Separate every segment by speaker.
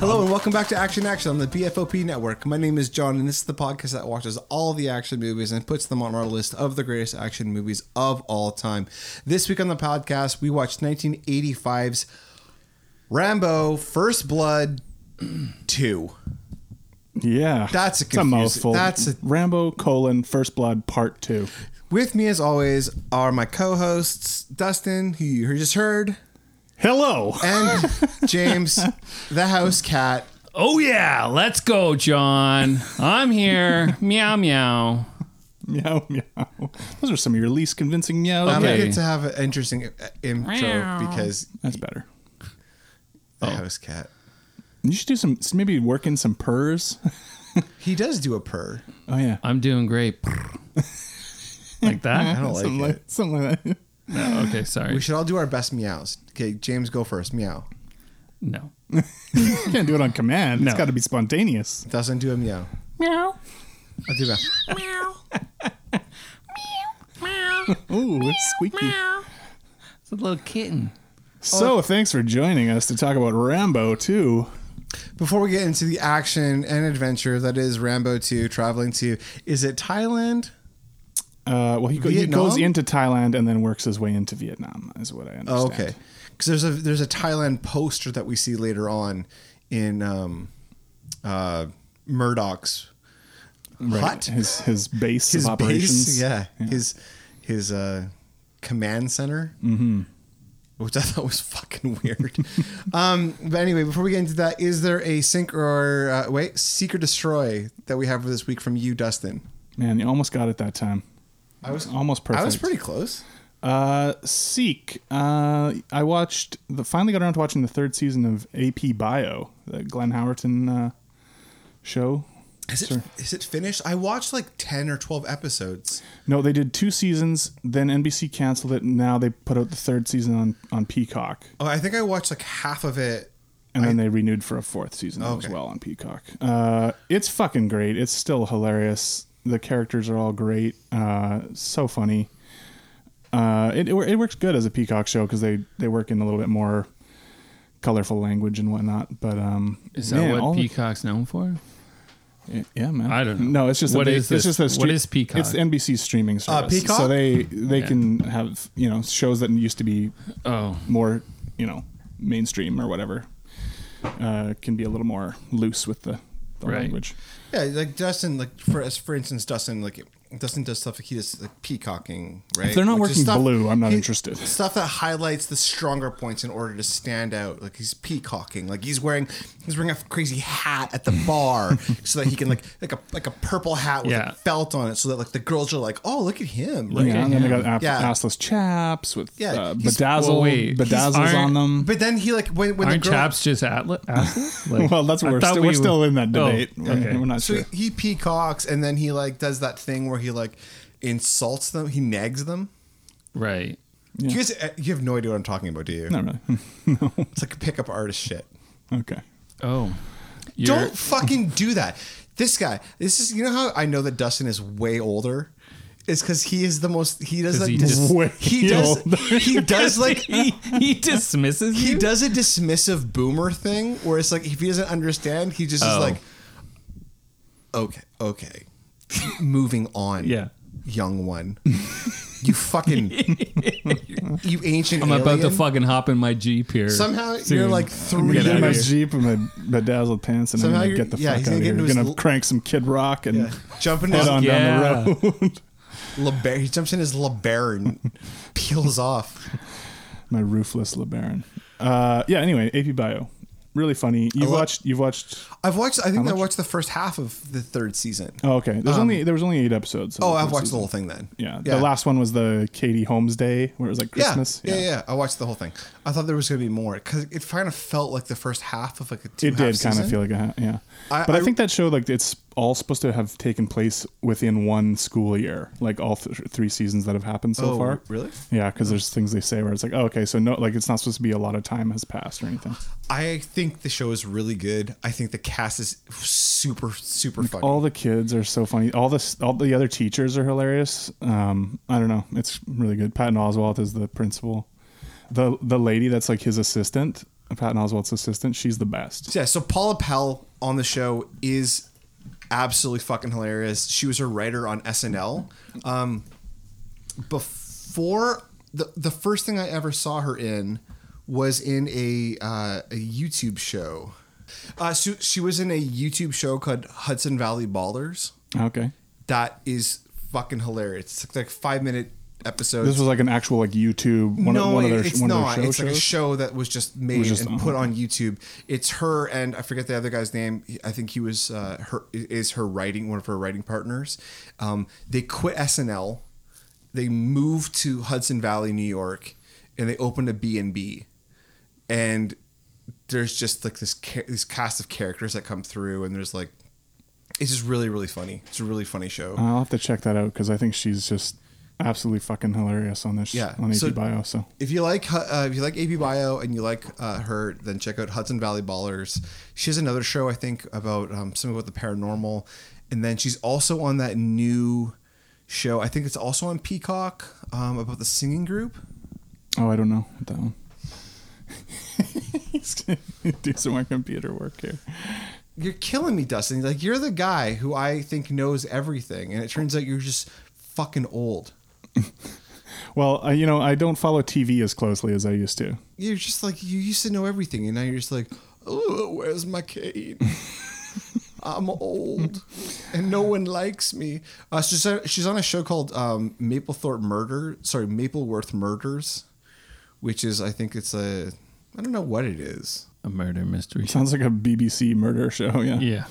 Speaker 1: Hello and welcome back to Action Action on the BFOP network. My name is John, and this is the podcast that watches all the action movies and puts them on our list of the greatest action movies of all time. This week on the podcast, we watched 1985's Rambo: First Blood Two.
Speaker 2: Yeah,
Speaker 1: That's a
Speaker 2: It's
Speaker 1: confusing-
Speaker 2: mouthful.
Speaker 1: that's a-
Speaker 2: Rambo colon First Blood Part Two.
Speaker 1: With me, as always, are my co-hosts Dustin, who you just heard,
Speaker 2: Hello.
Speaker 1: and James, the house cat.
Speaker 3: Oh yeah, let's go, John. I'm here. meow meow.
Speaker 2: meow meow. Those are some of your least convincing meows.
Speaker 1: I'm gonna
Speaker 3: Okay.
Speaker 1: get to have an interesting uh, intro because
Speaker 2: That's better.
Speaker 1: the house cat.
Speaker 2: You should do some maybe work in some purrs.
Speaker 1: He does do a purr.
Speaker 2: Oh yeah.
Speaker 3: I'm doing great. like that?
Speaker 1: I don't like
Speaker 2: something
Speaker 1: it.
Speaker 2: like something like that. Uh-huh.
Speaker 3: No, okay, sorry.
Speaker 1: We should all do our best meows. Okay, James, go first. Meow.
Speaker 3: no.
Speaker 2: You can't do it on command. It's
Speaker 3: No.
Speaker 2: got to be spontaneous.
Speaker 1: Doesn't do a meow.
Speaker 3: Meow.
Speaker 1: I'll do a meow.
Speaker 2: Ooh, it's squeaky.
Speaker 3: It's a little kitten.
Speaker 2: So thanks for joining us to talk about Rambo Two.
Speaker 1: Before we get into the action and adventure that is Rambo 2 traveling to, is it Thailand?
Speaker 2: Uh, well, he, go, he
Speaker 1: Vietnam?
Speaker 2: goes into Thailand and then works his way into Vietnam. Is what I understand.
Speaker 1: Oh, okay. Because there's a there's a Thailand poster that we see later on in um, uh, Murdoch's
Speaker 2: Right.
Speaker 1: hut.
Speaker 2: His his base
Speaker 1: his
Speaker 2: of operations.
Speaker 1: base, yeah, his his uh, command center, mm-hmm. which I thought was fucking weird. um, but anyway, before we get into that, is there a sink or uh, wait seek or destroy that we have for this week from you, Dustin?
Speaker 2: Man, you almost got it that time. I was almost perfect.
Speaker 1: I was pretty close.
Speaker 2: Uh, Seek. Uh, I watched the finally got around to watching the third season of AP Bio, the Glenn Howerton uh, show.
Speaker 1: Is it is it finished? I watched like ten or twelve episodes.
Speaker 2: No, they did two seasons. Then NBC canceled it. and Now they put out the third season on on Peacock,
Speaker 1: Oh, I think I watched like half of it.
Speaker 2: and then they renewed for a fourth season
Speaker 1: Okay.
Speaker 2: as well on Peacock. Uh, it's fucking great. It's still hilarious. The characters are all great. Uh, so funny. Uh, it, it wor- it works good as a Peacock show because they they work in a little bit more colorful language and whatnot. But um,
Speaker 3: Is that
Speaker 2: man, all
Speaker 3: what
Speaker 2: the-
Speaker 3: Peacock's known for?
Speaker 2: Yeah, man.
Speaker 3: I don't know.
Speaker 2: No, it's just
Speaker 3: What
Speaker 2: that they-
Speaker 3: is
Speaker 2: It's
Speaker 3: this?
Speaker 2: just that
Speaker 3: What is Peacock?
Speaker 2: It's NBC streaming service.
Speaker 1: Peacock?
Speaker 2: So they they can have you know shows that used to be
Speaker 3: Oh.
Speaker 2: more you know mainstream or whatever uh, can be a little more loose with the, the
Speaker 3: Right.
Speaker 2: language.
Speaker 1: Yeah, like Dustin, like for as for instance, Dustin like Dustin does stuff like he does like peacocking, right?
Speaker 2: If they're not
Speaker 1: Which is
Speaker 2: working blue, I'm not interested.
Speaker 1: Stuff that highlights the stronger points in order to stand out. Like he's peacocking, like he's wearing he's wearing a crazy hat at the bar so that he can like like a like a purple hat with a
Speaker 3: Yeah.
Speaker 1: felt on it, so that like the girls are like, oh look at him,
Speaker 2: Yeah,
Speaker 1: right?
Speaker 2: and then they got ap-
Speaker 1: Yeah.
Speaker 2: assless chaps with
Speaker 1: Yeah,
Speaker 2: uh,
Speaker 1: he's-
Speaker 2: bedazzled
Speaker 3: Well, wait, he's
Speaker 2: bedazzles on
Speaker 3: iron-
Speaker 2: them.
Speaker 1: But then he like when when
Speaker 3: Aren't
Speaker 1: the girl,
Speaker 3: chaps just atlas? atlas? Like,
Speaker 2: well, that's what
Speaker 3: I
Speaker 2: we're
Speaker 3: thought
Speaker 2: still
Speaker 3: we
Speaker 2: we're still
Speaker 3: were-
Speaker 2: in that
Speaker 3: Oh,
Speaker 2: debate. We're-
Speaker 3: okay.
Speaker 2: We're not
Speaker 1: so
Speaker 2: sure.
Speaker 1: he peacocks and then he like does that thing where he like insults them, he nags them.
Speaker 3: Right.
Speaker 1: You guys, uh, you have no idea what I'm talking about, do you?
Speaker 2: Not really.
Speaker 1: It's like pickup artist shit.
Speaker 2: okay.
Speaker 3: Oh. You're,
Speaker 1: Don't fucking do that. This guy, this is you know how I know that Dustin is way older? Is because he is the most he does
Speaker 3: 'Cause
Speaker 1: like
Speaker 3: he
Speaker 1: dis-
Speaker 3: just-
Speaker 2: Way
Speaker 1: he does
Speaker 2: older.
Speaker 1: he does like
Speaker 3: he, he dismisses
Speaker 1: he
Speaker 3: you?
Speaker 1: does a dismissive boomer thing where it's like if he doesn't understand, he just is
Speaker 3: Oh.
Speaker 1: like Okay, okay. Moving on.
Speaker 3: Yeah.
Speaker 1: Young one. You fucking, you ancient.
Speaker 3: I'm about to
Speaker 1: alien.
Speaker 3: fucking hop in my Jeep here.
Speaker 1: Somehow you're
Speaker 3: soon.
Speaker 1: like
Speaker 2: I'm
Speaker 1: three
Speaker 2: gonna get in my
Speaker 1: years.
Speaker 2: jeep and my bedazzled pants, and
Speaker 1: Somehow
Speaker 2: I'm gonna
Speaker 1: you're-
Speaker 2: get the
Speaker 1: yeah,
Speaker 2: fuck
Speaker 1: he's
Speaker 2: out
Speaker 1: gonna
Speaker 2: of
Speaker 1: get
Speaker 2: here.
Speaker 1: into
Speaker 2: We're
Speaker 1: his
Speaker 2: gonna
Speaker 1: l-
Speaker 2: crank some Kid Rock and
Speaker 1: Yeah. Jump into
Speaker 2: head
Speaker 1: his
Speaker 2: on
Speaker 3: Yeah.
Speaker 2: down the road.
Speaker 1: LeBaron. He jumps in his LeBaron and peels off.
Speaker 2: my roofless LeBaron. Uh, yeah. Anyway, AP Bio, really funny. You've
Speaker 1: lo-
Speaker 2: watched. You've watched.
Speaker 1: I've watched. I think I watched the first half of the third season.
Speaker 2: Oh, okay. There's only there was only eight episodes. of
Speaker 1: Um, Oh,
Speaker 2: the
Speaker 1: I've
Speaker 2: first
Speaker 1: watched the
Speaker 2: season.
Speaker 1: whole thing then.
Speaker 2: Yeah, the last one was the Katie Holmes Day, where it was like
Speaker 1: Yeah,
Speaker 2: Christmas.
Speaker 1: yeah, yeah, I watched the whole thing. I thought there was going to be more because it kind of felt like the first half of like a two
Speaker 2: It did kind of feel like a ha- yeah,
Speaker 1: I-
Speaker 2: but I,
Speaker 1: I-
Speaker 2: think that show like it's all supposed to have taken place within one school year, like all th- three seasons that have happened so
Speaker 1: Oh,
Speaker 2: far.
Speaker 1: really?
Speaker 2: Yeah, because there's things they say where it's like, oh, okay, so no, like it's not supposed to be a lot of time has passed or anything.
Speaker 1: I think the show is really good. I think the cast is super super funny.
Speaker 2: All the kids are so funny. All this, all the other teachers are hilarious. Um, I don't know, it's really good. Patton Oswalt is the principal. The the lady that's like his assistant, Patton Oswalt's assistant, she's the best.
Speaker 1: yeah, so Paula Pell on the show is absolutely fucking hilarious. She was a writer on SNL. Um, before the the first thing I ever saw her in was in a uh, a YouTube show. Uh, so she was in a YouTube show called Hudson Valley Ballers.
Speaker 2: Okay,
Speaker 1: that is fucking hilarious. It's like five minute episodes.
Speaker 2: this was like an actual like YouTube one
Speaker 1: no,
Speaker 2: of one of
Speaker 1: it-
Speaker 2: their
Speaker 1: it's
Speaker 2: one
Speaker 1: not.
Speaker 2: of their show
Speaker 1: it's like a
Speaker 2: shows?
Speaker 1: show that was just made
Speaker 2: just-
Speaker 1: and put on YouTube. It's her and I forget the other guy's name. I think he was uh, her is her writing one of her writing partners. Um, they quit SNL. They moved to Hudson Valley, New York, and they opened a B and B. And there's just like this ca- this cast of characters that come through, and there's like it's just really really funny. It's a really funny show.
Speaker 2: I'll have to check that out because I think she's just absolutely fucking hilarious on this.
Speaker 1: Yeah,
Speaker 2: on AP
Speaker 1: so-
Speaker 2: Bio. So
Speaker 1: if you like uh, if you like AB Bio and you like uh, her, then check out Hudson Valley Ballers. She has another show I think about um, something about the paranormal, and then she's also on that new show. I think it's also on Peacock um, about the singing group.
Speaker 2: oh, I don't know that one. He's gonna do some more computer work here.
Speaker 1: You're killing me, Dustin. Like you're the guy who I think knows everything, and it turns out you're just fucking old.
Speaker 2: Well, uh, you know, I don't follow TV as closely as I used to.
Speaker 1: You're just like you used to know everything, and now you're just like, oh, where's my cane? I'm old, and no one likes me. Uh, she's she's on a show called um, Maplethorpe Murder. Sorry, Mapleworth Murders, which is I think it's a I don't know what it is.
Speaker 3: a murder mystery.
Speaker 2: Sounds like a BBC murder show. Yeah.
Speaker 3: Yeah.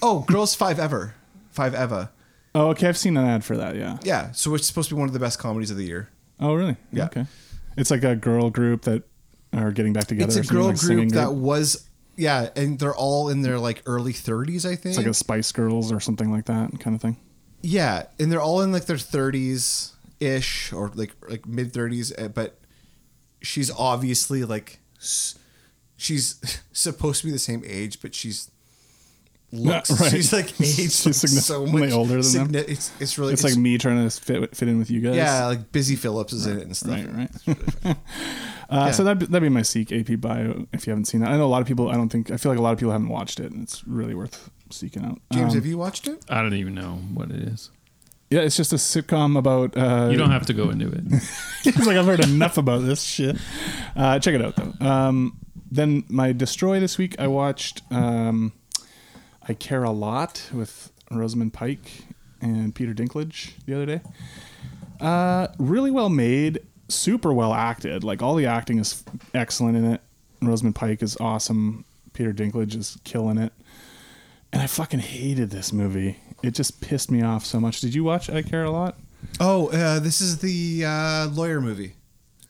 Speaker 1: Oh, Girls Five Ever, Five Eva.
Speaker 2: Oh, okay. I've seen an ad for that. Yeah.
Speaker 1: Yeah, so it's supposed to be one of the best comedies of the year.
Speaker 2: Oh, really?
Speaker 1: Yeah.
Speaker 2: Okay. It's like a girl group that are getting back together.
Speaker 1: It's
Speaker 2: or
Speaker 1: a
Speaker 2: something,
Speaker 1: girl
Speaker 2: like singing
Speaker 1: group that was yeah, and they're all in their like early 30s, I think.
Speaker 2: It's like a Spice Girls or something like that kind of thing.
Speaker 1: Yeah, and they're all in like their thirties ish or like like mid thirties, eh, but she's obviously like s- she's supposed to be the same age, but she's looks
Speaker 2: right.
Speaker 1: she's like aged
Speaker 2: She's
Speaker 1: like, so
Speaker 2: significantly
Speaker 1: much
Speaker 2: older than them.
Speaker 1: signi- It's it's really
Speaker 2: It's, like me trying to fit fit in with you guys.
Speaker 1: yeah, like Busy Phillips is in it and stuff.
Speaker 2: Right, right. Uh, So that'd, be- that'd be my Seek AP bio if you haven't seen that. I know a lot of people, I don't think, I feel like a lot of people haven't watched it, and it's really worth seeking out.
Speaker 1: James,
Speaker 2: Um,
Speaker 1: have you watched it?
Speaker 3: I don't even know what it is.
Speaker 2: yeah, it's just a sitcom about. Uh,
Speaker 3: You don't have to go into it.
Speaker 2: it's like I've heard enough about this shit. Uh, check it out, though. Um, then my Destroy this week, I watched um, I Care a Lot with Rosamund Pike and Peter Dinklage the other day. Uh, really well made, super well acted. Like all the acting is excellent in it. Rosamund Pike is awesome. Peter Dinklage is killing it. And I fucking hated this movie. It just pissed me off so much. Did you watch I Care a Lot?
Speaker 1: Oh, uh, this is the uh, lawyer movie.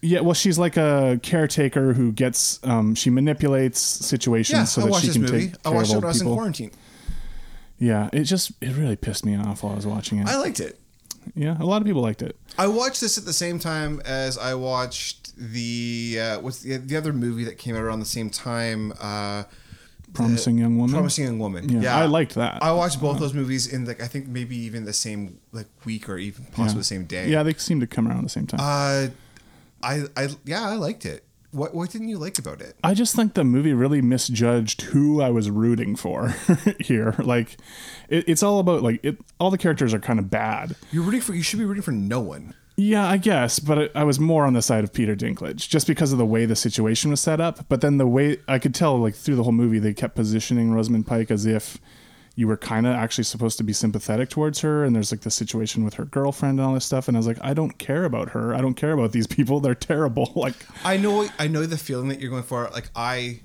Speaker 2: Yeah, well, she's like a caretaker who gets um, she manipulates situations
Speaker 1: Yeah,
Speaker 2: so
Speaker 1: I
Speaker 2: that
Speaker 1: watched
Speaker 2: she
Speaker 1: this
Speaker 2: can
Speaker 1: movie.
Speaker 2: take
Speaker 1: I
Speaker 2: care
Speaker 1: watched it when
Speaker 2: of old
Speaker 1: I was in
Speaker 2: people.
Speaker 1: quarantine.
Speaker 2: yeah, it just it really pissed me off while I was watching it.
Speaker 1: I liked it.
Speaker 2: yeah, a lot of people liked it.
Speaker 1: I watched this at the same time as I watched the uh, what's the, the other movie that came out around the same time. Uh,
Speaker 2: Promising Young Woman.
Speaker 1: Promising Young Woman.
Speaker 2: Yeah, I liked that.
Speaker 1: I watched both those movies in like I think maybe even the same like week or even possibly the same day.
Speaker 2: Yeah, they seem to come around at the same time.
Speaker 1: Uh, I I yeah I liked it. What what didn't you like about it?
Speaker 2: I just think the movie really misjudged who I was rooting for here. Like, it, it's all about like it. All the characters are kind of bad.
Speaker 1: You're rooting for you should be rooting for no one.
Speaker 2: Yeah, I guess, but I, I was more on the side of Peter Dinklage just because of the way the situation was set up. But then the way I could tell, like through the whole movie, they kept positioning Rosamund Pike as if you were kind of actually supposed to be sympathetic towards her. And there's like the situation with her girlfriend and all this stuff. And I was like, I don't care about her. I don't care about these people. They're terrible. Like,
Speaker 1: I know I know the feeling that you're going for. Like I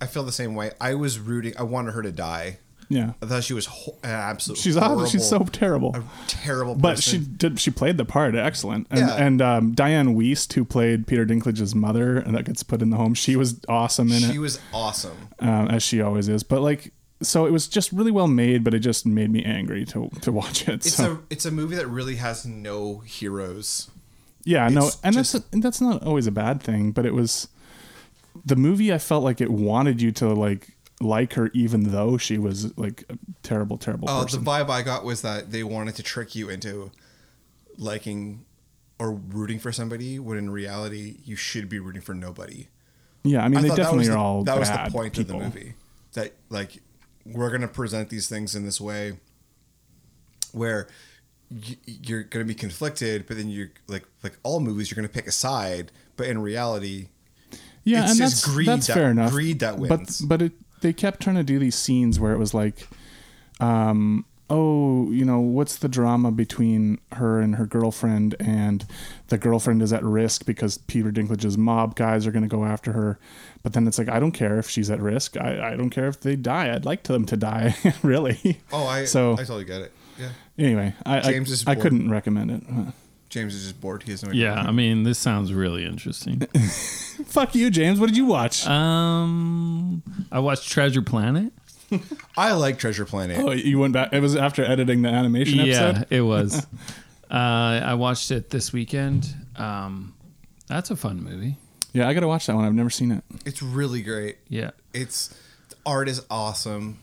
Speaker 1: I feel the same way. I was rooting I wanted her to die.
Speaker 2: yeah,
Speaker 1: I thought she was ho- an absolute
Speaker 2: she's
Speaker 1: horrible,
Speaker 2: awful. She's so terrible.
Speaker 1: a terrible
Speaker 2: But she
Speaker 1: person.
Speaker 2: did. She played the part excellent, and,
Speaker 1: Yeah.
Speaker 2: and um, Diane Weist, who played Peter Dinklage's mother, and that gets put in the home. She was awesome in it.
Speaker 1: she was awesome.
Speaker 2: um, as she always is. But like, so it was just really well made, but it just made me angry to to watch it.
Speaker 1: It's
Speaker 2: so
Speaker 1: a it's a movie that really has no heroes.
Speaker 2: yeah, no,
Speaker 1: it's
Speaker 2: and
Speaker 1: just-
Speaker 2: that's and that's not always a bad thing, but it was the movie. I felt like it wanted you to like like her, even though she was like a terrible, terrible
Speaker 1: Uh, the
Speaker 2: person.
Speaker 1: vibe I got was that they wanted to trick you into liking or rooting for somebody when in reality you should be rooting for nobody.
Speaker 2: yeah, I mean,
Speaker 1: I
Speaker 2: they
Speaker 1: thought that
Speaker 2: definitely
Speaker 1: was
Speaker 2: are
Speaker 1: the,
Speaker 2: all
Speaker 1: that was the
Speaker 2: bad
Speaker 1: point
Speaker 2: people.
Speaker 1: of the movie that like we're gonna present these things in this way where y- you're gonna be conflicted, but then you're like like all movies you're gonna pick a side, but in reality
Speaker 2: Yeah,
Speaker 1: It's
Speaker 2: and
Speaker 1: just
Speaker 2: that's,
Speaker 1: greed
Speaker 2: that's
Speaker 1: that-
Speaker 2: fair enough.
Speaker 1: greed that wins.
Speaker 2: But but it, they kept trying to do these scenes where it was like, um, oh, you know, what's the drama between her and her girlfriend, and the girlfriend is at risk because Peter Dinklage's mob guys are going to go after her. But then it's like, I don't care if she's at risk. I, I don't care if they die. I'd like them to die, really.
Speaker 1: oh I
Speaker 2: so
Speaker 1: I totally get it. Yeah,
Speaker 2: anyway, I
Speaker 1: James is
Speaker 2: I, I
Speaker 1: bored.
Speaker 2: couldn't recommend it.
Speaker 1: James is just bored. He has no idea.
Speaker 3: Yeah, I mean, this sounds really interesting.
Speaker 2: Fuck you, James. What did you
Speaker 3: Uh,
Speaker 2: watch?
Speaker 3: Um, I watched Treasure Planet.
Speaker 1: I like Treasure Planet.
Speaker 2: oh, you went back. It was after editing the animation episode.
Speaker 3: Yeah, it was. uh, I watched it this weekend. Um, that's a fun movie.
Speaker 2: Yeah, I gotta watch that one. I've never seen it.
Speaker 1: It's really great.
Speaker 3: Yeah.
Speaker 1: It's the art is awesome.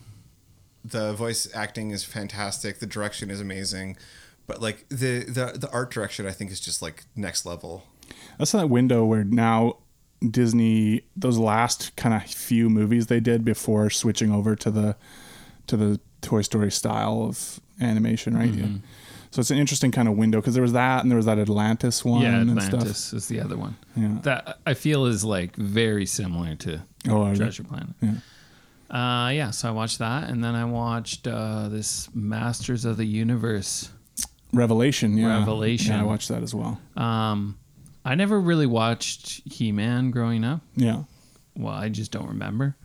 Speaker 1: The voice acting is fantastic. The direction is amazing. But like the the, the art direction I think is just like next level.
Speaker 2: That's that window where now Disney those last kind of few movies they did before switching over to the to the Toy Story style of animation, right? Yeah. So it's an interesting kind of window because there was that and there was that Atlantis one
Speaker 3: Yeah,
Speaker 2: and
Speaker 3: Atlantis
Speaker 2: stuff.
Speaker 3: is the other one.
Speaker 2: Yeah.
Speaker 3: That I feel is like very similar to
Speaker 2: Oh, are they?
Speaker 3: Treasure Planet.
Speaker 2: Yeah.
Speaker 3: Uh, yeah, so I watched that, and then I watched uh, this Masters of the Universe.
Speaker 2: Revelation, yeah.
Speaker 3: Revelation.
Speaker 2: Yeah, I watched that as well.
Speaker 3: Um, I never really watched He Man growing up.
Speaker 2: Yeah.
Speaker 3: well, I just don't remember.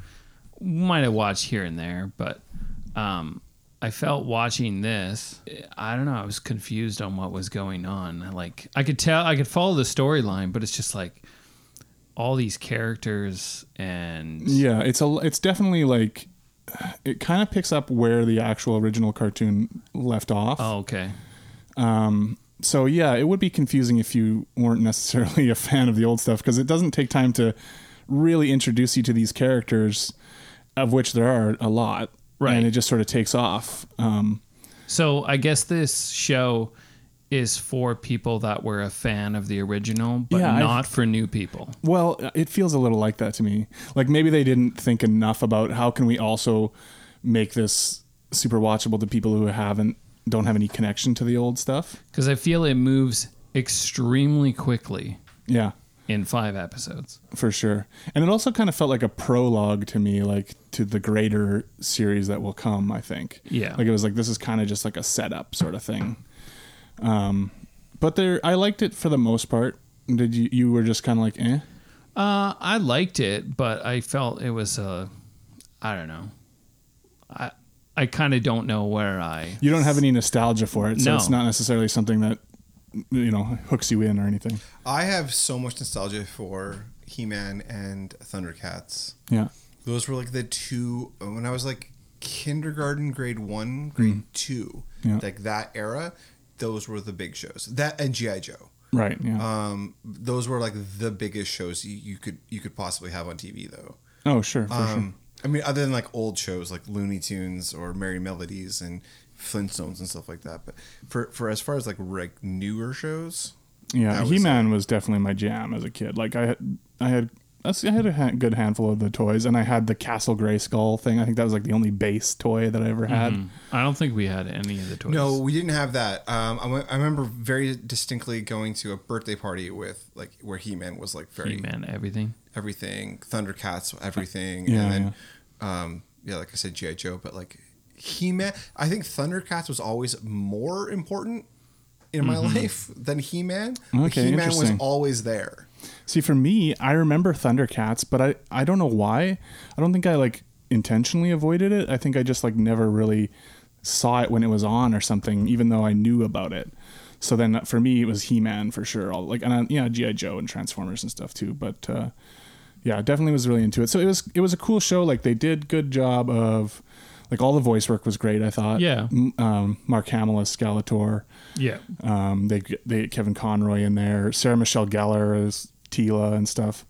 Speaker 3: Might have watched here and there, but um, I felt watching this. I don't know. I was confused on what was going on. Like I could tell, I could follow the storyline, but it's just like all these characters and
Speaker 2: Yeah, it's a it's definitely like it kind of picks up where the actual original cartoon left off.
Speaker 3: oh, okay,
Speaker 2: so yeah, it would be confusing if you weren't necessarily a fan of the old stuff because it doesn't take time to really introduce you to these characters, of which there are a lot.
Speaker 3: Right.
Speaker 2: And it just sort of takes off. Um,
Speaker 3: So I guess this show is for people that were a fan of the original, but
Speaker 2: Yeah, I've-
Speaker 3: not for new people.
Speaker 2: well, uh, it feels a little like that to me. Like maybe they didn't think enough about how can we also make this super watchable to people who haven't don't have any connection to the old stuff.
Speaker 3: Because I feel it moves extremely quickly
Speaker 2: Yeah.
Speaker 3: in five episodes.
Speaker 2: for sure. And it also kind of felt like a prologue to me, like to the greater series that will come. I think.
Speaker 3: Yeah.
Speaker 2: Like it was like this is kind of just like a setup sort of thing. Um, but there, I liked it for the most part. Did you? You were just kind of like, eh.
Speaker 3: Uh, I liked it, but I felt it was a, I don't know. I I kind of don't know where I.
Speaker 2: You don't have any nostalgia for it, so
Speaker 3: No.
Speaker 2: it's not necessarily something that you know hooks you in or anything.
Speaker 1: I have so much nostalgia for He Man and Thundercats.
Speaker 2: Yeah.
Speaker 1: Those were like the two when I was like kindergarten, grade one, grade two,
Speaker 2: Mm. Yeah.
Speaker 1: like that era. Those were the big shows. That and GI Joe.
Speaker 2: Right. Yeah.
Speaker 1: Um, those were like the biggest shows you, you could you could possibly have on TV though.
Speaker 2: oh, sure. For sure.
Speaker 1: Um, I mean, other than like old shows like Looney Tunes or Merry Melodies and Flintstones and stuff like that. But for for as far as like reg- newer shows,
Speaker 2: Yeah,
Speaker 1: that was
Speaker 2: He Man was definitely my jam as a kid. Like I, had, I had That's- I had a ha- good handful of the toys, and I had the Castle Gray Skull thing. I think that was like the only base toy that I ever had.
Speaker 3: I don't think we had any of the toys.
Speaker 1: No, we didn't have that. Um, I, w- I remember very distinctly going to a birthday party with like where He Man was like very
Speaker 3: man, everything.
Speaker 1: everything, Thundercats, everything,
Speaker 2: Yeah,
Speaker 1: and then um, yeah, like I said, GI Joe, but like He Man. I think Thundercats was always more important in my life than He Man.
Speaker 2: Mm-hmm. Okay,
Speaker 1: He Man was
Speaker 2: interesting.
Speaker 1: always there.
Speaker 2: See, for me, I remember Thundercats, but I I don't know why. I don't think I like intentionally avoided it. I think I just like never really saw it when it was on or something, even though I knew about it. So then uh, for me, it was He Man for sure. All like and uh, yeah, GI Joe and Transformers and stuff too. But uh, yeah, definitely was really into it. So it was it was a cool show. Like they did good job of like all the voice work was great. I thought
Speaker 3: Yeah.
Speaker 2: M- um, Mark Hamill as Skeletor.
Speaker 3: Yeah.
Speaker 2: Um, they they get Kevin Conroy in there. Sarah Michelle Gellar is Tila and stuff.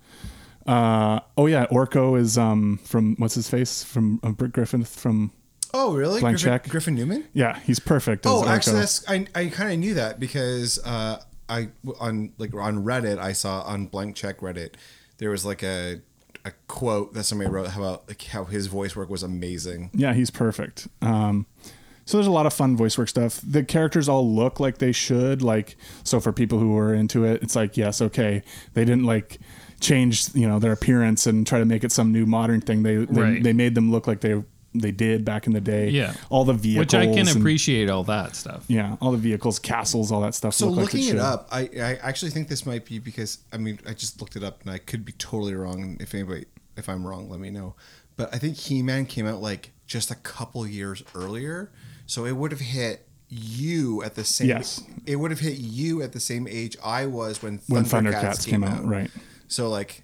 Speaker 2: Uh, oh yeah, Orko is um from what's his face from um, Britt Griffin from
Speaker 1: Oh, really?
Speaker 2: Blank
Speaker 1: Griffin,
Speaker 2: check.
Speaker 1: Griffin Newman.
Speaker 2: yeah he's perfect. as
Speaker 1: Oh,
Speaker 2: Orko.
Speaker 1: actually, that's I, I kind of knew that because uh, I on like on Reddit I saw on blank check Reddit there was like a a quote that somebody wrote about like how his voice work was amazing.
Speaker 2: yeah he's perfect. Um, so there's a lot of fun voice work stuff. The characters all look like they should. Like so for people who are into it, it's like yes okay they didn't like change you know their appearance and try to make it some new modern thing. They they,
Speaker 3: Right.
Speaker 2: they made them look like they they did back in the day.
Speaker 3: Yeah.
Speaker 2: all the vehicles
Speaker 3: Which I can
Speaker 2: and-
Speaker 3: appreciate all that stuff.
Speaker 2: Yeah, all the vehicles, castles, all that stuff.
Speaker 1: So
Speaker 2: look
Speaker 1: looking
Speaker 2: like
Speaker 1: it
Speaker 2: should.
Speaker 1: up, I, I actually think this might be because I mean I just looked it up and I could be totally wrong. And If anybody if I'm wrong, let me know. But I think He Man came out like just a couple years earlier, so it would have hit you at the same.
Speaker 2: Yes.
Speaker 1: it would have hit you at the same age I was when Thundercats,
Speaker 2: when Thundercats came out, right?
Speaker 1: So like,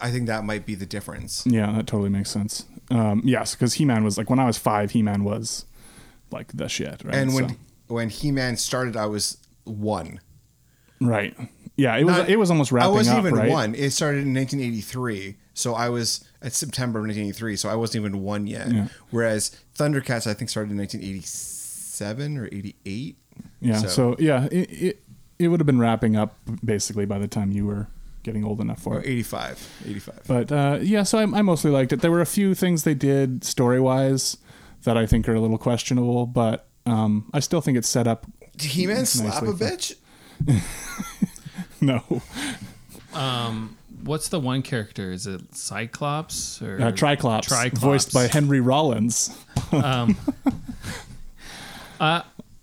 Speaker 1: I think that might be the difference.
Speaker 2: Yeah, that totally makes sense. Um, yes, because He Man was like when I was five, He Man was like the shit, right?
Speaker 1: And when
Speaker 2: So-
Speaker 1: when He Man started, I was one.
Speaker 2: right, yeah, it was
Speaker 1: Not-
Speaker 2: it was almost
Speaker 1: I
Speaker 2: wrapping
Speaker 1: wasn't
Speaker 2: up,
Speaker 1: even
Speaker 2: right?
Speaker 1: one. It started in 1983, so I was at September of 1983, so I wasn't even one yet.
Speaker 2: Yeah.
Speaker 1: Whereas Thundercats, I think, started in 1987 or 88.
Speaker 2: Yeah, so,
Speaker 1: So-
Speaker 2: yeah, it, it it would have been wrapping up basically by the time you were getting old enough for
Speaker 1: Or
Speaker 2: it.
Speaker 1: 85, 85.
Speaker 2: But uh, yeah, so I, I mostly liked it. There were a few things they did story wise that I think are a little questionable, but um, I still think it's set up.
Speaker 1: Did He-Man slap a
Speaker 2: for-
Speaker 1: bitch?
Speaker 2: No, uh,
Speaker 3: What's the one character? Is it Cyclops or
Speaker 2: uh, Triclops,
Speaker 3: Triclops.
Speaker 2: voiced by Henry Rollins.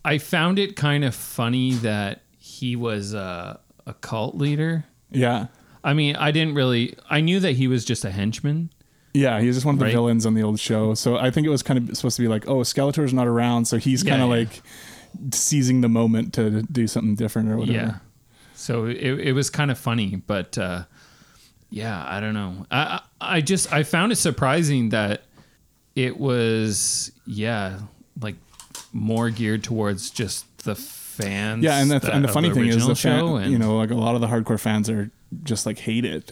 Speaker 3: I found it kind of funny that he was uh, a cult leader.
Speaker 2: Yeah,
Speaker 3: I mean, I didn't really. I knew that he was just a henchman.
Speaker 2: yeah, he's just one of the
Speaker 3: Right.
Speaker 2: villains on the old show. So I think it was kind of supposed to be like, oh, Skeletor's not around, so he's
Speaker 3: Yeah,
Speaker 2: kind of
Speaker 3: yeah.
Speaker 2: like seizing the moment to do something different or whatever.
Speaker 3: Yeah. Uh, So it, it was kind of funny, but uh, yeah, I don't know. I I I just I found it surprising that it was yeah like more geared towards just the fans.
Speaker 2: Yeah, and the,
Speaker 3: that-
Speaker 2: and the
Speaker 3: of
Speaker 2: funny thing is
Speaker 3: original
Speaker 2: the fan,
Speaker 3: show and-
Speaker 2: you know, like a lot of the hardcore fans are just like hate it,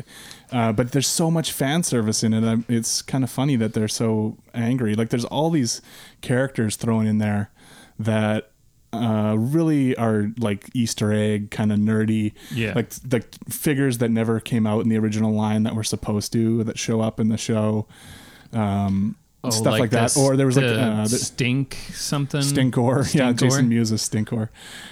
Speaker 2: uh, but there's so much fan service in it. i it's kind of funny that they're so angry. Like there's all these characters thrown in there that uh, really are like Easter egg kind of nerdy.
Speaker 3: Yeah.
Speaker 2: like like figures that never came out in the original line that were supposed to that show up in the show. Um,
Speaker 3: oh,
Speaker 2: stuff like, that,
Speaker 3: this-
Speaker 2: or there was like
Speaker 3: the
Speaker 2: uh, the-
Speaker 3: stink something
Speaker 2: Stinkor. Yeah,
Speaker 3: Stinkor?
Speaker 2: Jason Mewes is Stinkor.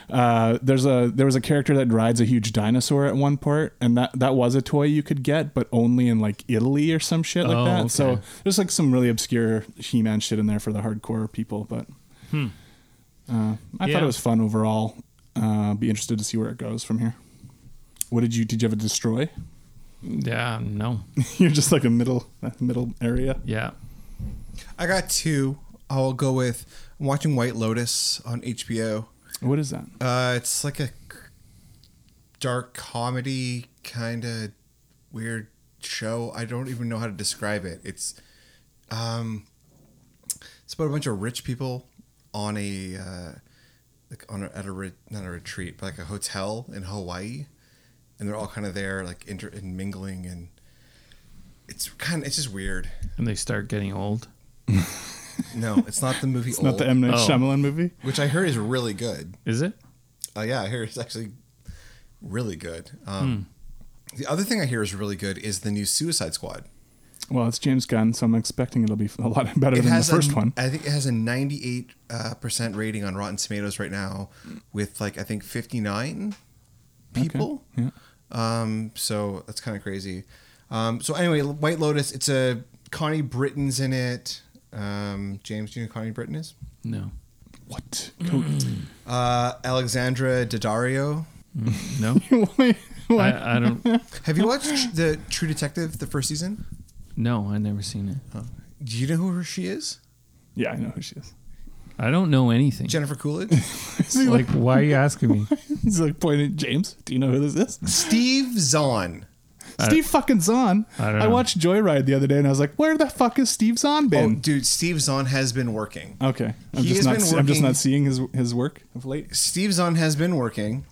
Speaker 2: Uh, there's a there was a character that rides a huge dinosaur at one part, and that that was a toy you could get, but only in like Italy or some shit like
Speaker 3: Oh,
Speaker 2: that.
Speaker 3: okay.
Speaker 2: So there's like some really obscure He-Man shit in there for the hardcore people, but uh, I thought
Speaker 3: Hmm. Yeah.
Speaker 2: it was fun overall. Uh, be interested to see where it goes from here. What did you did you ever destroy?
Speaker 3: Yeah, no,
Speaker 2: You're just like a middle middle area.
Speaker 3: yeah.
Speaker 1: I got two. I'll go with I'm watching White Lotus on HBO.
Speaker 2: What is that?
Speaker 1: Uh, it's like a dark comedy kind of weird show. I don't even know how to describe it. It's um, it's about a bunch of rich people on a uh, like on a, at a re- not a retreat, but like a hotel in Hawaii, and they're all kind of there like inter and mingling and. It's kind of it's just weird.
Speaker 3: And they start getting old.
Speaker 1: No, it's not the movie
Speaker 2: It's
Speaker 1: Old,
Speaker 2: not the M Night
Speaker 3: Oh.
Speaker 2: Shyamalan movie.
Speaker 1: which I heard is really good.
Speaker 3: Is it?
Speaker 1: Oh, Uh, yeah, I hear it's actually really good. Um,
Speaker 2: Hmm.
Speaker 1: The other thing I hear is really good is the new Suicide Squad.
Speaker 2: Well, it's James Gunn, so I'm expecting it'll be a lot better than the
Speaker 1: a-
Speaker 2: first one.
Speaker 1: I think it has a 98 uh, percent rating on Rotten Tomatoes right now, with like I think 59 people.
Speaker 2: yeah.
Speaker 1: Um, so that's kind of crazy. Um, so anyway, White Lotus. It's a Connie Britton's in it. Um, James, do you know who Connie Britton is?
Speaker 3: No.
Speaker 2: What?
Speaker 1: Uh, Alexandra Daddario.
Speaker 3: No.
Speaker 2: Why- why-
Speaker 3: I, I don't.
Speaker 1: Have
Speaker 2: Oh.
Speaker 1: you watched the True Detective the first season?
Speaker 3: No, I never seen it.
Speaker 1: Do you know who her- she is?
Speaker 2: yeah, I know who she is.
Speaker 3: I don't know anything.
Speaker 1: Jennifer Coolidge.
Speaker 2: Is he
Speaker 3: Like,
Speaker 2: like,
Speaker 3: why are you asking me?
Speaker 2: he's like pointing at James. Do you know who this is?
Speaker 1: Steve Zahn. Oh,
Speaker 2: Steve fucking Zahn.
Speaker 3: I don't
Speaker 2: I
Speaker 3: know.
Speaker 2: watched Joyride the other day and I was like, where the fuck is Steve Zahn
Speaker 1: Oh,
Speaker 2: been?
Speaker 1: dude, Steve Zahn has been working.
Speaker 2: okay. I'm
Speaker 1: He
Speaker 2: just
Speaker 1: has
Speaker 2: not
Speaker 1: been
Speaker 2: see- I'm just
Speaker 1: working-
Speaker 2: not seeing his his work of late.
Speaker 1: Steve Zahn has been working.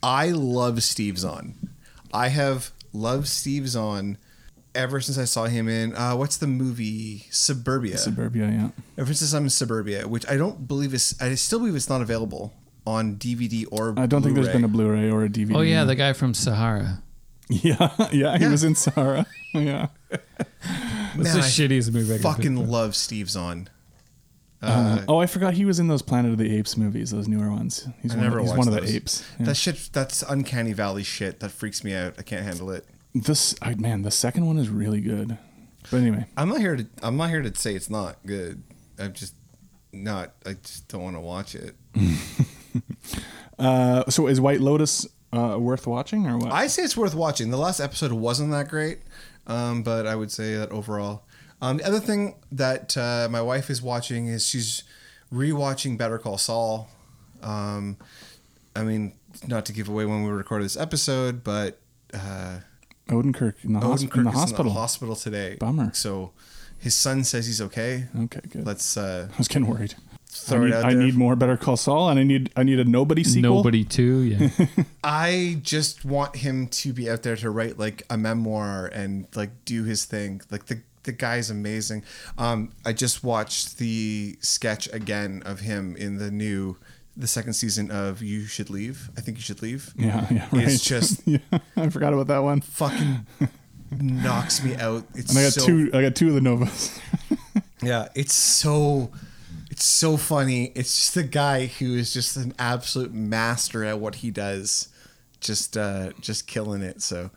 Speaker 1: I love Steve Zahn. I have loved Steve Zahn ever since I saw him in uh, what's the movie Suburbia.
Speaker 2: Suburbia, yeah.
Speaker 1: ever since I'm in Suburbia, which I don't believe is. I still believe it's not available on DVD or.
Speaker 2: I don't think there's been a
Speaker 1: Blu-ray.
Speaker 2: Blu-ray or a DVD.
Speaker 3: Oh yeah, the guy from Sahara.
Speaker 2: yeah, yeah. He
Speaker 1: Yeah.
Speaker 2: was in Sahara. yeah.
Speaker 1: Man, I
Speaker 3: That's the shittiest movie. I could think
Speaker 1: Fucking
Speaker 3: of.
Speaker 1: love Steve Zahn. Uh,
Speaker 2: oh, I forgot he was in those Planet of the Apes movies, those newer ones. He's
Speaker 1: I
Speaker 2: one, of-
Speaker 1: never
Speaker 2: he's
Speaker 1: watched
Speaker 2: one of the
Speaker 1: those.
Speaker 2: apes. Yeah.
Speaker 1: That shit. That's uncanny valley shit. That freaks me out. I can't handle it.
Speaker 2: This I, man, the second one is really good. But anyway,
Speaker 1: I'm not here to. I'm not here to say it's not good. I'm just not. I just don't want to watch it.
Speaker 2: uh, so is White Lotus uh, worth watching or what?
Speaker 1: I say it's worth watching. The last episode wasn't that great, um, but I would say that overall. Um, the other thing that uh, my wife is watching is she's rewatching Better Call Saul. Um, I mean, not to give away when we recorded this episode, but uh,
Speaker 2: Odenkirk in the, hos-
Speaker 1: Odin Kirk
Speaker 2: in the
Speaker 1: is in
Speaker 2: hospital.
Speaker 1: the hospital today.
Speaker 2: Bummer.
Speaker 1: So his son says he's okay.
Speaker 2: okay, good.
Speaker 1: Let's uh,
Speaker 2: I was getting worried.
Speaker 1: throw
Speaker 2: I need,
Speaker 1: it out
Speaker 2: I
Speaker 1: there.
Speaker 2: need more Better Call Saul, and I need I need a Nobody sequel.
Speaker 3: Nobody too. Yeah.
Speaker 1: I just want him to be out there to write like a memoir and like do his thing. Like the the guy's amazing. Um, I just watched the sketch again of him in the new the second season of You Should Leave. I think you should leave.
Speaker 2: Yeah, yeah, right.
Speaker 1: It's just
Speaker 2: yeah, I forgot about that one.
Speaker 1: fucking knocks me out. It's
Speaker 2: And I got
Speaker 1: so,
Speaker 2: two. I got two of the Novas.
Speaker 1: Yeah, it's so it's so funny. It's just a guy who is just an absolute master at what he does. Just uh just killing it. So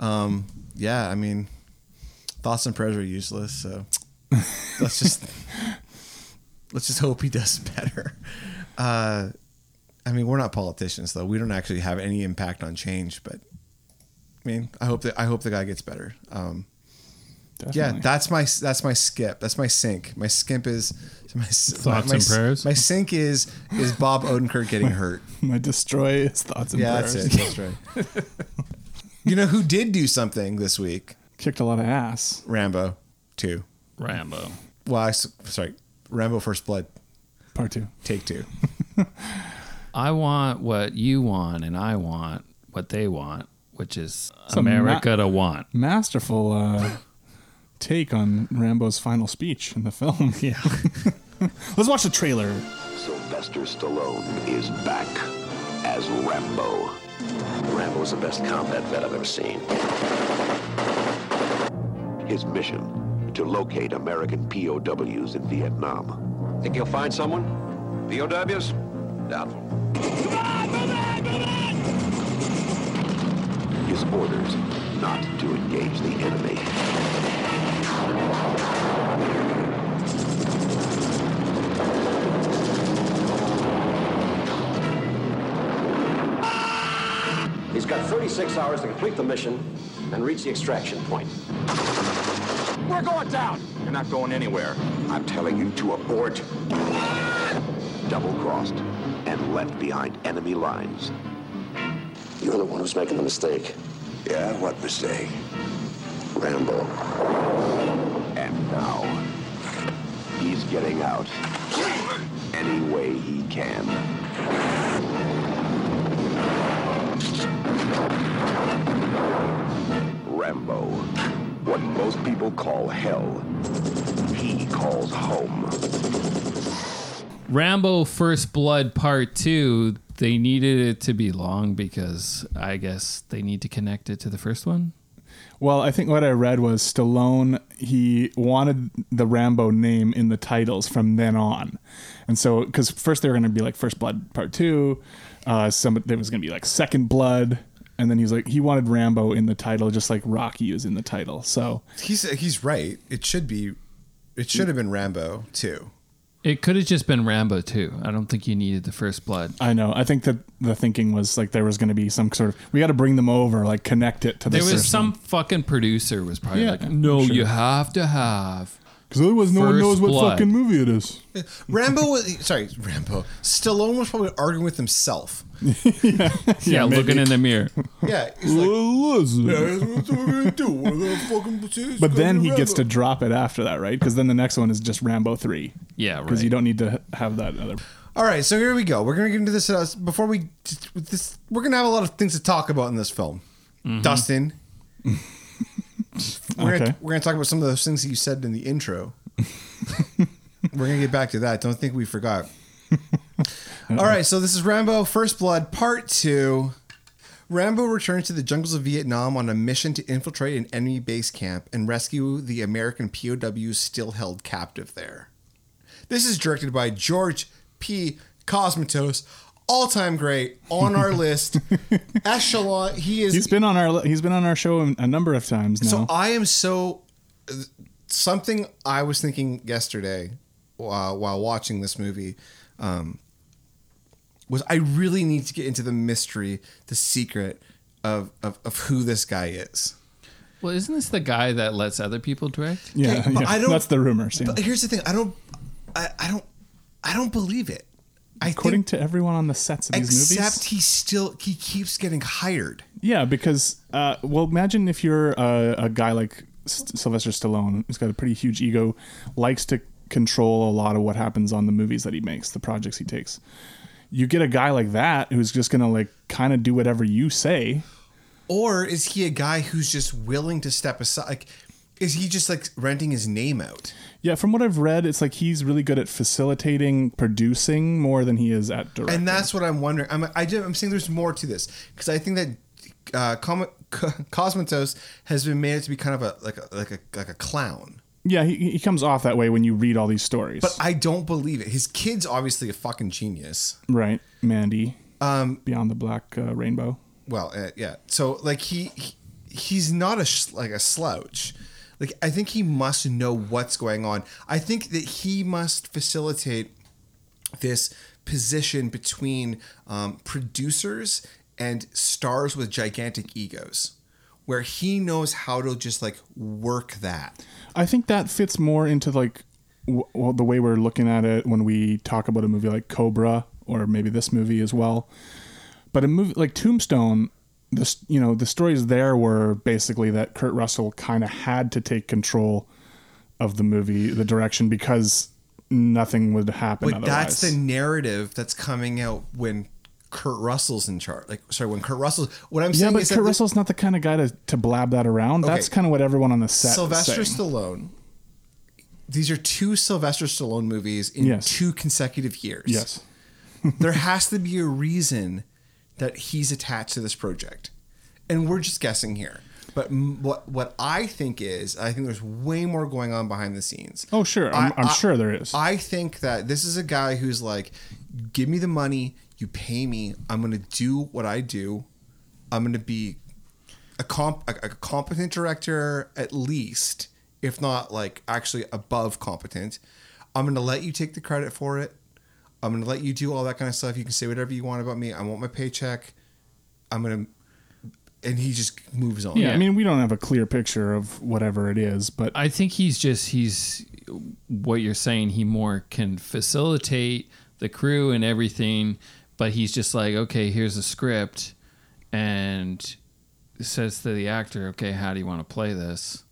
Speaker 1: um yeah, I mean thoughts and prayers are useless, so let's just let's just hope he does better. Uh I mean, we're not politicians though. We don't actually have any impact on change, but I mean, I hope that I hope the guy gets better. Um yeah,
Speaker 2: Definitely.
Speaker 1: that's my that's my skip. That's my sink. My skimp is my
Speaker 3: Thoughts
Speaker 1: my,
Speaker 3: and prayers?
Speaker 1: My sink is is Bob Odenkirk getting hurt.
Speaker 2: my destroy is thoughts and
Speaker 1: yeah,
Speaker 2: prayers.
Speaker 1: that's it. That's right. you know who did do something this week?
Speaker 2: Kicked a lot of ass.
Speaker 1: Rambo, two.
Speaker 3: Rambo.
Speaker 1: Well, I s sorry, Rambo First Blood,
Speaker 2: Part two.
Speaker 1: take two.
Speaker 3: I want what you want, and I want what they want, which is
Speaker 2: Some
Speaker 3: America
Speaker 2: ma-
Speaker 3: to want.
Speaker 2: Masterful uh, take on Rambo's final speech in the film. Yeah. Let's watch the trailer.
Speaker 4: Sylvester Stallone is back as Rambo. Rambo is the best combat vet I've ever seen. His mission to locate American POWs in Vietnam. Think you'll find someone? POWs? Doubtful. His orders not to engage the enemy. He's got 36 hours to complete the mission and reach the extraction point. We're going down! You're not going anywhere. I'm telling you to abort. Double crossed and left behind enemy lines. You're the one who's making the mistake. Yeah, what mistake? Rambo. And now, he's getting out any way he can. Rambo. What most people call hell, he calls home.
Speaker 3: Rambo First Blood Part Two. They needed it to be long because I guess they need to connect it to the first one.
Speaker 2: Well, I think what I read was Stallone, he wanted the Rambo name in the titles from then on. And so, because first they were going to be like First Blood Part 2, uh, some, there was going to be like Second Blood. And then he's like, he wanted Rambo in the title, just like Rocky is in the title. So,
Speaker 1: He's he's right. It should be. It should have been Rambo too.
Speaker 3: It could have just been Rambo too. I don't think you needed the first blood.
Speaker 2: I know. I think that the thinking was like there was going to be some sort of, we got to bring them over, like connect it to the
Speaker 3: There was
Speaker 2: first
Speaker 3: some fucking producer was probably
Speaker 2: Yeah,
Speaker 3: like, "No,
Speaker 2: sure.
Speaker 3: you have to have."
Speaker 2: Because otherwise, no one
Speaker 3: First
Speaker 2: knows what
Speaker 3: Blood.
Speaker 2: fucking movie it is.
Speaker 1: Rambo was sorry. Rambo. Stallone was probably arguing with himself.
Speaker 3: Yeah, looking in the mirror.
Speaker 1: Yeah. He's like,
Speaker 2: Listen.
Speaker 1: "That's what we're gonna do. We're gonna fucking it's
Speaker 2: But
Speaker 1: gonna
Speaker 2: then
Speaker 1: be
Speaker 2: he gets to
Speaker 1: Rambo."
Speaker 2: drop it after that, right? Because then the next one is just Rambo 3.
Speaker 3: Yeah,
Speaker 2: Because
Speaker 3: right.
Speaker 2: you don't need to have that other.
Speaker 1: All right. So here we go. We're gonna get into this uh, before we with this. We're gonna have a lot of things to talk about in this film. Dustin. we're,
Speaker 2: Okay.
Speaker 1: gonna, we're gonna talk about some of those things that you said in the intro. we're gonna get back to that. Don't think we forgot. All right, so this is Rambo First Blood Part 2. Rambo returns to the jungles of Vietnam on a mission to infiltrate an enemy base camp and rescue the American POWs still held captive there. This is directed by George P. Cosmatos, all time great, on our list. Echelon, he is.
Speaker 2: He's been on our he's been on our show a number of times now.
Speaker 1: So uh, I am so something I was thinking yesterday uh, while watching this movie um, was I really need to get into the mystery, the secret of of, of who this guy is.
Speaker 3: Well, isn't this the guy that lets other people direct?
Speaker 2: yeah,
Speaker 1: Okay, but
Speaker 2: yeah.
Speaker 1: I don't-
Speaker 2: that's the rumors. Yeah.
Speaker 1: But here's the thing: I don't, I, I don't, I don't believe it. I
Speaker 2: According
Speaker 1: think,
Speaker 2: to everyone on the sets of these
Speaker 1: except
Speaker 2: movies,
Speaker 1: he still he keeps getting hired.
Speaker 2: yeah, because uh, well, imagine if you're a, a guy like S- Sylvester Stallone, who's got a pretty huge ego, likes to control a lot of what happens on the movies that he makes, the projects he takes. You get a guy like that who's just gonna like kind of do whatever you say.
Speaker 1: Or is he a guy who's just willing to step aside? Like, is he just like renting his name out?
Speaker 2: Yeah, from what I've read, it's like he's really good at facilitating, producing more than he is at directing.
Speaker 1: And that's what I'm wondering. I'm I do, I'm saying there's more to this because I think that uh, Com- Co- Cosmatos has been made to be kind of a like a like a like a clown.
Speaker 2: yeah, he, he comes off that way when you read all these stories.
Speaker 1: But I don't believe it. His kid's obviously a fucking genius.
Speaker 2: Right, Mandy. Um, Beyond the Black uh, Rainbow.
Speaker 1: Well, uh, yeah. So like he, he he's not a sh- like a slouch. Like I think he must know what's going on. I think that he must facilitate this position between um, producers and stars with gigantic egos, where he knows how to just like work that.
Speaker 2: I think that fits more into like w- well, the way we're looking at it when we talk about a movie like Cobra or maybe this movie as well. But a movie like Tombstone, this you know the stories there were basically that Kurt Russell kind of had to take control of the movie, the direction because nothing would happen.
Speaker 1: But
Speaker 2: otherwise.
Speaker 1: that's the narrative that's coming out when Kurt Russell's in charge. Like sorry, when Kurt Russell. What I'm
Speaker 2: yeah,
Speaker 1: saying
Speaker 2: but
Speaker 1: is
Speaker 2: Kurt
Speaker 1: that the-
Speaker 2: Russell's not the kind of guy to, to blab that around. That's
Speaker 1: Okay.
Speaker 2: kind of what everyone on the set. was
Speaker 1: Sylvester
Speaker 2: saying.
Speaker 1: Stallone. These are two Sylvester Stallone movies in
Speaker 2: Yes.
Speaker 1: two consecutive years.
Speaker 2: Yes.
Speaker 1: there has to be a reason that he's attached to this project, and we're just guessing here. But m- what what I think is, I think there's way more going on behind the scenes.
Speaker 2: Oh, sure. I'm- I'm sure there is.
Speaker 1: I think that this is a guy who's like, give me the money, you pay me, I'm gonna do what I do, I'm gonna be a comp a, a competent director at least, if not like actually above competent. I'm gonna let you take the credit for it. I'm gonna let you do all that kind of stuff. You can say whatever you want about me. I want my paycheck. I'm gonna, and he just moves on.
Speaker 2: Yeah, I mean, we don't have a clear picture of whatever it is, but
Speaker 3: I think he's just he's what you're saying. He more can facilitate the crew and everything, but he's just like, okay, here's a script, and says to the actor, okay, how do you want to play this?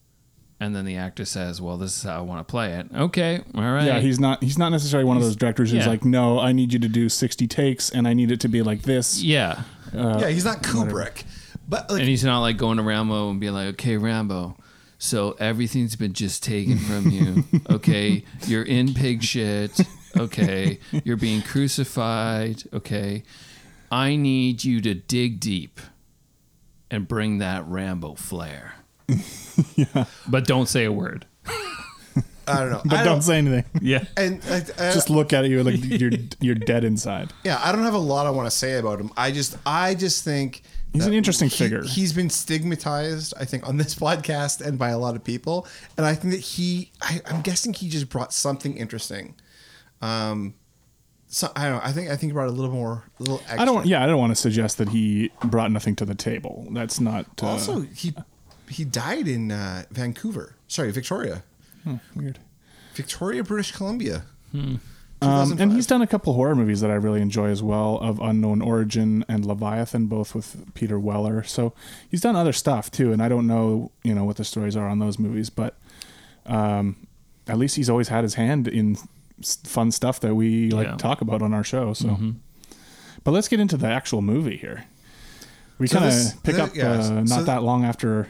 Speaker 3: And then the actor says, well, this is how I want to play it. Okay, all right.
Speaker 2: yeah, he's not he's not necessarily one of those directors who's
Speaker 3: yeah.
Speaker 2: like, no, I need you to do sixty takes and I need it to be like this.
Speaker 3: yeah,
Speaker 1: yeah, he's not Kubrick, but like
Speaker 3: and he's not like going to Rambo and being like, okay, Rambo. So everything's been just taken from you. Okay, you're in pig shit. Okay, you're being crucified. Okay, I need you to dig deep and bring that Rambo flair. But don't say a word.
Speaker 1: I don't know.
Speaker 2: But
Speaker 1: I
Speaker 2: don't, say anything.
Speaker 3: Yeah.
Speaker 1: And I, I,
Speaker 2: Just look at you like you're you're dead inside.
Speaker 1: yeah, I don't have a lot I want to say about him. I just, I just think
Speaker 2: He's an
Speaker 1: that
Speaker 2: interesting
Speaker 1: he-
Speaker 2: figure.
Speaker 1: He's been stigmatized, I think, on this podcast and by a lot of people. And I think that he, I, I'm guessing he just brought something interesting. Um, so I don't know. I think I think he brought a little more, a little extra.
Speaker 2: I don't. Yeah, I don't want to suggest that he brought nothing to the table. That's not. Uh,
Speaker 1: Also, he he died in uh, Vancouver. Sorry, Victoria,
Speaker 2: weird.
Speaker 1: Victoria, British Columbia.
Speaker 2: Um, and he's done a couple horror movies that I really enjoy as well, of Unknown Origin and Leviathan, both with Peter Weller. So he's done other stuff too, and I don't know, you know, what the stories are on those movies, but um, at least he's always had his hand in s- fun stuff that we like
Speaker 3: Yeah. Mm-hmm.
Speaker 2: talk about on our show. So, but let's get into the actual movie here. We
Speaker 1: So
Speaker 2: kind
Speaker 1: this-
Speaker 2: of pick
Speaker 1: the-
Speaker 2: up
Speaker 1: yeah,
Speaker 2: uh,
Speaker 1: so-
Speaker 2: not
Speaker 1: so-
Speaker 2: that long after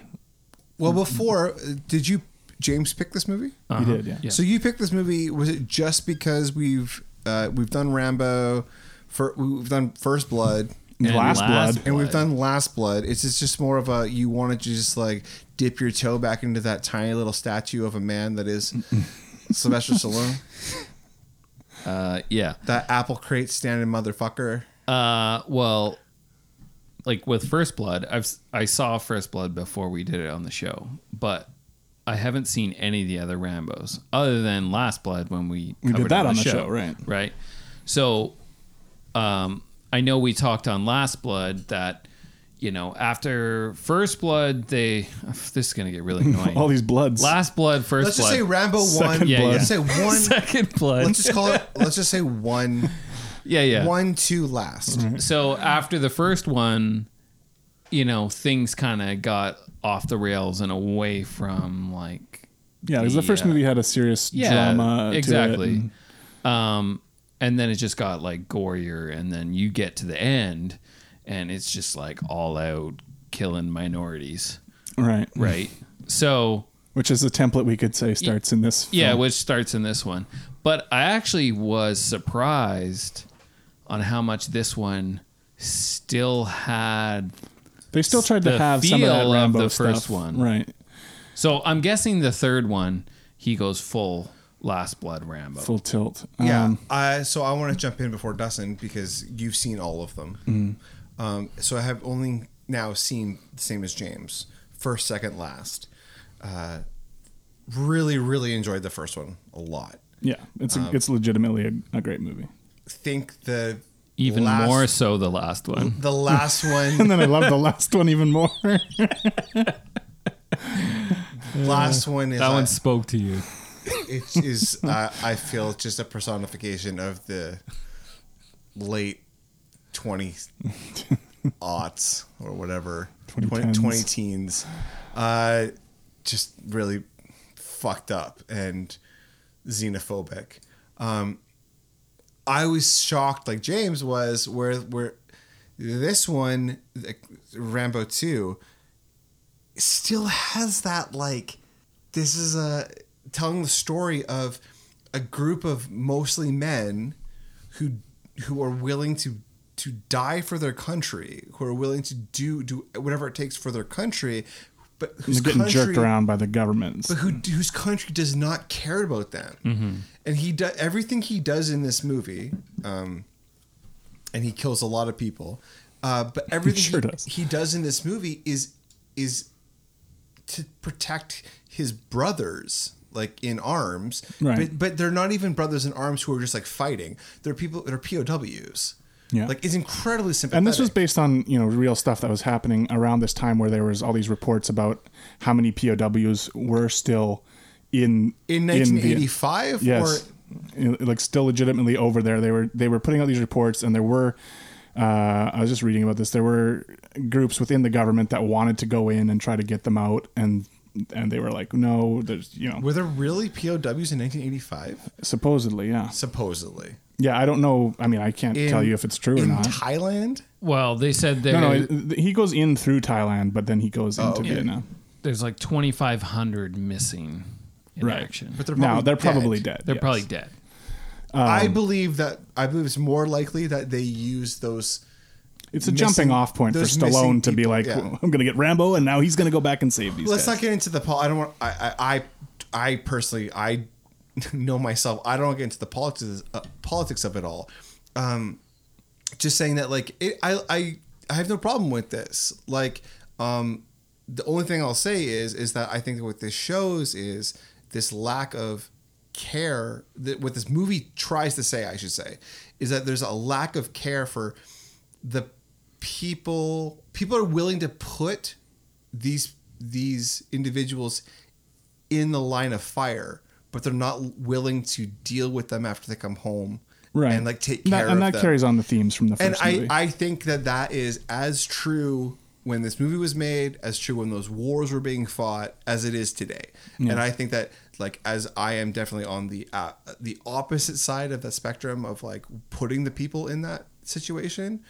Speaker 1: Well, before uh, did you James pick this movie?
Speaker 2: he
Speaker 3: Uh-huh.
Speaker 2: did. Yeah.
Speaker 1: So you picked this movie. Was it just because we've uh, we've done Rambo, for, we've done First Blood,
Speaker 2: And Last Blood.
Speaker 1: and we've done Last Blood. It's just, just more of a you wanted to just like dip your toe back into that tiny little statue of a man that is Sylvester Stallone,
Speaker 3: Uh, yeah.
Speaker 1: that apple crate standing motherfucker.
Speaker 3: Uh, well, like with First Blood, I've I saw First Blood before we did it on the show, but I haven't seen any of the other Rambo's other than Last Blood when we
Speaker 2: We did
Speaker 3: covered it
Speaker 2: that on the show, right.
Speaker 3: Right. So, um, I know we talked on Last Blood that. You know, after First Blood, they this is gonna get really annoying.
Speaker 2: all these bloods.
Speaker 3: Last Blood, 1st
Speaker 1: Let's
Speaker 3: Blood,
Speaker 1: just say Rambo one.
Speaker 2: Second
Speaker 3: Yeah,
Speaker 1: Let's
Speaker 3: yeah.
Speaker 1: say one.
Speaker 3: Second Blood.
Speaker 1: Let's just call it. Let's just say one.
Speaker 3: yeah, yeah.
Speaker 1: One, two, last.
Speaker 2: Mm-hmm.
Speaker 3: so after the first one, you know, things kind of got off the rails and away from like
Speaker 2: yeah, because the first
Speaker 3: Yeah.
Speaker 2: movie had a serious
Speaker 3: yeah,
Speaker 2: drama. to it
Speaker 3: exactly.
Speaker 2: and-
Speaker 3: um, and then it just got like gorier, and then you get to the end, and it's just like all out killing minorities,
Speaker 2: right.
Speaker 3: right? so
Speaker 2: which is a template we could say starts in this.
Speaker 3: Yeah,
Speaker 2: film.
Speaker 3: which starts in this one. But I actually was surprised on how much this one still had.
Speaker 2: they still tried to
Speaker 3: the
Speaker 2: have some of that
Speaker 3: feel of
Speaker 2: Rambo
Speaker 3: the
Speaker 2: stuff.
Speaker 3: first one.
Speaker 2: right?
Speaker 3: So I'm guessing the third one, he goes full Last Blood Rambo.
Speaker 2: Full tilt.
Speaker 1: Yeah.
Speaker 2: Um,
Speaker 1: I so I want to jump in before Dustin because you've seen all of them. Um, so I have only now seen the same as James, first, second, last. Uh, really, really enjoyed the first one a lot.
Speaker 2: yeah, it's a, it's legitimately a, a great movie.
Speaker 1: Think the
Speaker 3: Even
Speaker 1: last-
Speaker 3: more so the last one.
Speaker 1: The last
Speaker 2: And
Speaker 1: one,
Speaker 2: then I love the last one even more.
Speaker 1: last one is
Speaker 3: That
Speaker 1: I-
Speaker 3: one spoke to you.
Speaker 1: it is uh, I feel just a personification of the late 20 aughts or whatever 20,
Speaker 2: 2010s.
Speaker 1: 20 teens uh, just really fucked up and xenophobic um, I was shocked like James was where where this one like, Rambo 2 still has that like this is a telling the story of a group of mostly men who who are willing to to die for their country, who are willing to do do whatever it takes for their country, but whose
Speaker 2: They're getting
Speaker 1: country
Speaker 2: jerked around by the governments.
Speaker 1: but who, whose country does not care about them.
Speaker 2: Mm-hmm.
Speaker 1: And he do, everything he does in this movie, um, and he kills a lot of people. Uh, but everything
Speaker 2: sure
Speaker 1: he,
Speaker 2: does.
Speaker 1: he does in this movie is is to protect his brothers, like in arms.
Speaker 2: Right.
Speaker 1: But, but they're not even brothers in arms who are just like fighting. They're people that are POWs.
Speaker 2: Yeah.
Speaker 1: Like it's incredibly sympathetic.
Speaker 2: and this was based on you know real stuff that was happening around this time, where there was all these reports about how many POWs were still in
Speaker 1: in
Speaker 2: Viet-
Speaker 1: 1985.
Speaker 2: yes,
Speaker 1: Or
Speaker 2: You know, like still legitimately over there. They were they were putting out these reports, and there were. Uh, I was just reading about this. There were groups within the government that wanted to go in and try to get them out, and and they were like, no, there's you know
Speaker 1: were there really POWs in 1985?
Speaker 2: supposedly yeah
Speaker 1: Supposedly.
Speaker 2: yeah. I don't know. I mean, I can't tell you if it's true or
Speaker 1: in
Speaker 2: not.
Speaker 1: Thailand?
Speaker 3: Well, they said there,
Speaker 2: no, no, it- he goes in through Thailand, but then he goes into Vietnam.
Speaker 3: there's like 2,500 missing in
Speaker 2: Right.
Speaker 3: action.
Speaker 1: But they're
Speaker 2: Now
Speaker 1: probably
Speaker 2: they're
Speaker 1: dead.
Speaker 2: probably dead.
Speaker 3: They're
Speaker 2: yes.
Speaker 3: probably dead.
Speaker 2: Um,
Speaker 1: I believe that I believe it's more likely that they use those
Speaker 2: it's a
Speaker 1: missing-
Speaker 2: jumping off point for
Speaker 1: those missing
Speaker 2: Stallone to be
Speaker 1: people,
Speaker 2: like,
Speaker 1: yeah.
Speaker 2: "Well, I'm gonna get Rambo, and now he's gonna go back and save these.
Speaker 1: Let's
Speaker 2: guys."
Speaker 1: not get into the. pol- I don't want. I. I. I, I personally, I know myself. I don't want to get into the politics uh, politics of it all. Um, just saying that, like, it, I. I. I have no problem with this. Like, um, the only thing I'll say is, is that I think what this shows is this lack of care that what this movie tries to say, I should say, is that there's a lack of care for the people people are willing to put these these individuals in the line of fire but they're not willing to deal with them after they come home
Speaker 2: right
Speaker 1: and like take
Speaker 2: That-
Speaker 1: care
Speaker 2: and
Speaker 1: of
Speaker 2: that
Speaker 1: them
Speaker 2: carries on the themes from the
Speaker 1: and
Speaker 2: first
Speaker 1: I,
Speaker 2: movie.
Speaker 1: I think that that is as true when this movie was made as true when those wars were being fought as it is today and i think that like as i am definitely on the uh, the opposite side of the spectrum of like putting the people in that situation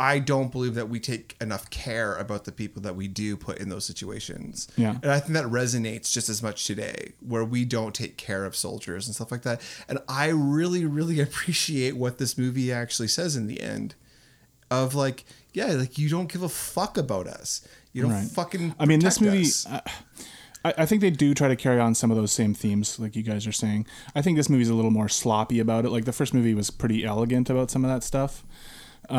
Speaker 1: i don't believe that we take enough care about the people that we do put in those situations
Speaker 2: Yeah.
Speaker 1: and I think that resonates just as much today, where we don't take care of soldiers and stuff like that. And I really, really appreciate what this movie actually says in the end of like, yeah, like you don't give a fuck about us. You don't
Speaker 2: Right.
Speaker 1: fucking.
Speaker 2: I mean, this
Speaker 1: protect
Speaker 2: movie.
Speaker 1: us.
Speaker 2: I, I I think they do try to carry on some of those same themes, like you guys are saying. I think this movie's a little more sloppy about it. Like the first movie was pretty elegant about some of that stuff,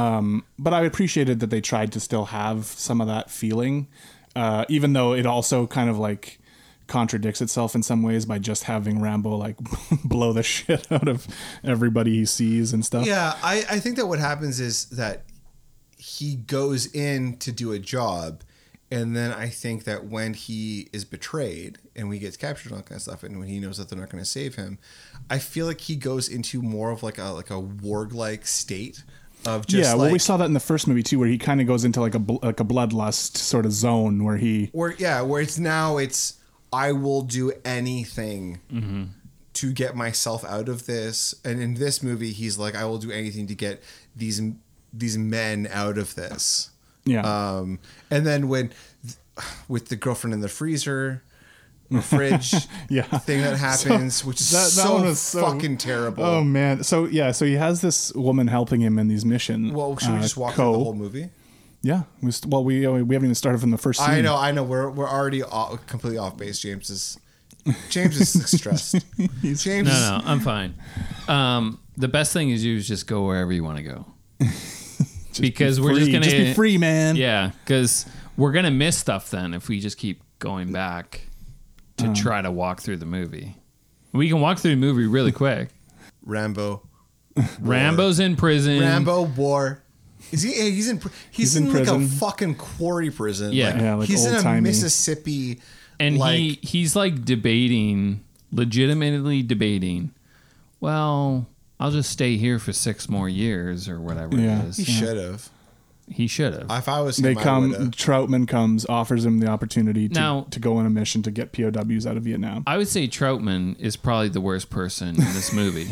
Speaker 2: um, but I appreciated that they tried to still have some of that feeling, uh, even though it also kind of like contradicts itself in some ways by just having Rambo like blow the shit out of everybody he sees and stuff.
Speaker 1: Yeah, I, I think that what happens is that he goes in to do a job. And then I think that when he is betrayed and he gets captured and all that kind of stuff, and when he knows that they're not going to save him, I feel like he goes into more of like a like a warg like state of just
Speaker 2: yeah, well, we
Speaker 1: like-
Speaker 2: saw that in the first movie too, where he kind of goes into like a bl- like a bloodlust sort of zone where he
Speaker 1: where yeah, where it's now it's I will do anything
Speaker 2: Mm-hmm.
Speaker 1: to get myself out of this. And in this movie, he's like, I will do anything to get these these men out of this.
Speaker 2: yeah.
Speaker 1: Um, and then when with the girlfriend in the freezer, fridge,
Speaker 2: Yeah.
Speaker 1: thing that happens, which is
Speaker 2: that, that
Speaker 1: so,
Speaker 2: one was so
Speaker 1: fucking terrible.
Speaker 2: Oh man! So yeah, so he has this woman helping him in these missions.
Speaker 1: well, should we
Speaker 2: uh,
Speaker 1: just walk
Speaker 2: Co.
Speaker 1: through the whole movie?
Speaker 2: Yeah, we st- well we uh, we haven't even started from the first. Scene.
Speaker 1: I know, I know. We're we're already off, completely off base. James is James is stressed. James, is-
Speaker 3: No, no, I'm fine. Um, the best thing is you just go wherever you want to go. because we're just
Speaker 2: Free.
Speaker 3: gonna
Speaker 2: be free, man.
Speaker 3: Yeah, because we're gonna miss stuff then if we just keep going back to
Speaker 2: Uh-huh.
Speaker 3: try to walk through the movie. We can walk through the movie really quick.
Speaker 1: Rambo.
Speaker 3: Rambo's in prison.
Speaker 1: Rambo War. Is he? hey, He's in. pr- He's,
Speaker 2: He's
Speaker 1: in,
Speaker 2: in
Speaker 1: like a
Speaker 2: prison.
Speaker 1: fucking quarry prison.
Speaker 3: Yeah.
Speaker 1: like,
Speaker 2: Yeah, like
Speaker 1: he's in a
Speaker 2: old-timey.
Speaker 1: Mississippi.
Speaker 3: and
Speaker 1: like,
Speaker 3: he he's like debating, legitimately debating. Well, I'll just stay here for six more years or whatever
Speaker 2: Yeah.
Speaker 3: it is.
Speaker 1: he should have.
Speaker 3: He should have.
Speaker 1: If I was him,
Speaker 2: They
Speaker 1: I
Speaker 2: come.
Speaker 1: would've.
Speaker 2: Troutman comes, offers him the opportunity to,
Speaker 3: Now-
Speaker 2: to go on a mission to get POWs out of Vietnam.
Speaker 3: I would say Troutman is probably the worst person in this movie.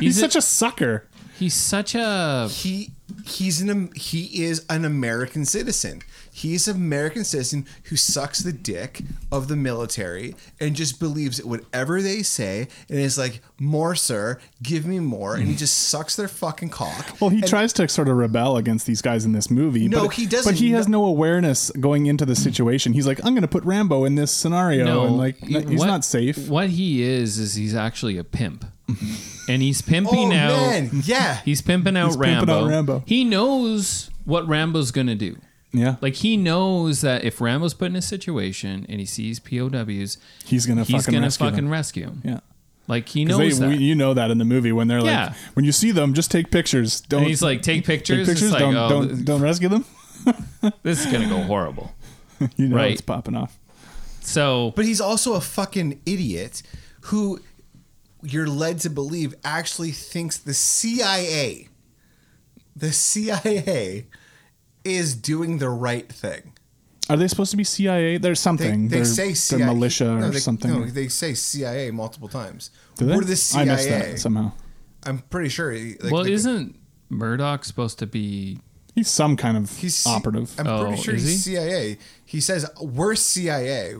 Speaker 2: he's
Speaker 3: a-
Speaker 2: such a sucker.
Speaker 3: He's such a
Speaker 1: he he's an Am- he is an American citizen. He's an American citizen who sucks the dick of the military and just believes that whatever they say and is like, "More, sir, give me more,"
Speaker 2: Mm.
Speaker 1: and he just sucks their fucking cock.
Speaker 2: Well, he
Speaker 1: And-
Speaker 2: tries to sort of rebel against these guys in this movie.
Speaker 1: No,
Speaker 2: but,
Speaker 1: he doesn't.
Speaker 2: But he has no awareness going into the situation. He's like, I'm going to put Rambo in this scenario, and like,
Speaker 3: he-
Speaker 2: he's
Speaker 3: what-
Speaker 2: not safe.
Speaker 3: What he is is he's actually a pimp, and he's pimping
Speaker 1: Oh
Speaker 3: out.
Speaker 1: man, yeah.
Speaker 3: He's pimping out
Speaker 2: He's pimping
Speaker 3: Rambo.
Speaker 2: out Rambo.
Speaker 3: He knows what Rambo's gonna do.
Speaker 2: Yeah,
Speaker 3: Like he knows that if Rambo's put in a situation and he sees POWs,
Speaker 2: He's gonna
Speaker 3: he's
Speaker 2: fucking
Speaker 3: gonna
Speaker 2: rescue
Speaker 3: fucking
Speaker 2: them.
Speaker 3: rescue him.
Speaker 2: yeah.
Speaker 3: Like he
Speaker 2: 'Cause
Speaker 3: knows
Speaker 2: they-
Speaker 3: that.
Speaker 2: we- you know that in the movie when they're
Speaker 3: Yeah.
Speaker 2: like, when you see them, just take pictures. Don't.
Speaker 3: and he's like, take
Speaker 2: take
Speaker 3: pictures.
Speaker 2: pictures.
Speaker 3: It's like,
Speaker 2: don't
Speaker 3: oh,
Speaker 2: don't don't rescue them.
Speaker 3: this is gonna go horrible.
Speaker 2: You know
Speaker 3: Right.
Speaker 2: it's popping off.
Speaker 3: So
Speaker 1: but he's also a fucking idiot who you're led to believe actually thinks the CIA the CIA is doing the right thing.
Speaker 2: Are they supposed to be CIA? There's
Speaker 1: They,
Speaker 2: something.
Speaker 1: they
Speaker 2: are
Speaker 1: say CIA
Speaker 2: They're militia
Speaker 1: No,
Speaker 2: or
Speaker 1: they-
Speaker 2: something.
Speaker 1: No, they say CIA multiple times.
Speaker 2: Do they?
Speaker 1: We're the CIA.
Speaker 2: I missed that somehow.
Speaker 1: am pretty sure. Like,
Speaker 3: well,
Speaker 1: like,
Speaker 3: isn't Murdoch supposed to be?
Speaker 2: He's some kind of
Speaker 1: he's C-
Speaker 2: operative.
Speaker 1: I'm pretty
Speaker 3: Oh,
Speaker 1: sure
Speaker 3: is
Speaker 1: he's
Speaker 3: he?
Speaker 1: CIA. He says we're CIA.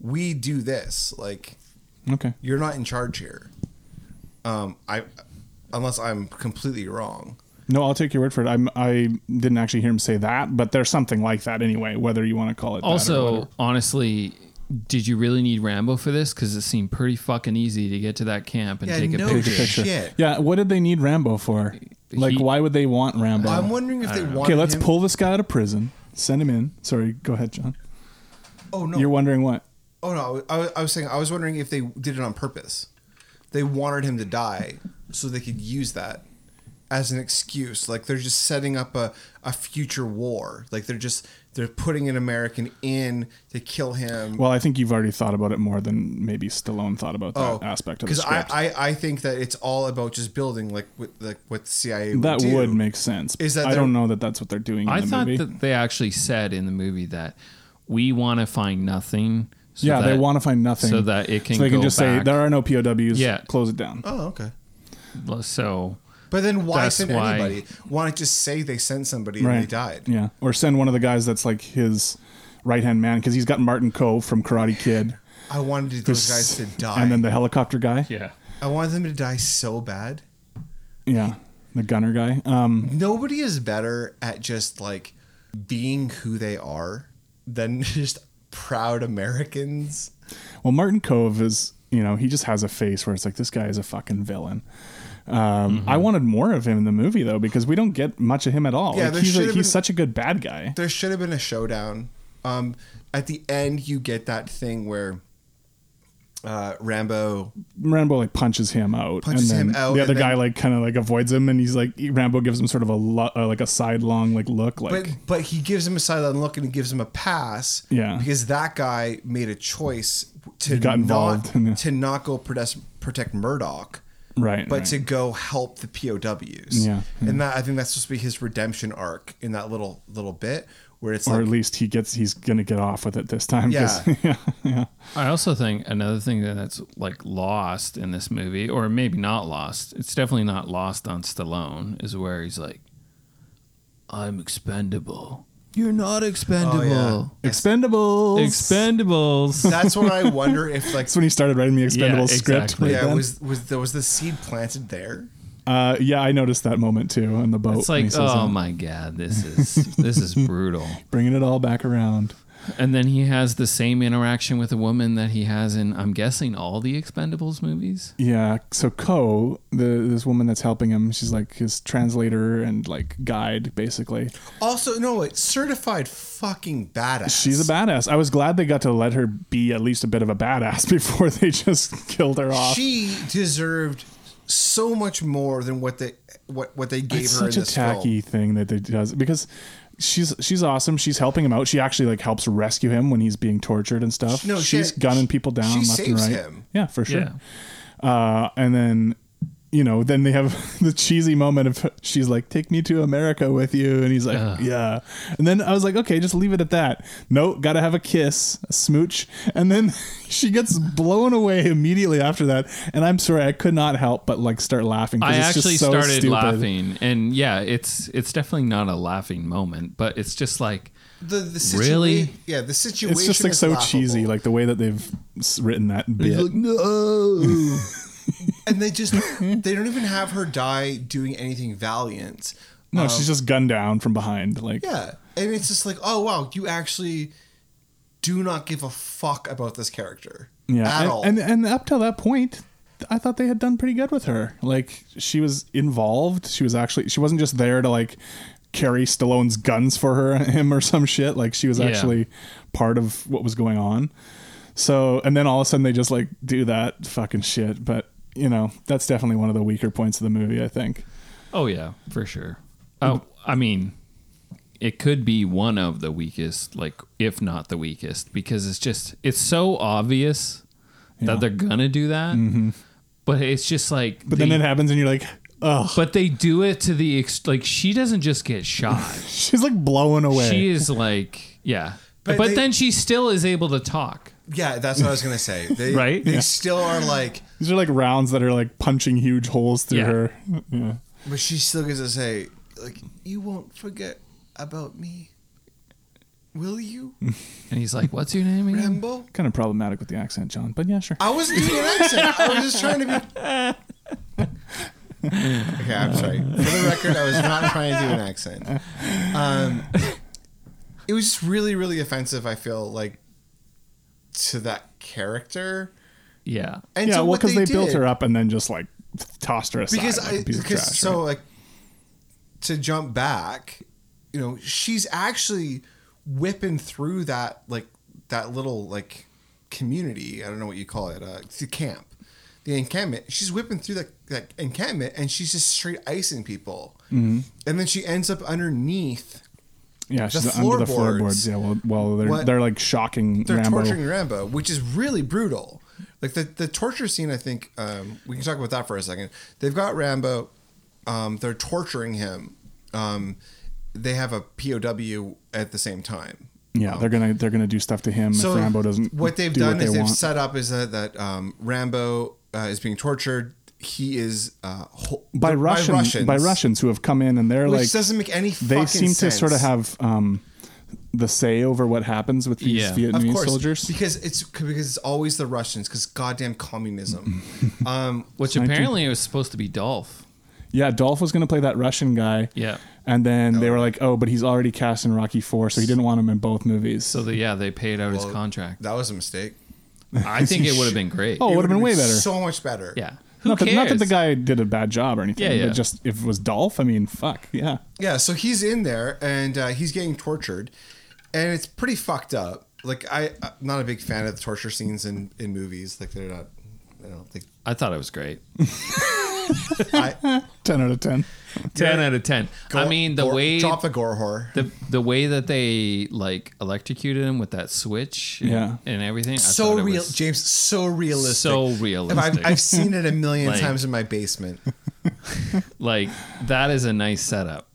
Speaker 1: We do this. Like
Speaker 2: okay.
Speaker 1: you're not in charge here. Um, I, unless I'm completely wrong.
Speaker 2: No, I'll take your word for it. I'm, I didn't actually hear him say that, but there's something like that anyway, whether you want to call it that or
Speaker 3: Also,
Speaker 2: whatever.
Speaker 3: honestly, did you really need Rambo for this? Because it seemed pretty fucking easy to get to that camp and
Speaker 1: Yeah,
Speaker 3: take a
Speaker 1: no
Speaker 3: picture.
Speaker 1: shit. Shit.
Speaker 2: Yeah, what did they need Rambo for? Like,
Speaker 3: He-
Speaker 2: why would they want Rambo?
Speaker 1: I'm wondering if they want.
Speaker 2: okay, let's pull this guy out of prison, send him in. Sorry, go ahead, John.
Speaker 1: Oh no!
Speaker 2: You're wondering what?
Speaker 1: oh no! I was, I was saying I was wondering if they did it on purpose. They wanted him to die so they could use that as an excuse. Like they're just setting up a, a future war. Like they're just they're putting an American in to kill him.
Speaker 2: Well, I think you've already thought about it more than maybe Stallone thought about that aspect of the
Speaker 1: because
Speaker 2: script.
Speaker 1: Oh, I, I I think that it's all about just building like what, like what the CIA would
Speaker 2: that
Speaker 1: do.
Speaker 2: would make sense.
Speaker 1: Is that
Speaker 2: I don't
Speaker 1: they're-
Speaker 2: know that that's what they're doing
Speaker 3: I
Speaker 2: in the
Speaker 3: thought
Speaker 2: movie.
Speaker 3: that they actually said in the movie that we want to find nothing. So
Speaker 2: yeah, they
Speaker 3: that-
Speaker 2: want to find nothing
Speaker 3: so that it can
Speaker 2: So they can
Speaker 3: go
Speaker 2: just say
Speaker 3: back.
Speaker 2: there are no POWs.
Speaker 3: Yeah.
Speaker 2: close it down.
Speaker 1: Oh okay.
Speaker 3: So
Speaker 1: But then why
Speaker 3: That's
Speaker 1: send
Speaker 3: why-
Speaker 1: anybody? Why not just say they sent somebody and they died?
Speaker 2: Yeah, or send one of the guys that's like his right hand man because he's got Martin Coe from Karate Kid.
Speaker 1: I wanted those guys to die.
Speaker 2: and then the helicopter guy.
Speaker 3: yeah,
Speaker 1: I wanted them to die so bad.
Speaker 2: yeah, the gunner guy. Um,
Speaker 1: Nobody is better at just like being who they are than just proud Americans.
Speaker 2: well, Martin Cove is you know he just has a face where it's like this guy is a fucking villain. Um,
Speaker 1: Mm-hmm.
Speaker 2: I wanted more of him in the movie though because we don't get much of him at all.
Speaker 1: Yeah,
Speaker 2: Like,
Speaker 1: there
Speaker 2: he's, a-
Speaker 1: should've
Speaker 2: he's
Speaker 1: been-
Speaker 2: such a good bad guy.
Speaker 1: There should have been a showdown. Um, at the end, you get that thing where uh, Rambo
Speaker 2: Rambo like punches him out,
Speaker 1: Punches
Speaker 2: and then
Speaker 1: him out,
Speaker 2: the
Speaker 1: and
Speaker 2: other guy
Speaker 1: then-
Speaker 2: like kind of like avoids him, and he's like Rambo gives him sort of a lo- uh, like a sidelong like look, like
Speaker 1: But but he gives him a sideline look and he gives him a pass.
Speaker 2: Yeah.
Speaker 1: Because that guy made a choice to
Speaker 2: He got
Speaker 1: not
Speaker 2: involved, yeah.
Speaker 1: to not go protect protect Murdoch,
Speaker 2: right,
Speaker 1: but
Speaker 2: right.
Speaker 1: to go help the POWs.
Speaker 2: Yeah,
Speaker 1: And that I think that's supposed to be his redemption arc in that little little bit where it's
Speaker 2: or
Speaker 1: like
Speaker 2: at least he gets he's gonna get off with it this time. 'cause-
Speaker 1: Yeah.
Speaker 2: yeah, yeah.
Speaker 3: I also think another thing that's like lost in this movie, or maybe not lost, it's definitely not lost on Stallone, is where he's like, "I'm expendable. You're not expendable.
Speaker 2: Oh, Expendables.
Speaker 3: Expendables."
Speaker 1: that's when I wonder if like
Speaker 2: That's when he started writing the Expendables script.
Speaker 3: exactly.
Speaker 2: right
Speaker 1: yeah
Speaker 2: then.
Speaker 1: was was there was the seed planted there.
Speaker 2: uh, yeah, I noticed that moment too on the boat.
Speaker 3: It's
Speaker 2: when he
Speaker 3: like,
Speaker 2: says,
Speaker 3: oh
Speaker 2: um,
Speaker 3: my god, this is this is brutal.
Speaker 2: bringing it all back around.
Speaker 3: And then he has the same interaction with a woman that he has in, I'm guessing, all the Expendables movies.
Speaker 2: Yeah. So Co, the this woman that's helping him, she's like his translator and like guide, basically.
Speaker 1: Also, no, it's certified fucking badass.
Speaker 2: She's a badass. I was glad they got to let her be at least a bit of a badass before they just killed her off.
Speaker 1: She deserved so much more than what they what what they gave
Speaker 2: it's
Speaker 1: her.
Speaker 2: such
Speaker 1: in
Speaker 2: a
Speaker 1: this
Speaker 2: tacky thing that they does because she's she's awesome. She's helping him out. She actually like helps rescue him when he's being tortured and stuff.
Speaker 1: No,
Speaker 2: she's
Speaker 1: she-
Speaker 2: gunning people down
Speaker 1: she
Speaker 2: left and
Speaker 1: saves
Speaker 2: right.
Speaker 1: him.
Speaker 2: Yeah, for sure. Uh, and then you know, then they have the cheesy moment of she's like, "Take me to America with you," and he's like, "Yeah." And then I was like, "Okay, just leave it at that." No, gotta have a kiss, a smooch, and then she gets blown away immediately after that. And I'm sorry, I could not help but like start laughing. 'cause
Speaker 3: I
Speaker 2: it's just
Speaker 3: actually
Speaker 2: so
Speaker 3: started
Speaker 2: stupid.
Speaker 3: laughing, and yeah, it's it's definitely not a laughing moment, but it's just like
Speaker 1: film. The, the situa-
Speaker 3: Really?
Speaker 1: Yeah, the situation.
Speaker 2: it's just like
Speaker 1: is
Speaker 2: so
Speaker 1: laughable.
Speaker 2: cheesy, like the way that they've s- written that bit.
Speaker 3: no.
Speaker 1: and they just they don't even have her die doing anything valiant.
Speaker 2: no,
Speaker 3: um,
Speaker 2: she's just gunned down from behind. Like,
Speaker 1: Yeah, and it's just like, oh wow, you actually do not give a fuck about this character.
Speaker 2: yeah,
Speaker 1: at
Speaker 2: and,
Speaker 1: all.
Speaker 2: and and up till that point, I thought they had done pretty good with her. Like, she was involved. She was actually she wasn't just there to like carry Stallone's guns for her him or some shit. Like, she was
Speaker 3: Yeah.
Speaker 2: actually part of what was going on. So, and then all of a sudden they just like do that fucking shit. But you know, that's definitely one of the weaker points of the movie. I think.
Speaker 3: Oh yeah, for sure.
Speaker 2: Mm-hmm.
Speaker 3: Oh, I mean, it could be one of the weakest, like if not the weakest, because it's just it's so obvious that they're gonna do that. But it's just like,
Speaker 2: Mm-hmm. But then it happens, and you're like, oh,
Speaker 3: but they do it to the ex- like she doesn't just get shot.
Speaker 2: she's like blowing away.
Speaker 3: She is like, yeah. But,
Speaker 1: But they-
Speaker 3: then she still is able to talk.
Speaker 1: yeah, that's what I was gonna say. They,
Speaker 3: Right?
Speaker 1: They
Speaker 3: Yeah.
Speaker 1: still are like,
Speaker 2: These are like rounds that are like punching huge holes through
Speaker 3: Yeah.
Speaker 2: her. Yeah.
Speaker 1: but she still gets to say, like, you won't forget about me, will you,
Speaker 3: And he's like, what's your name again?
Speaker 1: Rambo?
Speaker 2: Kind of problematic with the accent, John, but yeah, sure.
Speaker 1: I wasn't doing an accent. I was just trying to be. Okay, I'm sorry. For the record, I was not trying to do an accent. Um, it was just really, really offensive. I feel like to that character.
Speaker 3: Yeah.
Speaker 1: And
Speaker 2: yeah,
Speaker 1: to
Speaker 2: well,
Speaker 1: what
Speaker 2: because they, built
Speaker 1: did.
Speaker 2: her up and then just like tossed her aside
Speaker 1: because
Speaker 2: like
Speaker 1: I,
Speaker 2: a piece of
Speaker 1: because
Speaker 2: trash.
Speaker 1: so
Speaker 2: right?
Speaker 1: like to jump back you know she's actually whipping through that like that little like community i don't know what you call it uh the camp the encampment she's whipping through that, that encampment and she's just straight icing people
Speaker 2: Mm-hmm.
Speaker 1: and then she ends up underneath
Speaker 2: yeah, she's under the
Speaker 1: floorboards-
Speaker 2: floorboards. Yeah, well, well they're
Speaker 1: What-
Speaker 2: they're like shocking
Speaker 1: they're
Speaker 2: Rambo.
Speaker 1: torturing Rambo, which is really brutal. Like the, the torture scene, I think um, we can talk about that for a second. They've got Rambo, um, they're torturing him. Um, they have a POW at the same time.
Speaker 2: yeah, they're gonna they're gonna do stuff to him if Rambo doesn't.
Speaker 1: What they've
Speaker 2: do
Speaker 1: done
Speaker 2: what they
Speaker 1: is they've
Speaker 2: want.
Speaker 1: set up is that, that um, Rambo uh, is being tortured. He is uh, ho-
Speaker 2: by Russian by Russians. who have come in and they're
Speaker 1: which
Speaker 2: like
Speaker 1: doesn't make any.
Speaker 2: they
Speaker 1: fucking
Speaker 2: seem to sort of
Speaker 1: sense.
Speaker 2: have um, the say over what happens with these
Speaker 3: Yeah. Of
Speaker 2: Vietnamese soldiers.
Speaker 1: because it's because it's always the Russians because goddamn communism.
Speaker 3: Which apparently it was supposed to be Dolph.
Speaker 2: Yeah, Dolph was going to play that Russian guy.
Speaker 3: Yeah.
Speaker 2: And then they were like, "Oh, but he's already cast in Rocky Four, so he didn't want him in both movies."
Speaker 3: So the, yeah, they paid out his contract.
Speaker 1: That was a mistake.
Speaker 3: I think it would have been great.
Speaker 2: oh, it would have
Speaker 1: would've
Speaker 2: been way better.
Speaker 1: So much better.
Speaker 3: yeah. Who
Speaker 2: not, that, not that the
Speaker 3: cares?
Speaker 2: guy did a bad job or anything,
Speaker 3: Yeah, yeah.
Speaker 2: but just if it was Dolph, I mean, fuck, yeah.
Speaker 1: Yeah. So he's in there and uh, he's getting tortured, and it's pretty fucked up. Like I, I'm not a big fan of the torture scenes in in movies. Like they're not. I don't think.
Speaker 3: I thought it was great.
Speaker 1: I,
Speaker 2: Ten out of ten.
Speaker 3: Ten out of ten. I mean, the
Speaker 1: gore,
Speaker 3: way
Speaker 1: drop a gore horror.
Speaker 3: the the way that they like electrocuted him with that switch, and,
Speaker 2: Yeah.
Speaker 3: and everything. I
Speaker 1: so
Speaker 3: thought it
Speaker 1: real,
Speaker 3: was
Speaker 1: James. So realistic.
Speaker 3: so
Speaker 1: And I've,
Speaker 3: realistic.
Speaker 1: I've seen it a million
Speaker 3: Like-
Speaker 1: times in my basement.
Speaker 3: like that is a nice setup.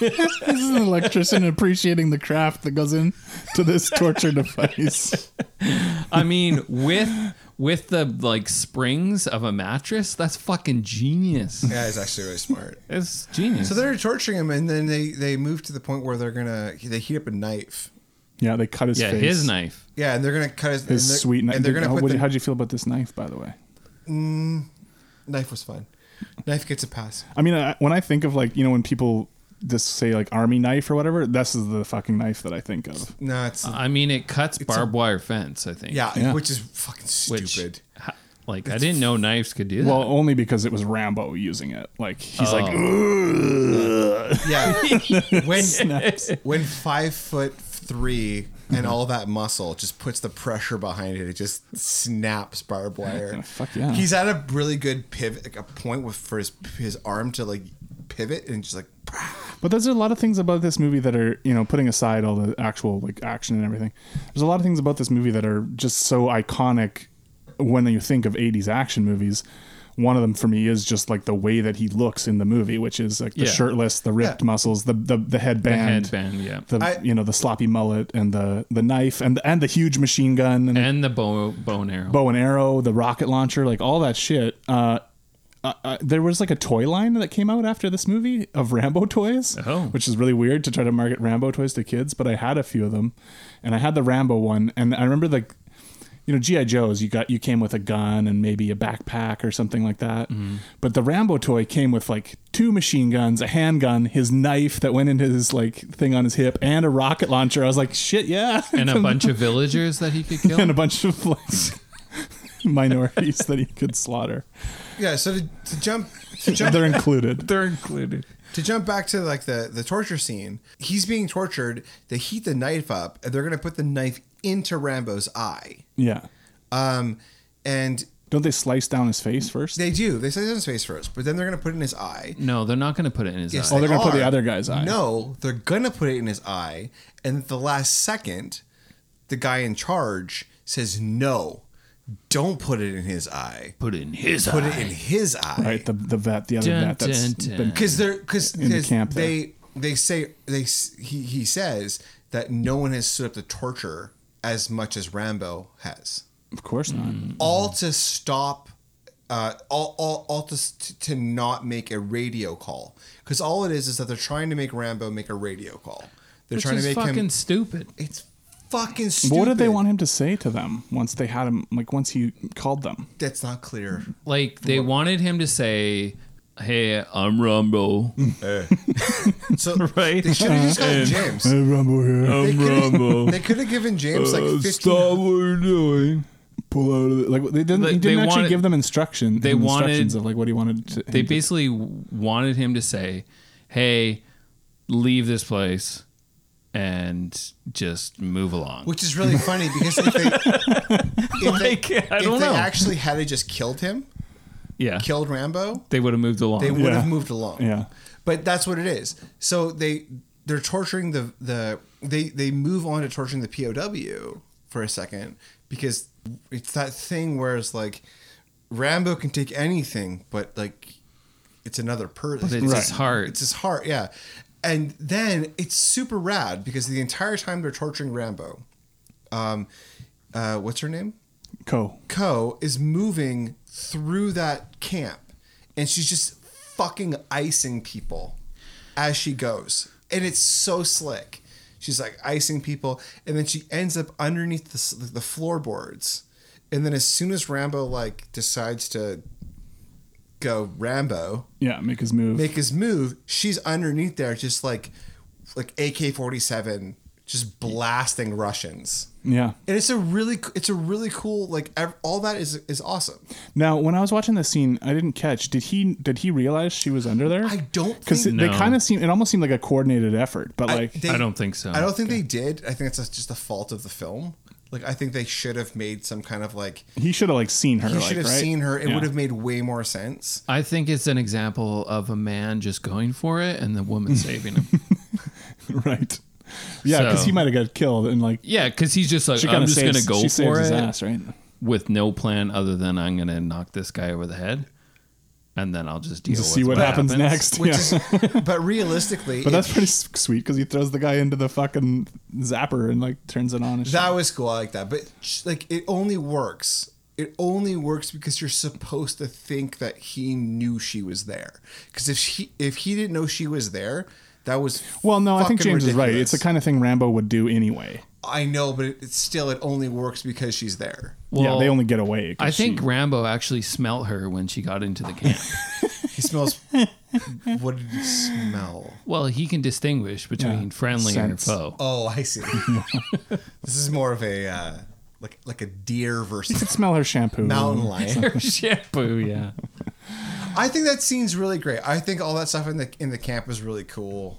Speaker 2: This is an electrician appreciating the craft that goes in to this torture device.
Speaker 3: I mean, with with the like springs of a mattress, that's fucking genius.
Speaker 1: Yeah, it's actually really smart.
Speaker 3: It's genius.
Speaker 1: So they're torturing him, and then they they move to the point where they're gonna they heat up a knife.
Speaker 2: Yeah, they cut his
Speaker 3: yeah,
Speaker 2: face.
Speaker 3: his knife.
Speaker 1: Yeah, and they're gonna cut his, and
Speaker 2: His
Speaker 1: they're-
Speaker 2: sweet knife.
Speaker 1: And they're gonna
Speaker 2: How,
Speaker 1: put
Speaker 2: what-
Speaker 1: the
Speaker 2: how'd you feel about this knife, by the way?
Speaker 1: knife was fine. Knife gets a pass.
Speaker 2: I mean, I, when I think of like you know when people just say like army knife or whatever, this is the fucking knife that I think of.
Speaker 1: No, it's
Speaker 3: I mean, it cuts barbed wire fence. I think.
Speaker 1: yeah,
Speaker 2: Uh, Yeah.
Speaker 1: which is fucking
Speaker 3: Which,
Speaker 1: stupid.
Speaker 3: ha- like, I didn't know knives could do that.
Speaker 2: Well, only because it was Rambo using it. Like he's like,
Speaker 3: Oh.
Speaker 1: yeah, when when five foot three
Speaker 2: Mm-hmm.
Speaker 1: and all that muscle just puts the pressure behind it, it just snaps barbed wire.
Speaker 2: Fuck yeah.
Speaker 1: He's at a really good pivot, like a point with for his his arm to like pivot and just like.
Speaker 2: But there's a lot of things about this movie that are, you know, putting aside all the actual like action and everything. There's a lot of things about this movie that are just so iconic when you think of 80s action movies. One of them for me is just like the way that he looks in the movie, which is like the
Speaker 3: Yeah.
Speaker 2: shirtless, the ripped
Speaker 1: Yeah.
Speaker 2: muscles, the, the the headband,
Speaker 3: headband, yeah.
Speaker 2: the
Speaker 1: I-
Speaker 2: you know the sloppy mullet and the the knife and and the huge machine gun and,
Speaker 3: and the bow bone arrow.
Speaker 2: bow and arrow, the rocket launcher, like all that shit. Uh, uh, uh, there was like a toy line that came out after this movie of Rambo toys,
Speaker 3: Oh.
Speaker 2: which is really weird to try to market Rambo toys to kids. But I had a few of them, and I had the Rambo one, and I remember like, you know, GI Joes. You got you came with a gun and maybe a backpack or something like that.
Speaker 3: Mm-hmm.
Speaker 2: But the Rambo toy came with like two machine guns, a handgun, his knife that went into his like thing on his hip, and a rocket launcher. I was like, shit, yeah,
Speaker 3: and a bunch of villagers that he could kill.
Speaker 2: and a bunch of like minorities that he could slaughter.
Speaker 1: Yeah, so to, to jump to jump
Speaker 2: They're included.
Speaker 3: They're included.
Speaker 1: to jump back to like the the torture scene he's being tortured they heat the knife up and they're gonna put the knife into rambo's eye
Speaker 2: yeah.
Speaker 1: um and
Speaker 2: Don't they slice down his face first?
Speaker 1: they do they slice it in his face first but then they're gonna put it in his eye
Speaker 3: No, they're not going to put it in his
Speaker 1: Yes,
Speaker 3: eye.
Speaker 2: oh, they're gonna put
Speaker 1: are.
Speaker 2: the other guy's eye.
Speaker 1: no they're gonna put it in his eye and at the last second the guy in charge says no don't put it in his eye
Speaker 3: Put it in his
Speaker 1: put
Speaker 3: eye.
Speaker 1: it in his eye
Speaker 2: Right, the the vet, the other
Speaker 3: Dun,
Speaker 2: vet that's
Speaker 3: dun,
Speaker 2: been
Speaker 3: dun.
Speaker 1: because they're because
Speaker 2: In the camp there.
Speaker 1: they they say they s- he he says that no one has stood up to torture as much as Rambo has.
Speaker 2: of course not.
Speaker 3: Hmm.
Speaker 1: All to stop, uh, all all all to s- to, to not make a radio call because all it is is that they're trying to make Rambo make a radio call. They're
Speaker 3: Which
Speaker 1: trying
Speaker 3: is
Speaker 1: to make
Speaker 3: fucking
Speaker 1: him.
Speaker 3: stupid.
Speaker 1: It's fucking
Speaker 2: But
Speaker 1: stupid.
Speaker 2: what did they want him to say to them once they had him? Like once he called them,
Speaker 1: That's not clear.
Speaker 3: Like they wanted him to say, "Hey, I'm Rumble."
Speaker 1: So
Speaker 3: Right?
Speaker 1: they should have just called James.
Speaker 2: Rumble here,
Speaker 1: They could've-
Speaker 2: Uh,
Speaker 3: Rumble.
Speaker 1: They could have given James like 15.
Speaker 3: what you're doing.
Speaker 2: pull out of the, like they didn't.
Speaker 3: They-
Speaker 2: he didn't
Speaker 3: they
Speaker 2: actually
Speaker 3: wanted-
Speaker 2: give them instruction.
Speaker 3: they
Speaker 2: him
Speaker 3: wanted-
Speaker 2: instructions of like what he wanted. To,
Speaker 3: They
Speaker 2: him to-
Speaker 3: basically wanted him to say, "Hey, leave this place and just move along."
Speaker 1: Which is really funny because if they, if
Speaker 3: Like,
Speaker 1: they,
Speaker 3: I
Speaker 1: if
Speaker 3: don't
Speaker 1: they
Speaker 3: know.
Speaker 1: actually had it just killed him,
Speaker 3: yeah,
Speaker 1: killed Rambo,
Speaker 3: they would have moved along.
Speaker 1: they would
Speaker 2: Yeah.
Speaker 1: have moved along.
Speaker 2: Yeah.
Speaker 1: But that's what it is. So they they're torturing the the they they move on to torturing the POW for a second because it's that thing where it's like Rambo can take anything, but like it's another person.
Speaker 3: But it's his heart.
Speaker 1: It's his heart. Yeah. And then it's super rad because the entire time they're torturing Rambo, um, uh, what's her name?
Speaker 2: Co.
Speaker 1: Co is moving through that camp and she's just fucking icing people as she goes. And it's so slick. She's like icing people and then she ends up underneath the, s- the floorboards. And then as soon as Rambo like decides to go Rambo,
Speaker 2: Yeah, make his move.
Speaker 1: make his move, she's underneath there just like like AK-47 just blasting Russians.
Speaker 2: yeah.
Speaker 1: And it's a really, it's a really cool. Like ev- all that is is awesome.
Speaker 2: Now, when I was watching this scene, I didn't catch. Did he? Did he realize she was under there?
Speaker 1: I don't
Speaker 2: because
Speaker 1: think-
Speaker 2: they
Speaker 3: No.
Speaker 2: kind of seem. It almost seemed like a coordinated effort, but like
Speaker 1: they-
Speaker 3: I don't think so.
Speaker 1: I don't think they did. I think it's just a fault of the film. Like I think they should have made some kind of like
Speaker 2: he should have like seen her.
Speaker 1: he
Speaker 2: like,
Speaker 1: should have
Speaker 2: right?
Speaker 1: seen her. It
Speaker 2: Yeah.
Speaker 1: would have made way more sense.
Speaker 3: I think it's an example of a man just going for it and the woman saving him.
Speaker 2: right. Yeah, because
Speaker 3: So-
Speaker 2: he might have got killed and like
Speaker 3: yeah, because he's just like,
Speaker 2: she kind
Speaker 3: I'm
Speaker 2: of
Speaker 3: just going
Speaker 2: saves.
Speaker 3: to go
Speaker 2: she saves
Speaker 3: for
Speaker 2: his
Speaker 3: it
Speaker 2: ass, right?
Speaker 3: with no plan other than I'm going to knock this guy over the head, and then I'll just deal
Speaker 2: To
Speaker 3: with
Speaker 2: see what happens, next.
Speaker 1: Which
Speaker 2: yeah.
Speaker 1: is, but realistically,
Speaker 2: but that's
Speaker 1: it-
Speaker 2: pretty s- sweet because he throws the guy into the fucking zapper and like turns it on. And shit.
Speaker 1: that was cool. I like that. But sh- like it only works. It only works because you're supposed to think that he knew she was there. Because if she, if he didn't know she was there, that was
Speaker 2: well, no, I think
Speaker 1: fucking
Speaker 2: James is right.
Speaker 1: ridiculous.
Speaker 2: It's the kind of thing Rambo would do anyway.
Speaker 1: I know, but it, it's still it only works because she's there.
Speaker 2: yeah,
Speaker 3: Well,
Speaker 2: they only get away. 'cause
Speaker 3: I think
Speaker 2: she-
Speaker 3: Rambo actually smelt her when she got into the camp.
Speaker 1: He smells. what did he smell?
Speaker 3: well, he can distinguish between
Speaker 2: Yeah.
Speaker 3: friendly
Speaker 2: Sense.
Speaker 3: and foe.
Speaker 1: Oh, I see. this is more of a uh, like like a deer
Speaker 2: you could
Speaker 1: versus
Speaker 2: smell her shampoo.
Speaker 1: mountain lion.
Speaker 2: Oh.
Speaker 3: shampoo, yeah.
Speaker 1: I think that scene's really great. I think all that stuff in the in the camp is really cool.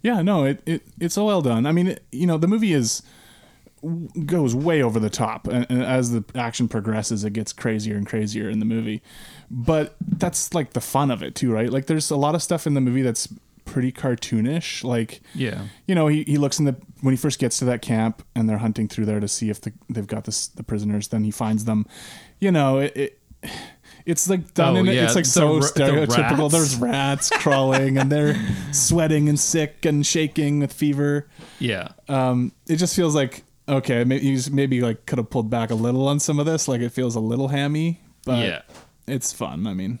Speaker 2: Yeah, no, it, it it's well done. I mean, it, you know, the movie is w- goes way over the top, and, and as the action progresses, it gets crazier and crazier in the movie. But that's like the fun of it too, right? Like, there's a lot of stuff in the movie that's pretty cartoonish. Like,
Speaker 3: Yeah.
Speaker 2: you know, he, he looks in the when he first gets to that camp, and they're hunting through there to see if the, they've got this the prisoners. Then he finds them. You know, it. it it's like done
Speaker 3: Oh,
Speaker 2: in
Speaker 3: yeah,
Speaker 2: it's like
Speaker 3: the
Speaker 2: so
Speaker 3: ra- the
Speaker 2: stereotypical.
Speaker 3: rats?
Speaker 2: There's rats crawling and they're sweating and sick and shaking with fever.
Speaker 3: Yeah.
Speaker 2: Um, it just feels like okay, maybe you just- maybe like could have pulled back a little on some of this. Like it feels a little hammy, but
Speaker 3: Yeah.
Speaker 2: it's fun. I mean,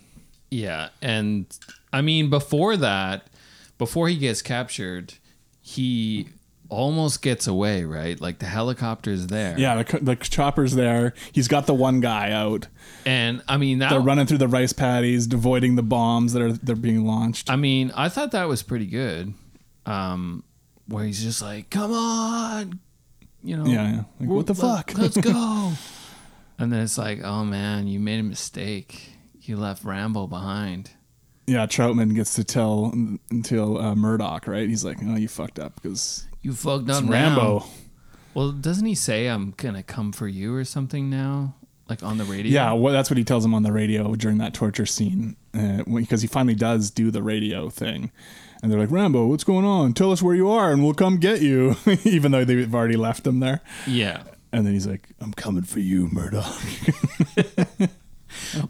Speaker 3: Yeah, and I mean before that, before he gets captured, he almost gets away, right? Like the helicopter's there.
Speaker 2: yeah, the, co- the chopper's there. He's got the one guy out.
Speaker 3: And I mean that
Speaker 2: They're running through the rice paddies, avoiding the bombs that are they're being launched.
Speaker 3: I mean, I thought that was pretty good. Um where he's just like, "Come on." You know.
Speaker 2: Yeah, yeah. Like, what the
Speaker 3: let-
Speaker 2: fuck?
Speaker 3: Let's go. and then it's like, "Oh man, you made a mistake. You left Rambo behind."
Speaker 2: yeah, Troutman gets to tell until uh, Murdoch, right? He's like, "Oh, you fucked up because
Speaker 3: You fucked
Speaker 2: it's
Speaker 3: up now."
Speaker 2: Rambo."
Speaker 3: Well, doesn't he say I'm gonna come for you or something now? Like on the radio?
Speaker 2: Yeah, well, that's what he tells him on the radio during that torture scene, uh, because he finally does do the radio thing, and they're like, "Rambo, what's going on? Tell us where you are, and we'll come get you." Even though they've already left him there,
Speaker 3: Yeah.
Speaker 2: and then he's like, "I'm coming for you, Murdoch."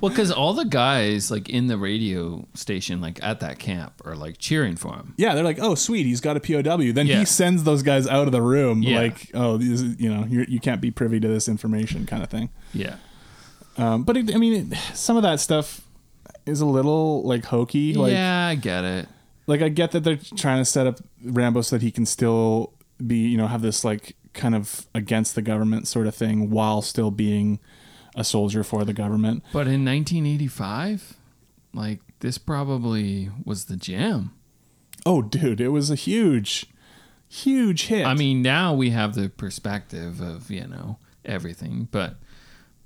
Speaker 3: Well, because all the guys like in the radio station, like at that camp, are like cheering for him.
Speaker 2: yeah, they're like, "Oh, sweet, he's got a POW." Then
Speaker 3: Yeah.
Speaker 2: he sends those guys out of the room,
Speaker 3: Yeah.
Speaker 2: like, "Oh, this is, you know, you're, you can't be privy to this information," kind of thing.
Speaker 3: Yeah.
Speaker 2: Um, but it, I mean, it, some of that stuff is a little like hokey. Like,
Speaker 3: yeah, I get it.
Speaker 2: like I get that they're trying to set up Rambo so that he can still be, you know, have this like kind of against the government sort of thing while still being a soldier for the government.
Speaker 3: But in 1985, like this probably was the jam.
Speaker 2: Oh, dude, it was a huge, huge hit.
Speaker 3: I mean, now we have the perspective of, you know, everything, but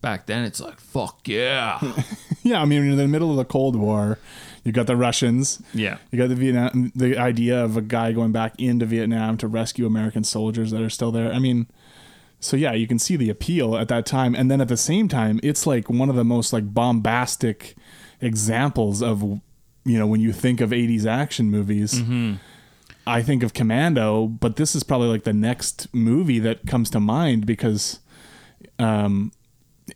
Speaker 3: back then it's like, fuck yeah.
Speaker 2: yeah, I mean, in the middle of the Cold War, you got the Russians.
Speaker 3: Yeah.
Speaker 2: You got the Vietnam, the idea of a guy going back into Vietnam to rescue American soldiers that are still there. I mean, so yeah, you can see the appeal at that time, and then at the same time, it's like one of the most like bombastic examples of you know when you think of '80s action movies. I think of Commando, but this is probably like the next movie that comes to mind because um,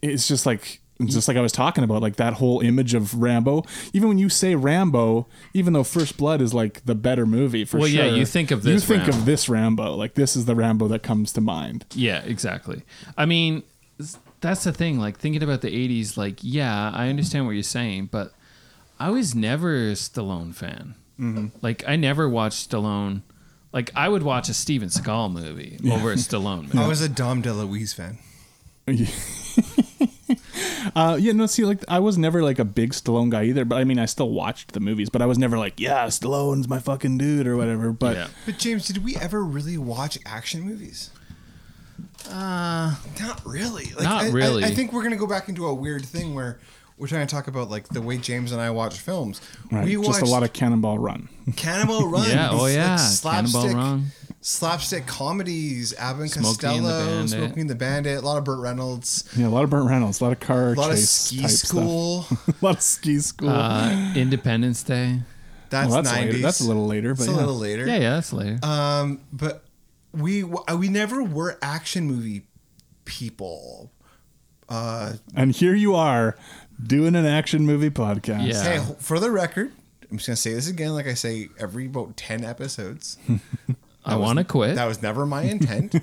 Speaker 2: it's just like just like I was talking about, like that whole image of Rambo. Even when you say Rambo, even though First Blood is like the better movie for
Speaker 3: Well,
Speaker 2: sure.
Speaker 3: yeah, you think of
Speaker 2: You
Speaker 3: this
Speaker 2: think
Speaker 3: Rambo.
Speaker 2: of this Rambo. Like this is the Rambo that comes to mind.
Speaker 3: Yeah, exactly. I mean, s- that's the thing. Like thinking about the '80s, like yeah, I understand what you're saying, but I was never a Stallone fan.
Speaker 1: Mm-hmm.
Speaker 3: Like I never watched Stallone. Like I would watch a Steven Seagal movie over a Stallone movie.
Speaker 1: I was a Dom DeLuise fan.
Speaker 2: Uh, yeah, no, see, like I was never like a big Stallone guy either, but I mean, I still watched the movies, but I was never like, yeah, Stallone's my fucking dude or whatever. But
Speaker 3: Yeah.
Speaker 1: But James, did we ever really watch action movies? Uh, not really. Like,
Speaker 3: Not
Speaker 1: I- I-
Speaker 3: really.
Speaker 1: I, think we're gonna go back into a weird thing where we're trying to talk about like the way James and I watch films.
Speaker 2: right,
Speaker 1: we
Speaker 2: just a lot of Cannonball Run.
Speaker 1: Cannibal Run.
Speaker 3: Yeah, oh
Speaker 1: like,
Speaker 3: yeah,
Speaker 1: slapstick,
Speaker 3: Cannonball Run.
Speaker 1: slapstick comedies. Abbott and
Speaker 3: Smokey and the
Speaker 1: Costello,
Speaker 3: Bandit.
Speaker 1: Smoking the Bandit. A lot of Burt Reynolds.
Speaker 2: Yeah, a lot of Burt Reynolds, a lot of car
Speaker 1: A lot of
Speaker 2: chase
Speaker 1: Ski
Speaker 2: type
Speaker 1: School.
Speaker 2: stuff. a lot of ski school.
Speaker 3: Uh, Independence Day.
Speaker 1: That's
Speaker 2: well, that's
Speaker 1: nineties.
Speaker 2: later. That's a little later, but
Speaker 1: It's a
Speaker 2: yeah.
Speaker 1: little later.
Speaker 3: Yeah, yeah, that's later.
Speaker 1: Um, but we we never were action movie people. Uh,
Speaker 2: And here you are doing an action movie podcast.
Speaker 3: Yeah.
Speaker 1: Hey, for the record, I'm just gonna say this again, like I say every about ten episodes.
Speaker 3: I want to quit.
Speaker 1: That was never my intent.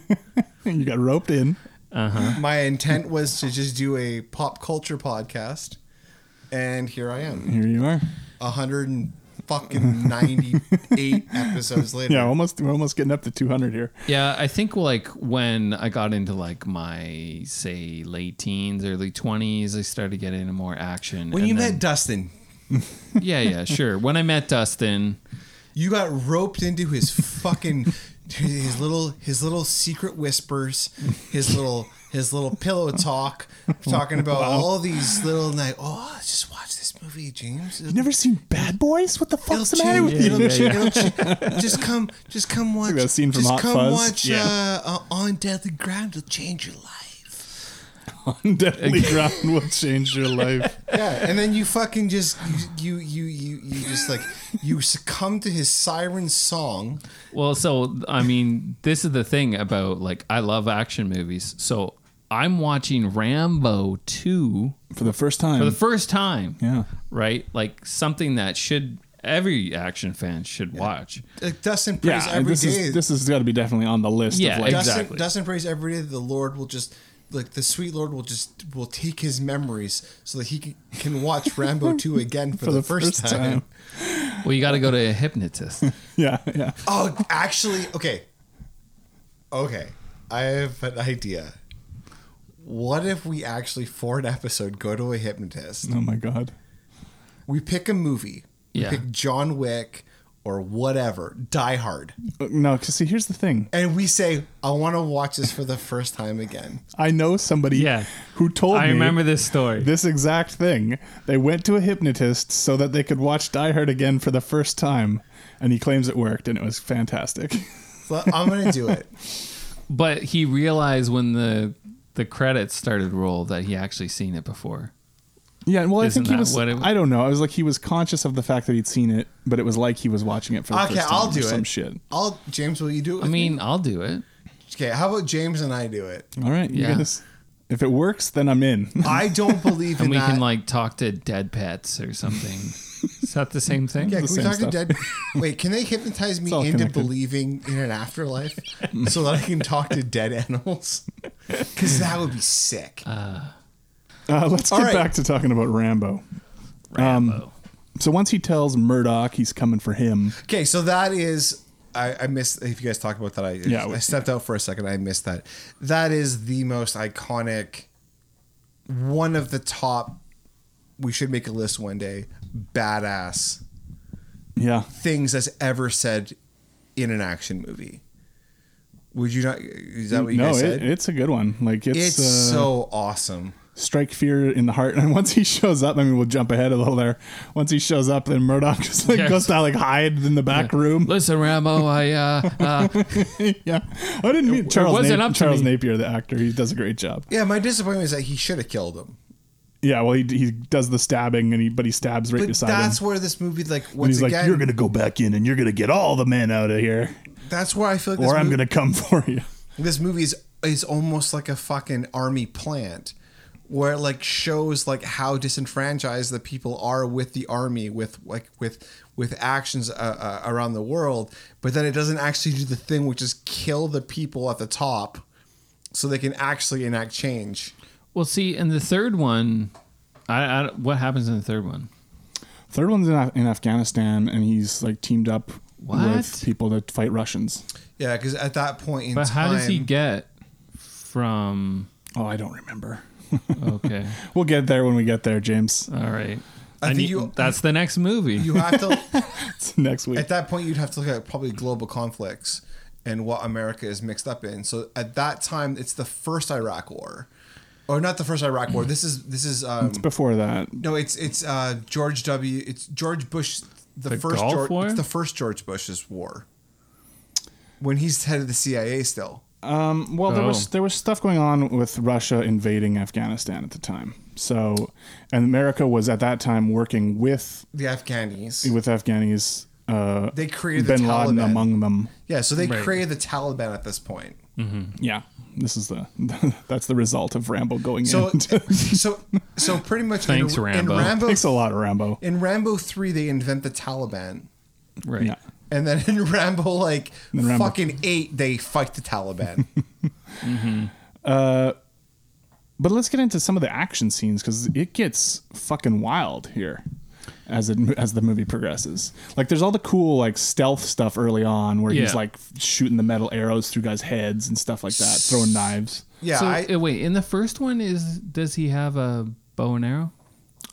Speaker 2: You got roped in.
Speaker 1: my intent was to just do a pop culture podcast, and here I
Speaker 3: Mm-hmm.
Speaker 1: am,
Speaker 2: Here you are.
Speaker 1: a hundred and fucking ninety-eight episodes later.
Speaker 2: Yeah, almost we're almost getting up to 200 here.
Speaker 3: Yeah, I think like when I got into like my say late teens, early twenties, I started getting into more action.
Speaker 1: when
Speaker 3: and
Speaker 1: you
Speaker 3: then-
Speaker 1: met Dustin,
Speaker 3: yeah, yeah, sure. When I met Dustin,
Speaker 1: you got roped into his fucking his little his little secret whispers, his little his little pillow talk, talking about all these little like, oh, just watch this movie, James.
Speaker 2: You never seen Bad Boys? What the fuck's the matter with
Speaker 1: change.
Speaker 2: you?
Speaker 1: It'll change. It'll change. Just come, just come watch.
Speaker 2: that scene from
Speaker 1: just
Speaker 2: Hot
Speaker 1: come
Speaker 2: Fuzz.
Speaker 1: watch
Speaker 2: Yeah.
Speaker 1: uh, uh, on death and ground. It'll change your life.
Speaker 2: Deadly Ground will change your life.
Speaker 1: Yeah, and then you fucking just you you you you just like you succumb to his siren song.
Speaker 3: well, so I mean, this is the thing about like I love action movies. So I'm watching Rambo 2
Speaker 2: For the first time.
Speaker 3: for the
Speaker 1: Mm.
Speaker 3: first time.
Speaker 2: yeah.
Speaker 3: Right? Like something that should every action fan should watch.
Speaker 1: Like Dustin prays
Speaker 2: Yeah, and
Speaker 1: every
Speaker 2: this
Speaker 1: day.
Speaker 2: is this has got to be definitely on the list.
Speaker 3: Yeah,
Speaker 2: of like,
Speaker 1: Dustin,
Speaker 3: Exactly.
Speaker 1: Dustin prays every day that the Lord will just like the sweet Lord will just will take his memories so that he can, can watch Rambo two again for, the, first, time.
Speaker 3: Well, you got to go to a hypnotist.
Speaker 2: Yeah, yeah.
Speaker 1: Oh, actually, okay, okay, I have an idea. What if we actually for an episode go to a hypnotist?
Speaker 2: Oh my god.
Speaker 1: We pick a movie.
Speaker 3: Yeah.
Speaker 1: We pick John Wick or whatever, Die Hard,
Speaker 2: Uh, No, 'cause see, here's the thing.
Speaker 1: and we say, "I want to watch this for the first time again."
Speaker 2: I know somebody
Speaker 3: Yeah.
Speaker 2: who told me
Speaker 3: this story.
Speaker 2: this exact thing. They went to a hypnotist so that they could watch Die Hard again for the first time, and he claims it worked, and it was fantastic.
Speaker 1: So I'm gonna do it.
Speaker 3: But he realized when the the credits started to roll that he actually seen it before.
Speaker 2: Yeah, well,
Speaker 3: Isn't
Speaker 2: I think he
Speaker 3: that
Speaker 2: was.
Speaker 3: what it-
Speaker 2: I don't know. I was like, he was conscious of the fact that he'd seen it, but it was like he was watching it for the
Speaker 1: Okay,
Speaker 2: first time.
Speaker 1: I'll
Speaker 2: or
Speaker 1: do it.
Speaker 2: some shit.
Speaker 1: I'll James, will you do it?
Speaker 3: I
Speaker 1: with me?
Speaker 3: mean, I'll do it.
Speaker 1: Okay, how about James and I do it?
Speaker 2: All right, you
Speaker 3: Yeah.
Speaker 2: guys. If it works, then I'm in.
Speaker 1: I don't believe in
Speaker 3: And we
Speaker 1: that.
Speaker 3: can like talk to dead pets or something. Is that the same thing?
Speaker 1: yeah,
Speaker 2: the
Speaker 1: can we
Speaker 2: same
Speaker 1: talk to
Speaker 2: stuff.
Speaker 1: dead? Wait, can they hypnotize me
Speaker 2: all
Speaker 1: into
Speaker 2: connected.
Speaker 1: believing in an afterlife so that I can talk to dead animals? Because that would be sick.
Speaker 2: Uh, let's
Speaker 1: All
Speaker 2: get
Speaker 1: right.
Speaker 2: back to talking about Rambo.
Speaker 3: Rambo.
Speaker 1: um,
Speaker 2: So once he tells Murdoch he's coming for him,
Speaker 1: okay, so that is I, I missed if you guys talked about that. I
Speaker 2: Yeah, we-
Speaker 1: I stepped out for a second. I missed that. That is the most iconic, one of the top. We should make a list one day. Badass
Speaker 2: Yeah.
Speaker 1: things that's ever said in an action movie. Would you not? Is that what you
Speaker 2: no,
Speaker 1: guys
Speaker 2: it,
Speaker 1: said?
Speaker 2: it's a good one. Like it's,
Speaker 1: it's
Speaker 2: uh,
Speaker 1: so awesome.
Speaker 2: strike fear in the heart. And once he shows up, I mean, we'll jump ahead a little there. Once he shows up, then Murdoch just like
Speaker 3: Yes.
Speaker 2: goes to like hide in the back room.
Speaker 3: Listen, Rambo, I uh, uh,
Speaker 2: yeah, I didn't mean Charles.
Speaker 3: wasn't
Speaker 2: Nap-
Speaker 3: up to
Speaker 2: Charles
Speaker 3: me.
Speaker 2: Napier, the actor, he does a great job.
Speaker 1: Yeah, my disappointment is that he should have killed him.
Speaker 2: Yeah, well, he, he does the stabbing, and he but he stabs right
Speaker 1: But
Speaker 2: beside
Speaker 1: that's
Speaker 2: him.
Speaker 1: where this movie, like,
Speaker 2: And
Speaker 1: once
Speaker 2: he's like,
Speaker 1: again,
Speaker 2: "You're gonna go back in, and you're gonna get all the men out of here,
Speaker 1: that's where I feel like this,
Speaker 2: or I'm
Speaker 1: movie,
Speaker 2: gonna come for you."
Speaker 1: this movie is is almost like a fucking army plant, where it, like shows like how disenfranchised the people are with the army, with like with with actions uh, uh, around the world. But then it doesn't actually do the thing, which is kill the people at the top, so they can actually enact change.
Speaker 3: well, see, in the third one, I, I what happens in the third one?
Speaker 2: Third one's in, Af- in Afghanistan, and he's like teamed up
Speaker 3: What?
Speaker 2: with people to fight Russians.
Speaker 1: Yeah, because at that point in
Speaker 3: But
Speaker 1: time,
Speaker 3: how does he get from?
Speaker 2: Oh, I don't remember.
Speaker 3: Okay,
Speaker 2: We'll get there when we get there, James.
Speaker 3: all right.
Speaker 1: I
Speaker 3: I
Speaker 1: think
Speaker 3: need-
Speaker 1: you-
Speaker 3: that's the next movie.
Speaker 1: you have to.
Speaker 2: It's next week.
Speaker 1: at that point you'd have to look at probably global conflicts and what America is mixed up in. So at that time, it's the first Iraq War, or not the first Iraq War. This is this is um,
Speaker 2: Before that,
Speaker 1: no, it's it's uh, George W. It's George Bush, the,
Speaker 3: The
Speaker 1: first
Speaker 3: Gulf
Speaker 1: George,
Speaker 3: War?
Speaker 1: it's the first George Bush's war when he's head of the CIA still.
Speaker 2: Well, there was
Speaker 3: Oh.
Speaker 2: there was stuff going on with Russia invading Afghanistan at the time. So, and America was at that time working with
Speaker 1: The Afghanis,
Speaker 2: with Afghanis. Uh,
Speaker 1: they created the
Speaker 2: bin Laden
Speaker 1: Taliban.
Speaker 2: among them.
Speaker 1: yeah, so they
Speaker 3: Right.
Speaker 1: created the Taliban at this point.
Speaker 2: Yeah, this is the that's the result of Rambo going
Speaker 1: So
Speaker 2: in.
Speaker 1: so so pretty much
Speaker 3: Thanks,
Speaker 1: in,
Speaker 3: Rambo.
Speaker 1: in Rambo
Speaker 2: Thanks a lot, Rambo.
Speaker 1: in Rambo three they invent the Taliban.
Speaker 3: right.
Speaker 2: Yeah,
Speaker 1: And then in Rambo, like
Speaker 2: then Rambo-
Speaker 1: fucking eight, they fight the Taliban.
Speaker 2: but let's get into some of the action scenes because it gets fucking wild here as it as the movie progresses. Like, there's all the cool like stealth stuff early on where
Speaker 3: Yeah.
Speaker 2: he's like shooting the metal arrows through guys' heads and stuff like that, throwing knives.
Speaker 1: yeah,
Speaker 3: so
Speaker 1: I,
Speaker 3: uh, wait, in the first one is does he have a bow and arrow?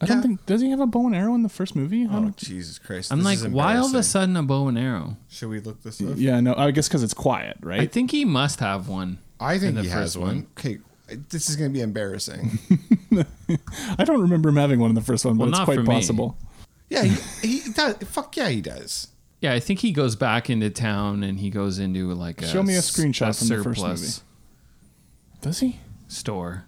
Speaker 2: I don't
Speaker 1: Yeah.
Speaker 2: think does he have a bow and arrow in the first movie? I
Speaker 1: oh
Speaker 2: don't-
Speaker 1: Jesus Christ!
Speaker 3: I'm
Speaker 1: this
Speaker 3: like,
Speaker 1: is
Speaker 3: why all of a
Speaker 1: embarrassing.
Speaker 3: sudden a bow and arrow?
Speaker 1: Should we look this up?
Speaker 2: yeah, no, I guess because it's quiet, right?
Speaker 3: I think he must have one.
Speaker 1: I
Speaker 3: in
Speaker 1: think
Speaker 3: the
Speaker 1: he has
Speaker 3: first
Speaker 1: one. Okay, this is gonna be embarrassing.
Speaker 2: I don't remember him having one in the first one, but
Speaker 3: Well,
Speaker 2: it's
Speaker 3: not for
Speaker 2: quite
Speaker 3: me.
Speaker 2: possible.
Speaker 1: yeah, he, he does. Fuck yeah, he does.
Speaker 3: Yeah, I think he goes back into town and he goes into like a
Speaker 2: Show me a
Speaker 3: s-
Speaker 2: screenshot from the first
Speaker 3: surplus
Speaker 2: Does he?
Speaker 3: store.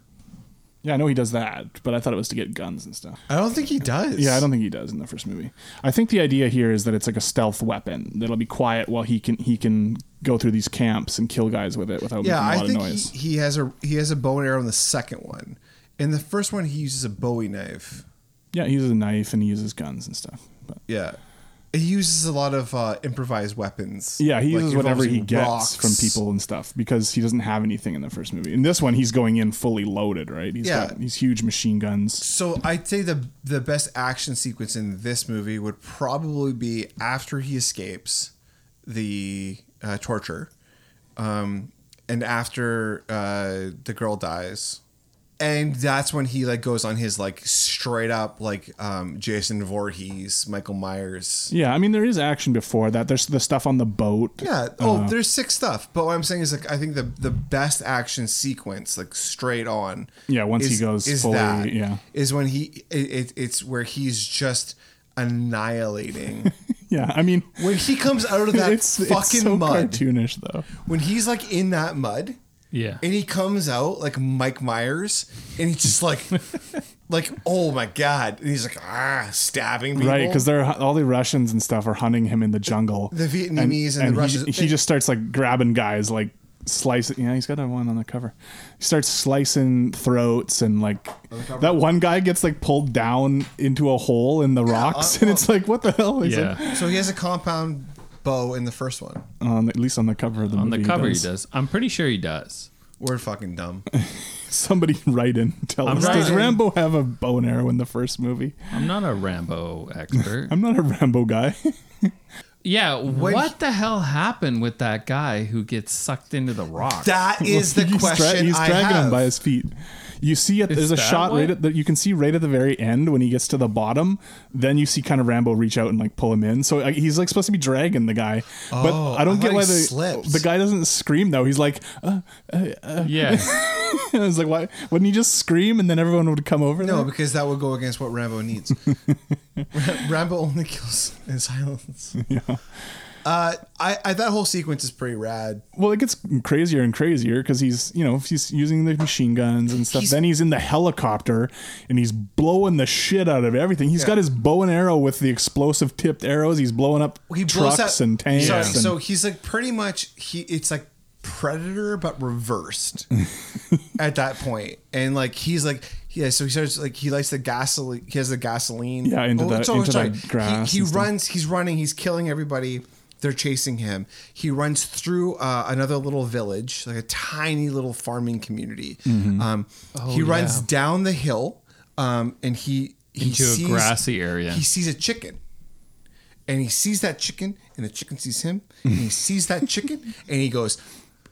Speaker 2: Yeah, I know he does that, but I thought it was to get guns and stuff.
Speaker 1: I don't think he does.
Speaker 2: Yeah, I don't think he does in the first movie. I think the idea here is that it's like a stealth weapon that'll be quiet while he can he can go through these camps and kill guys with it without
Speaker 1: Yeah, I
Speaker 2: making a lot
Speaker 1: think
Speaker 2: of
Speaker 1: he,
Speaker 2: noise.
Speaker 1: he has a he has a bow and arrow in the second one. In the first one, he uses a Bowie knife.
Speaker 2: Yeah, he uses a knife and he uses guns and stuff. But
Speaker 1: Yeah, he uses a lot of uh, improvised weapons.
Speaker 2: Yeah, he
Speaker 1: like
Speaker 2: uses whatever he
Speaker 1: involving
Speaker 2: gets
Speaker 1: rocks.
Speaker 2: from people and stuff because he doesn't have anything in the first movie. In this one, he's going in fully loaded, right? He's
Speaker 1: Yeah.
Speaker 2: got these huge machine guns.
Speaker 1: So I'd say the the best action sequence in this movie would probably be after he escapes the uh, torture, um, and after uh, the girl dies, and that's when he like goes on his like straight up like um, Jason Voorhees, Michael Myers.
Speaker 2: Yeah, I mean there is action before that. There's the stuff on the boat.
Speaker 1: Yeah.
Speaker 2: Uh-huh.
Speaker 1: Oh, there's sick stuff. But what I'm saying is like I think the the best action sequence like straight on.
Speaker 2: Yeah, once he
Speaker 1: is-
Speaker 2: goes
Speaker 1: is
Speaker 2: fully-
Speaker 1: that,
Speaker 2: yeah.
Speaker 1: Is when he it, it, it's where he's just annihilating.
Speaker 2: Yeah, I mean
Speaker 1: when he comes out of that
Speaker 2: it's
Speaker 1: fucking
Speaker 2: it's so
Speaker 1: mud.
Speaker 2: cartoonish though.
Speaker 1: When he's like in that mud
Speaker 3: Yeah.
Speaker 1: and he comes out like Mike Myers and he's just like like oh my god and he's like ah stabbing people.
Speaker 2: Right, because they're all the Russians and stuff are hunting him in the jungle.
Speaker 1: The Vietnamese and the
Speaker 2: he-
Speaker 1: Russians-
Speaker 2: He, just starts like grabbing guys, like slicing. Yeah, he's got that one on the cover. He starts slicing throats and like that one guy gets like pulled down into a hole in the rocks,
Speaker 1: uh,
Speaker 2: and it's like what the hell? He's like-
Speaker 3: yeah.
Speaker 1: so he has a compound bow in the first one.
Speaker 2: on at least on the cover of the
Speaker 3: On
Speaker 2: movie.
Speaker 3: the cover he does. I'm pretty sure he does.
Speaker 1: We're fucking dumb.
Speaker 2: Somebody write in tell
Speaker 3: I'm
Speaker 2: us. Does
Speaker 3: writing.
Speaker 2: Rambo have a bow and arrow in the first movie?
Speaker 3: I'm not a Rambo expert.
Speaker 2: I'm not a Rambo guy.
Speaker 3: Yeah,
Speaker 1: When-
Speaker 3: what the hell happened with that guy who gets sucked into the rock?
Speaker 1: That is the
Speaker 2: he's dra-
Speaker 1: question
Speaker 2: he's
Speaker 1: I
Speaker 2: dragging
Speaker 1: have.
Speaker 2: him by his feet. You see, at,
Speaker 3: Is
Speaker 2: there's a
Speaker 3: that
Speaker 2: shot right
Speaker 3: why?
Speaker 2: at the, you can see right at the very end when he gets to the bottom. Then you see kind of Rambo reach out and like pull him in. So like, he's like supposed to be dragging the guy,
Speaker 1: Oh,
Speaker 2: but I don't
Speaker 1: I
Speaker 2: get
Speaker 1: thought
Speaker 2: why
Speaker 1: he
Speaker 2: the
Speaker 1: slips.
Speaker 2: the guy doesn't scream though. He's like, uh,
Speaker 3: yeah,
Speaker 2: I was like, why wouldn't he just scream and then everyone would come over?
Speaker 1: No, Oh,
Speaker 2: there?
Speaker 1: because that would go against what Rambo needs. Ra- Rambo only kills in silence. Yeah. Uh, I, I that whole sequence is pretty rad.
Speaker 2: Well, it gets crazier and crazier because he's, you know, he's using the machine guns and stuff.
Speaker 1: He's-
Speaker 2: then he's in the helicopter and he's blowing the shit out of everything. He's got his bow and arrow with the explosive tipped arrows. He's blowing up
Speaker 1: He blows
Speaker 2: trucks
Speaker 1: out-
Speaker 2: and tanks.
Speaker 1: Sorry,
Speaker 2: and-
Speaker 1: so he's like pretty much he. It's like Predator but reversed at that point, and like he's like yeah. So he starts like he likes the gasoline. He has the gasoline.
Speaker 2: Yeah, into the-
Speaker 1: sorry,
Speaker 2: into the
Speaker 1: sorry.
Speaker 2: grass
Speaker 1: He, he
Speaker 2: and stuff.
Speaker 1: runs. He's running. He's killing everybody. They're chasing him. He runs through uh, another little village, like a tiny little farming community.
Speaker 2: Mm-hmm.
Speaker 1: Um, he runs
Speaker 3: Oh, yeah.
Speaker 1: down the hill, um, and he, he
Speaker 3: Into a grassy area.
Speaker 1: He sees a chicken and he sees that chicken, and the chicken sees him, and he sees that chicken, and he goes,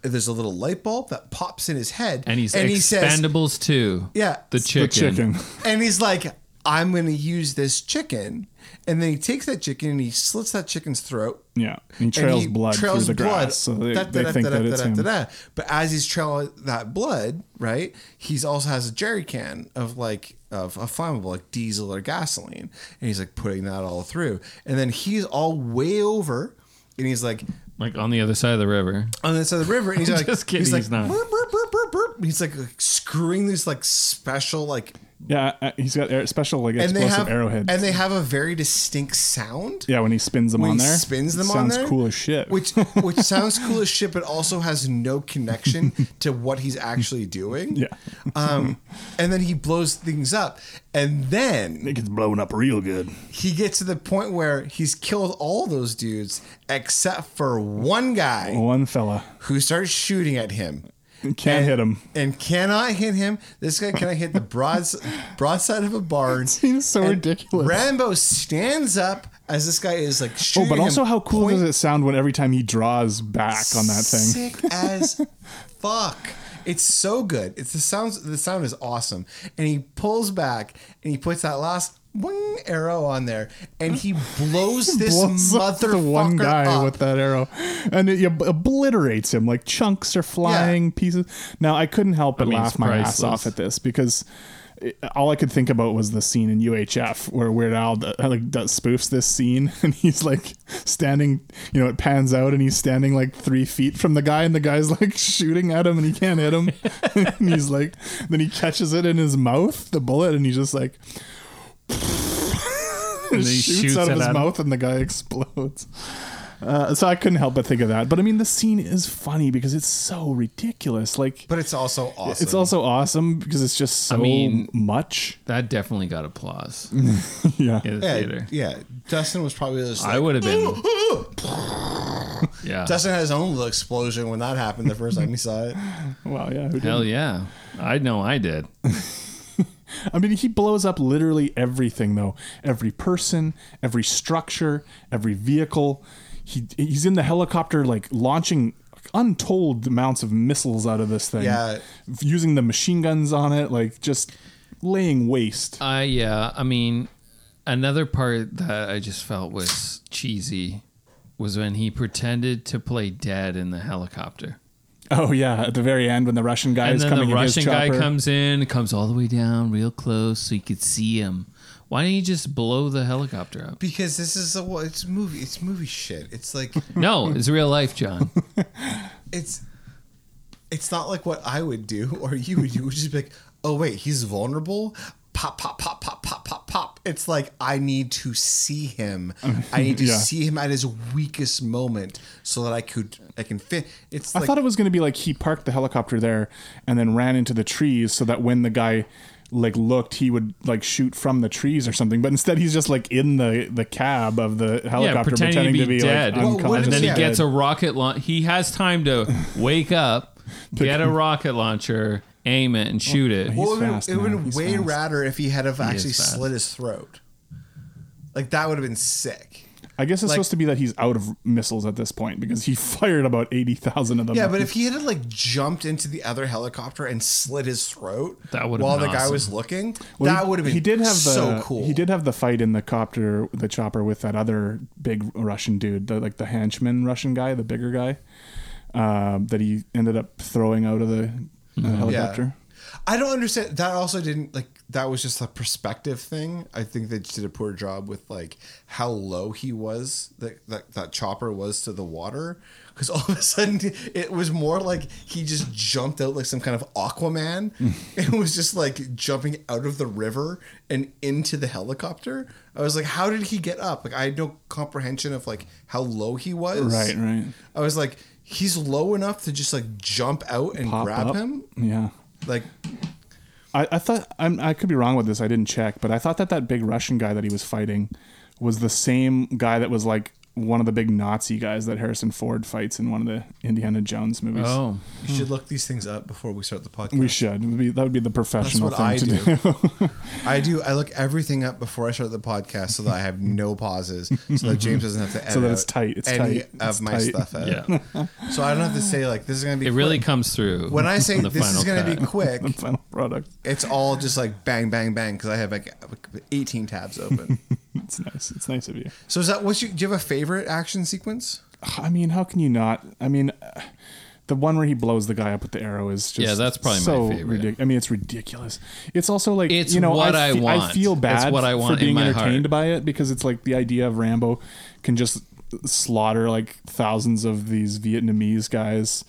Speaker 1: "There's a little light bulb that pops in his head,
Speaker 3: and he's
Speaker 1: he says,
Speaker 3: expendables too.
Speaker 1: Yeah.
Speaker 3: the
Speaker 1: The
Speaker 2: the
Speaker 3: chicken.
Speaker 2: chicken.
Speaker 1: and he's like, I'm gonna use this chicken, and then he takes that chicken and he slits that chicken's throat.
Speaker 2: Yeah, and he
Speaker 1: and
Speaker 2: trails blood
Speaker 1: trails
Speaker 2: through the grass, so they,
Speaker 1: Da-
Speaker 2: they
Speaker 1: da-
Speaker 2: think
Speaker 1: da-
Speaker 2: that
Speaker 1: da-
Speaker 2: it's
Speaker 1: da-
Speaker 2: him.
Speaker 1: da- da. But as he's trailing that blood, right, he's also has a jerry can of like of a flammable, like diesel or gasoline, and he's like putting that all through, and then he's all way over, and he's like
Speaker 3: like on the other side of the river.
Speaker 1: on the side of the river, and he's like,
Speaker 3: Just kidding,
Speaker 1: he's like,
Speaker 3: he's not.
Speaker 1: "Burp, burp, burp, burp, burp." he's like, like screwing this like special like,
Speaker 2: Yeah, uh, he's got air, special like
Speaker 1: and they
Speaker 2: explosive
Speaker 1: have
Speaker 2: arrowheads.
Speaker 1: and they have a very distinct sound.
Speaker 2: yeah, when he spins them
Speaker 1: when
Speaker 2: on
Speaker 1: he
Speaker 2: there,
Speaker 1: spins them
Speaker 2: it
Speaker 1: on
Speaker 2: sounds
Speaker 1: there.
Speaker 2: cool as shit.
Speaker 1: Which which sounds cool as shit, but also has no connection to what he's actually doing.
Speaker 2: Yeah.
Speaker 1: Um, and then he blows things up, and then
Speaker 2: it gets blown up real good.
Speaker 1: he gets to the point where he's killed all those dudes except for one guy
Speaker 2: One fella
Speaker 1: who starts shooting at him.
Speaker 2: can't
Speaker 1: and,
Speaker 2: hit him.
Speaker 1: and cannot hit him. This guy cannot hit the broad broadside of a barn.
Speaker 2: seems so
Speaker 1: And
Speaker 2: ridiculous.
Speaker 1: Rambo stands up as this guy is like
Speaker 2: Oh,
Speaker 1: shooting.
Speaker 2: but also
Speaker 1: him
Speaker 2: how cool
Speaker 1: point
Speaker 2: does it sound when every time he draws back on that thing?
Speaker 1: Sick as fuck. It's so good. It's the sounds. The sound is awesome. And he pulls back and he puts that last wing arrow on there, and he blows this
Speaker 2: Blows up
Speaker 1: motherfucker
Speaker 2: the one guy
Speaker 1: up.
Speaker 2: with that arrow, and it ob- obliterates him like chunks are flying pieces. Now I couldn't help but
Speaker 3: mean,
Speaker 2: laugh
Speaker 3: it's
Speaker 2: my ass
Speaker 3: priceless.
Speaker 2: off at this because it, all I could think about was the scene in UHF where Weird Al d- like does spoofs this scene, and he's like standing. You know, it pans out, and he's standing like three feet from the guy, and the guy's like shooting at him, and he can't hit him. and he's like, then he catches it in his mouth, the bullet, and he's just like.
Speaker 3: And then he
Speaker 2: shoots,
Speaker 3: shoots
Speaker 2: out of
Speaker 3: it
Speaker 2: his
Speaker 3: at him.
Speaker 2: mouth and the guy explodes. Uh, so I couldn't help but think of that. But I mean, the scene is funny because it's so ridiculous. Like,
Speaker 1: But it's also awesome.
Speaker 2: it's also awesome because it's just so
Speaker 3: I mean-
Speaker 2: much.
Speaker 3: That definitely got applause
Speaker 2: Yeah.
Speaker 3: in the
Speaker 1: yeah,
Speaker 3: theater.
Speaker 1: yeah. Dustin was probably just
Speaker 3: I
Speaker 1: like-
Speaker 3: would have been. yeah.
Speaker 1: Dustin had his own little explosion when that happened the first time he saw it.
Speaker 2: Wow. Yeah. who
Speaker 3: Hell yeah. I know I did.
Speaker 2: I mean, he blows up literally everything, though. Every person, every structure, every vehicle. He he's in the helicopter, like launching untold amounts of missiles out of this thing.
Speaker 1: Yeah.
Speaker 2: Using the machine guns on it, like just laying waste.
Speaker 3: Uh, yeah. I mean, another part that I just felt was cheesy was when he pretended to play dead in the helicopter.
Speaker 2: Oh yeah, at the very end when the Russian guy
Speaker 3: And
Speaker 2: is
Speaker 3: then
Speaker 2: coming
Speaker 3: the
Speaker 2: in his
Speaker 3: Russian guy
Speaker 2: chopper.
Speaker 3: comes in, comes all the way down real close so you could see him. Why don't you just blow the helicopter up?
Speaker 1: Because this is a well, it's movie. It's movie shit. It's like
Speaker 3: No, it's real life, John.
Speaker 1: it's it's not like what I would do or you would do, which is be like, oh wait, he's vulnerable. Pop, pop, pop, pop, pop, pop, pop. It's like I need to see him. I need to
Speaker 2: Yeah.
Speaker 1: see him at his weakest moment so that I could I can fit. It's
Speaker 2: I
Speaker 1: like
Speaker 2: thought it was going to be like he parked the helicopter there and then ran into the trees so that when the guy like looked he would like shoot from the trees or something but instead he's just like in the the cab of the helicopter
Speaker 3: pretending to be dead.
Speaker 2: like
Speaker 3: Well,
Speaker 1: what
Speaker 2: unconscious
Speaker 1: if-
Speaker 3: and then he
Speaker 1: Yeah.
Speaker 3: gets a rocket launch. He has time to wake up, get a rocket launcher, aim it, and shoot it.
Speaker 2: he's
Speaker 1: Well, it would-
Speaker 2: fast,
Speaker 1: it would
Speaker 2: man.
Speaker 1: have been
Speaker 2: He's
Speaker 1: way
Speaker 2: fast.
Speaker 1: radder if he had have actually
Speaker 3: fast.
Speaker 1: slit his throat. Like that would have been sick.
Speaker 2: I guess it's
Speaker 3: Like-
Speaker 2: supposed to be that he's out of missiles at this point because he fired about eighty thousand of them.
Speaker 1: Yeah, but if he had like jumped into the other helicopter and slit his throat
Speaker 3: That would've
Speaker 1: while
Speaker 3: been
Speaker 1: the guy
Speaker 3: awesome.
Speaker 1: was looking,
Speaker 2: Well,
Speaker 1: that
Speaker 2: he-
Speaker 1: would have been
Speaker 2: he did have the,
Speaker 1: so cool.
Speaker 2: He did have the fight in the copter, the chopper with that other big Russian dude, the, like the henchman Russian guy, the bigger guy, um, that he ended up throwing out of the
Speaker 1: Mm-hmm.
Speaker 2: uh, helicopter.
Speaker 1: I don't understand. That also didn't like. That was just a perspective thing. I think they just did a poor job with like how low he was. That that, that chopper was to the water. Because all of a sudden it was more like he just jumped out like some kind of Aquaman. it was just like jumping out of the river and into the helicopter. I was like, how did he get up? Like I had no comprehension of like how low he was.
Speaker 2: Right, right.
Speaker 1: I was like, he's low enough to just like jump out and
Speaker 2: Pop
Speaker 1: grab
Speaker 2: up.
Speaker 1: him.
Speaker 2: Yeah.
Speaker 1: Like
Speaker 2: I, I thought I'm, I could be wrong with this. I didn't check, but I thought that that big Russian guy that he was fighting was the same guy that was like one of the big Nazi guys that Harrison Ford fights in one of the Indiana Jones movies.
Speaker 3: Oh,
Speaker 1: You should look these things up before we start the podcast.
Speaker 2: we should. It would be- that would be the
Speaker 1: That's
Speaker 2: professional
Speaker 1: what
Speaker 2: thing
Speaker 1: I
Speaker 2: to
Speaker 1: do.
Speaker 2: do.
Speaker 1: I do. I look everything up before I start the podcast so that I have no pauses, so that James doesn't have to edit
Speaker 2: So that it's
Speaker 1: out
Speaker 2: tight, it's
Speaker 1: any
Speaker 2: tight,
Speaker 1: of
Speaker 2: it's
Speaker 1: my
Speaker 2: tight.
Speaker 1: stuff. Out.
Speaker 3: yeah.
Speaker 1: So I don't have to say like this is gonna be.
Speaker 3: It really
Speaker 1: quick.
Speaker 3: comes through
Speaker 1: When I say
Speaker 3: in the
Speaker 1: this is
Speaker 3: final
Speaker 1: gonna be
Speaker 3: cut.
Speaker 1: quick,
Speaker 2: the final product.
Speaker 1: it's all just like bang, bang, bang because I have like eighteen tabs open.
Speaker 2: It's nice. It's nice of you.
Speaker 1: so is that what's you? Do you have a favorite action sequence?
Speaker 2: I mean, how can you not? I mean, uh, the one where he blows the guy up with the arrow is just
Speaker 3: Yeah, that's probably my
Speaker 2: so
Speaker 3: favorite.
Speaker 2: ridic- I mean, it's ridiculous. It's also like
Speaker 3: It's
Speaker 2: you know
Speaker 3: what I
Speaker 2: I, fe- I
Speaker 3: want.
Speaker 2: feel
Speaker 3: It's
Speaker 2: bad
Speaker 3: what I want
Speaker 2: for
Speaker 3: in
Speaker 2: being
Speaker 3: my
Speaker 2: entertained
Speaker 3: heart.
Speaker 2: by it because it's like the idea of Rambo can just slaughter like thousands of these Vietnamese guys.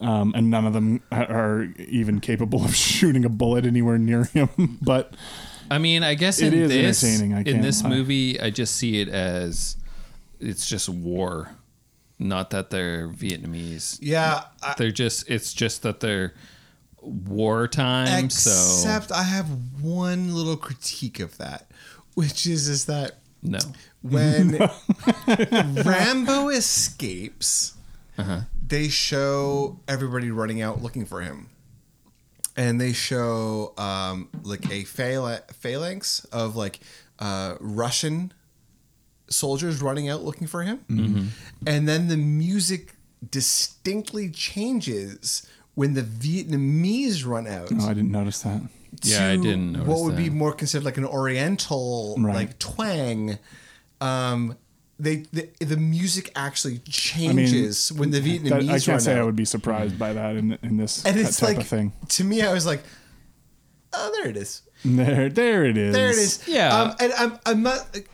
Speaker 2: Um, and none of them are- are even capable of shooting a bullet anywhere near him. but
Speaker 3: I mean, I guess
Speaker 2: It
Speaker 3: in
Speaker 2: is
Speaker 3: this
Speaker 2: entertaining, I
Speaker 3: in
Speaker 2: can't
Speaker 3: this
Speaker 2: lie.
Speaker 3: movie, I just see it as it's just war. Not that they're Vietnamese.
Speaker 1: Yeah, I,
Speaker 3: They're just. It's just that they're wartime.
Speaker 1: except I have one little critique of that, which is is that
Speaker 3: so no.
Speaker 1: when Rambo escapes, they show everybody running out looking for him. And they show um, like a phal- phalanx of like uh, Russian soldiers running out looking for him. And then the music distinctly changes when the Vietnamese run out
Speaker 2: no, I didn't notice that.
Speaker 3: Yeah, I didn't notice
Speaker 1: what would be
Speaker 3: that.
Speaker 1: more considered like an oriental
Speaker 2: Right.
Speaker 1: like twang um they the, the music actually
Speaker 2: I mean,
Speaker 1: changes when the
Speaker 2: that-
Speaker 1: vietnamese
Speaker 2: I can't
Speaker 1: run
Speaker 2: say I
Speaker 1: out.
Speaker 2: would be surprised by that in in this
Speaker 1: and
Speaker 2: that
Speaker 1: it's
Speaker 2: type
Speaker 1: like
Speaker 2: of thing.
Speaker 1: to me i was like oh there it is
Speaker 2: There, there it is.
Speaker 1: there it is
Speaker 3: Yeah.
Speaker 1: um, and i'm i'm not like,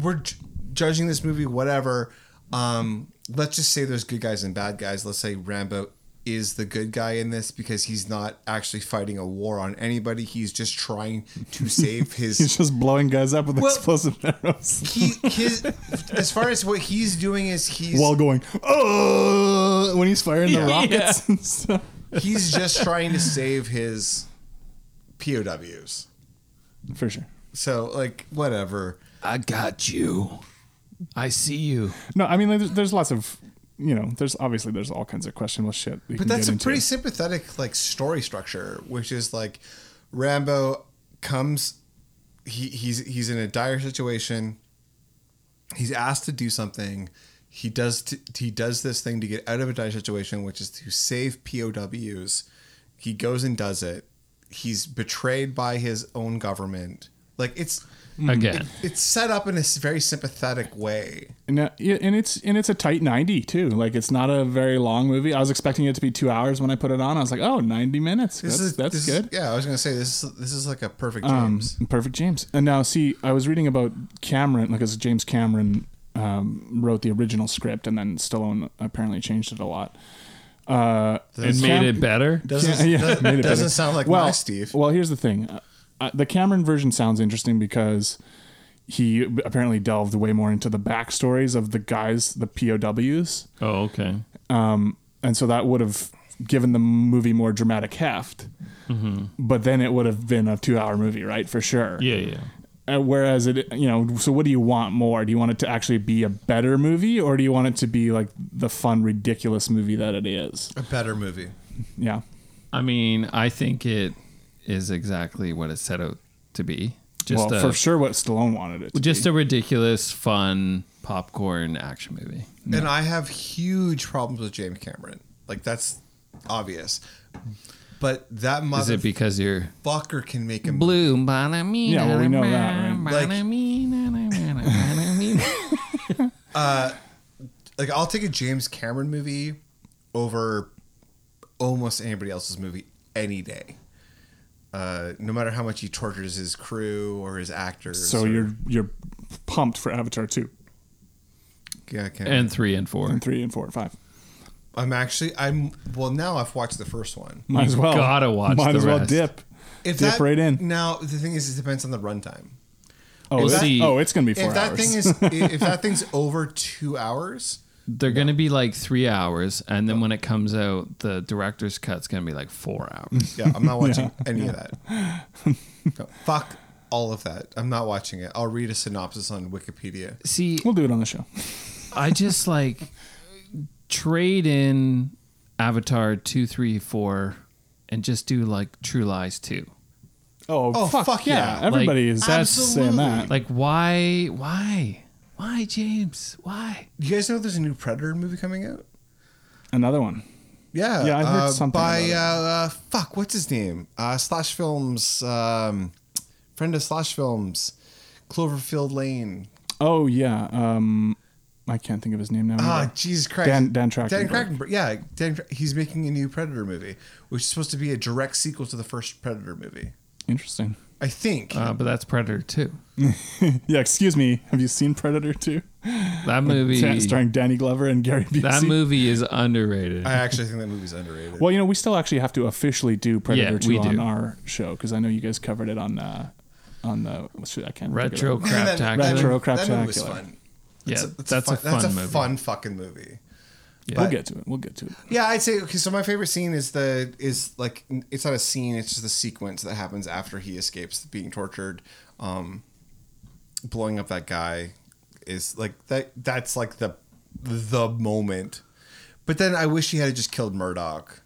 Speaker 1: we're j- judging this movie whatever um let's just say there's good guys and bad guys let's say rambo is the good guy in this because he's not actually fighting a war on anybody he's just trying to save his
Speaker 2: He's just blowing guys up with
Speaker 1: Well-
Speaker 2: explosive arrows
Speaker 1: he his as far as what he's doing is he's
Speaker 2: while going oh when he's firing the rockets and stuff.
Speaker 1: he's just trying to save his POWs.
Speaker 2: For sure.
Speaker 1: So like whatever.
Speaker 3: I got you. I see you.
Speaker 2: No, I mean like, there's, there's lots of you know there's obviously there's all kinds of questionable shit. you
Speaker 1: But
Speaker 2: can
Speaker 1: that's
Speaker 2: get
Speaker 1: a
Speaker 2: into.
Speaker 1: pretty sympathetic like story structure, which is like Rambo comes he, he's he's in a dire situation. He's asked to do something. He does t- he does this thing to get out of a dire situation, which is to save POWs. He goes and does it. He's betrayed by his own government. Like it's
Speaker 3: Hmm. Again.
Speaker 1: it's set up in a s- very sympathetic way.
Speaker 2: and, uh, yeah, and it's and it's a tight 90 too. Like it's not a very long movie. I was expecting it to be two hours when I put it on. I was like oh 90 minutes.
Speaker 1: This
Speaker 2: that's
Speaker 1: is
Speaker 2: that's
Speaker 1: this is-
Speaker 2: good. Um,
Speaker 1: yeah, I was gonna say this is this is like a perfect James.
Speaker 2: Perfect James. And now, see, I was reading about Cameron, like, as James Cameron um, wrote the original script, and then Stallone apparently changed it a lot. Uh,
Speaker 3: It made
Speaker 2: Cam-
Speaker 3: it better.
Speaker 1: doesn't
Speaker 2: yeah,
Speaker 1: doesn't-
Speaker 2: made it
Speaker 1: doesn't
Speaker 2: better.
Speaker 1: sound like
Speaker 2: well,
Speaker 1: my Steve.
Speaker 2: Well, here's the thing: uh, uh, the Cameron version sounds interesting because he apparently delved way more into the backstories of the guys, the POWs,
Speaker 3: Oh, okay.
Speaker 2: and so that would have given the movie more dramatic heft. But then it would have been a two-hour movie, right? For sure.
Speaker 3: Yeah, yeah.
Speaker 2: Uh, whereas it, you know, so what do you want more? Do you want it to actually be a better movie, or do you want it to be like the fun, ridiculous movie that it is?
Speaker 1: a better movie.
Speaker 2: Yeah,
Speaker 3: I mean, I think it is exactly what it set out to be. Just
Speaker 2: well,
Speaker 3: a,
Speaker 2: for sure, what Stallone wanted it. To
Speaker 3: just
Speaker 2: be.
Speaker 3: a ridiculous, fun popcorn action movie.
Speaker 1: And I have huge problems with James Cameron. Like that's obvious. But that
Speaker 3: Is it
Speaker 1: motherfucker
Speaker 3: because you're
Speaker 1: can make him
Speaker 3: blue? Bonamina,
Speaker 2: Yeah, well, we know that, right?
Speaker 1: Like-
Speaker 3: bonamina, bonamina, bonamina.
Speaker 1: like I'll take a James Cameron movie over almost anybody else's movie any day. Uh, no matter how much he tortures his crew or his actors.
Speaker 2: So
Speaker 1: or,
Speaker 2: you're you're pumped for Avatar two
Speaker 1: yeah, Cameron.
Speaker 3: and three and four.
Speaker 2: and three and four and five.
Speaker 1: I'm actually I'm well now I've watched the first one.
Speaker 2: Might as well
Speaker 3: gotta watch
Speaker 2: Might
Speaker 3: the
Speaker 2: as well
Speaker 3: rest.
Speaker 2: dip.
Speaker 1: If
Speaker 2: Dip right in.
Speaker 1: Now the thing is, it depends on the runtime.
Speaker 2: Oh,
Speaker 3: Is
Speaker 2: that-
Speaker 3: the-
Speaker 2: oh, it's gonna be four
Speaker 1: If that
Speaker 2: hours.
Speaker 1: thing is, if that thing's over two hours,
Speaker 3: They're gonna be like three hours, and then when it comes out, the director's cut's gonna be like four hours.
Speaker 1: yeah, I'm not watching any of that. No, fuck all of that. I'm not watching it. I'll read a synopsis on Wikipedia.
Speaker 3: See,
Speaker 2: we'll do it on the show.
Speaker 3: I just like trade in Avatar two, three, four, and just do like True Lies two.
Speaker 2: Oh,
Speaker 1: Oh,
Speaker 2: fuck,
Speaker 1: fuck
Speaker 2: yeah.
Speaker 1: yeah.
Speaker 2: Everybody
Speaker 3: Like,
Speaker 2: is that's saying that.
Speaker 3: Like, why, why, why, James? Why?
Speaker 1: You guys know there's a new Predator movie coming out?
Speaker 2: Another one.
Speaker 1: Yeah,
Speaker 2: Yeah, I heard
Speaker 1: uh,
Speaker 2: something
Speaker 1: by
Speaker 2: about it.
Speaker 1: uh, uh, fuck. What's his name? Uh, Slash Films, um, friend of Slash Films, Cloverfield Lane.
Speaker 2: Oh yeah. Um, I can't think of his name now.
Speaker 1: Ah,
Speaker 2: either.
Speaker 1: Jesus Christ.
Speaker 2: Dan- Dan
Speaker 1: Dan
Speaker 2: Trachtenberg.
Speaker 1: Trachtenberg. Yeah, Dan, Tra- he's making a new Predator movie, which is supposed to be a direct sequel to the first Predator movie.
Speaker 2: Interesting.
Speaker 1: I think.
Speaker 3: Uh, but that's Predator two.
Speaker 2: Yeah. Excuse me. Have you seen Predator two?
Speaker 3: That movie.
Speaker 2: starring Danny Glover and Gary Busey.
Speaker 3: that movie is underrated.
Speaker 1: I actually think that movie's underrated.
Speaker 2: Well, you know, we still actually have to officially do Predator
Speaker 3: Yeah,
Speaker 2: two
Speaker 3: we
Speaker 2: on
Speaker 3: do.
Speaker 2: our show because I know you guys covered it on uh, on the what's it- I can't think of it.
Speaker 3: Retro crap
Speaker 1: that-
Speaker 3: tax.
Speaker 1: that
Speaker 2: Retro
Speaker 1: movie- That movie was
Speaker 2: Craptacular.
Speaker 1: fun.
Speaker 3: Yeah,
Speaker 1: It's it's
Speaker 3: that's a
Speaker 1: fun- That's
Speaker 3: fun
Speaker 1: a
Speaker 3: movie.
Speaker 1: fun fucking movie.
Speaker 2: We'll
Speaker 1: But-
Speaker 2: get to it. We'll get to it.
Speaker 1: Yeah, I'd say okay. So my favorite scene is the is like n- it's not a scene; it's just the sequence that happens after he escapes being tortured, um, blowing up that guy is like that. That's like the the moment. But then I wish he had just killed Murdoch.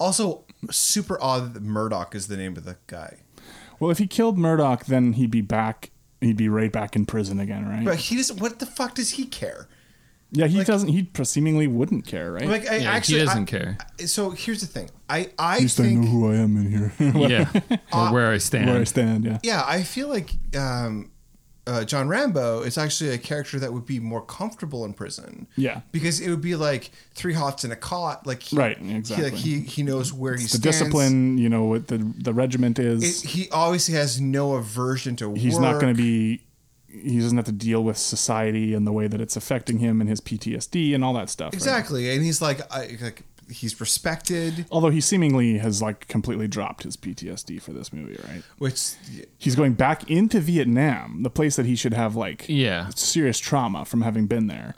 Speaker 1: Also, super odd that Murdoch is the name of the guy,
Speaker 2: Well, if he killed Murdoch, then he'd be back. He'd be right back in prison again, right?
Speaker 1: but he doesn't. What the fuck does he care?
Speaker 2: yeah, he
Speaker 1: like-
Speaker 2: doesn't. He seemingly wouldn't care, right?
Speaker 1: Like, I
Speaker 3: Yeah, he
Speaker 1: actually
Speaker 3: doesn't
Speaker 1: I-
Speaker 3: care.
Speaker 1: So here's the thing. I I
Speaker 2: At least I
Speaker 1: think
Speaker 2: know who I am in here,
Speaker 3: yeah,
Speaker 1: Uh,
Speaker 3: or where I stand.
Speaker 2: where I stand. Yeah.
Speaker 1: yeah, I feel like um, uh, John Rambo is actually a character that would be more comfortable in prison.
Speaker 2: Yeah.
Speaker 1: because it would be like three hots in a cot. Like he,
Speaker 2: Right,
Speaker 1: he-
Speaker 2: exactly.
Speaker 1: like he he knows where he
Speaker 2: The
Speaker 1: stands.
Speaker 2: discipline, you know, what the the regiment is.
Speaker 1: It, he obviously has no aversion to
Speaker 2: he's
Speaker 1: work.
Speaker 2: not going to be. He doesn't have to deal with society and the way that it's affecting him and his PTSD and all that stuff. right?
Speaker 1: exactly, and he's like I, like he's respected,
Speaker 2: Although he seemingly has like completely dropped his PTSD for this movie, right?
Speaker 1: which
Speaker 2: He's going back into Vietnam, the place that he should have like
Speaker 3: Yeah.
Speaker 2: serious trauma from having been there,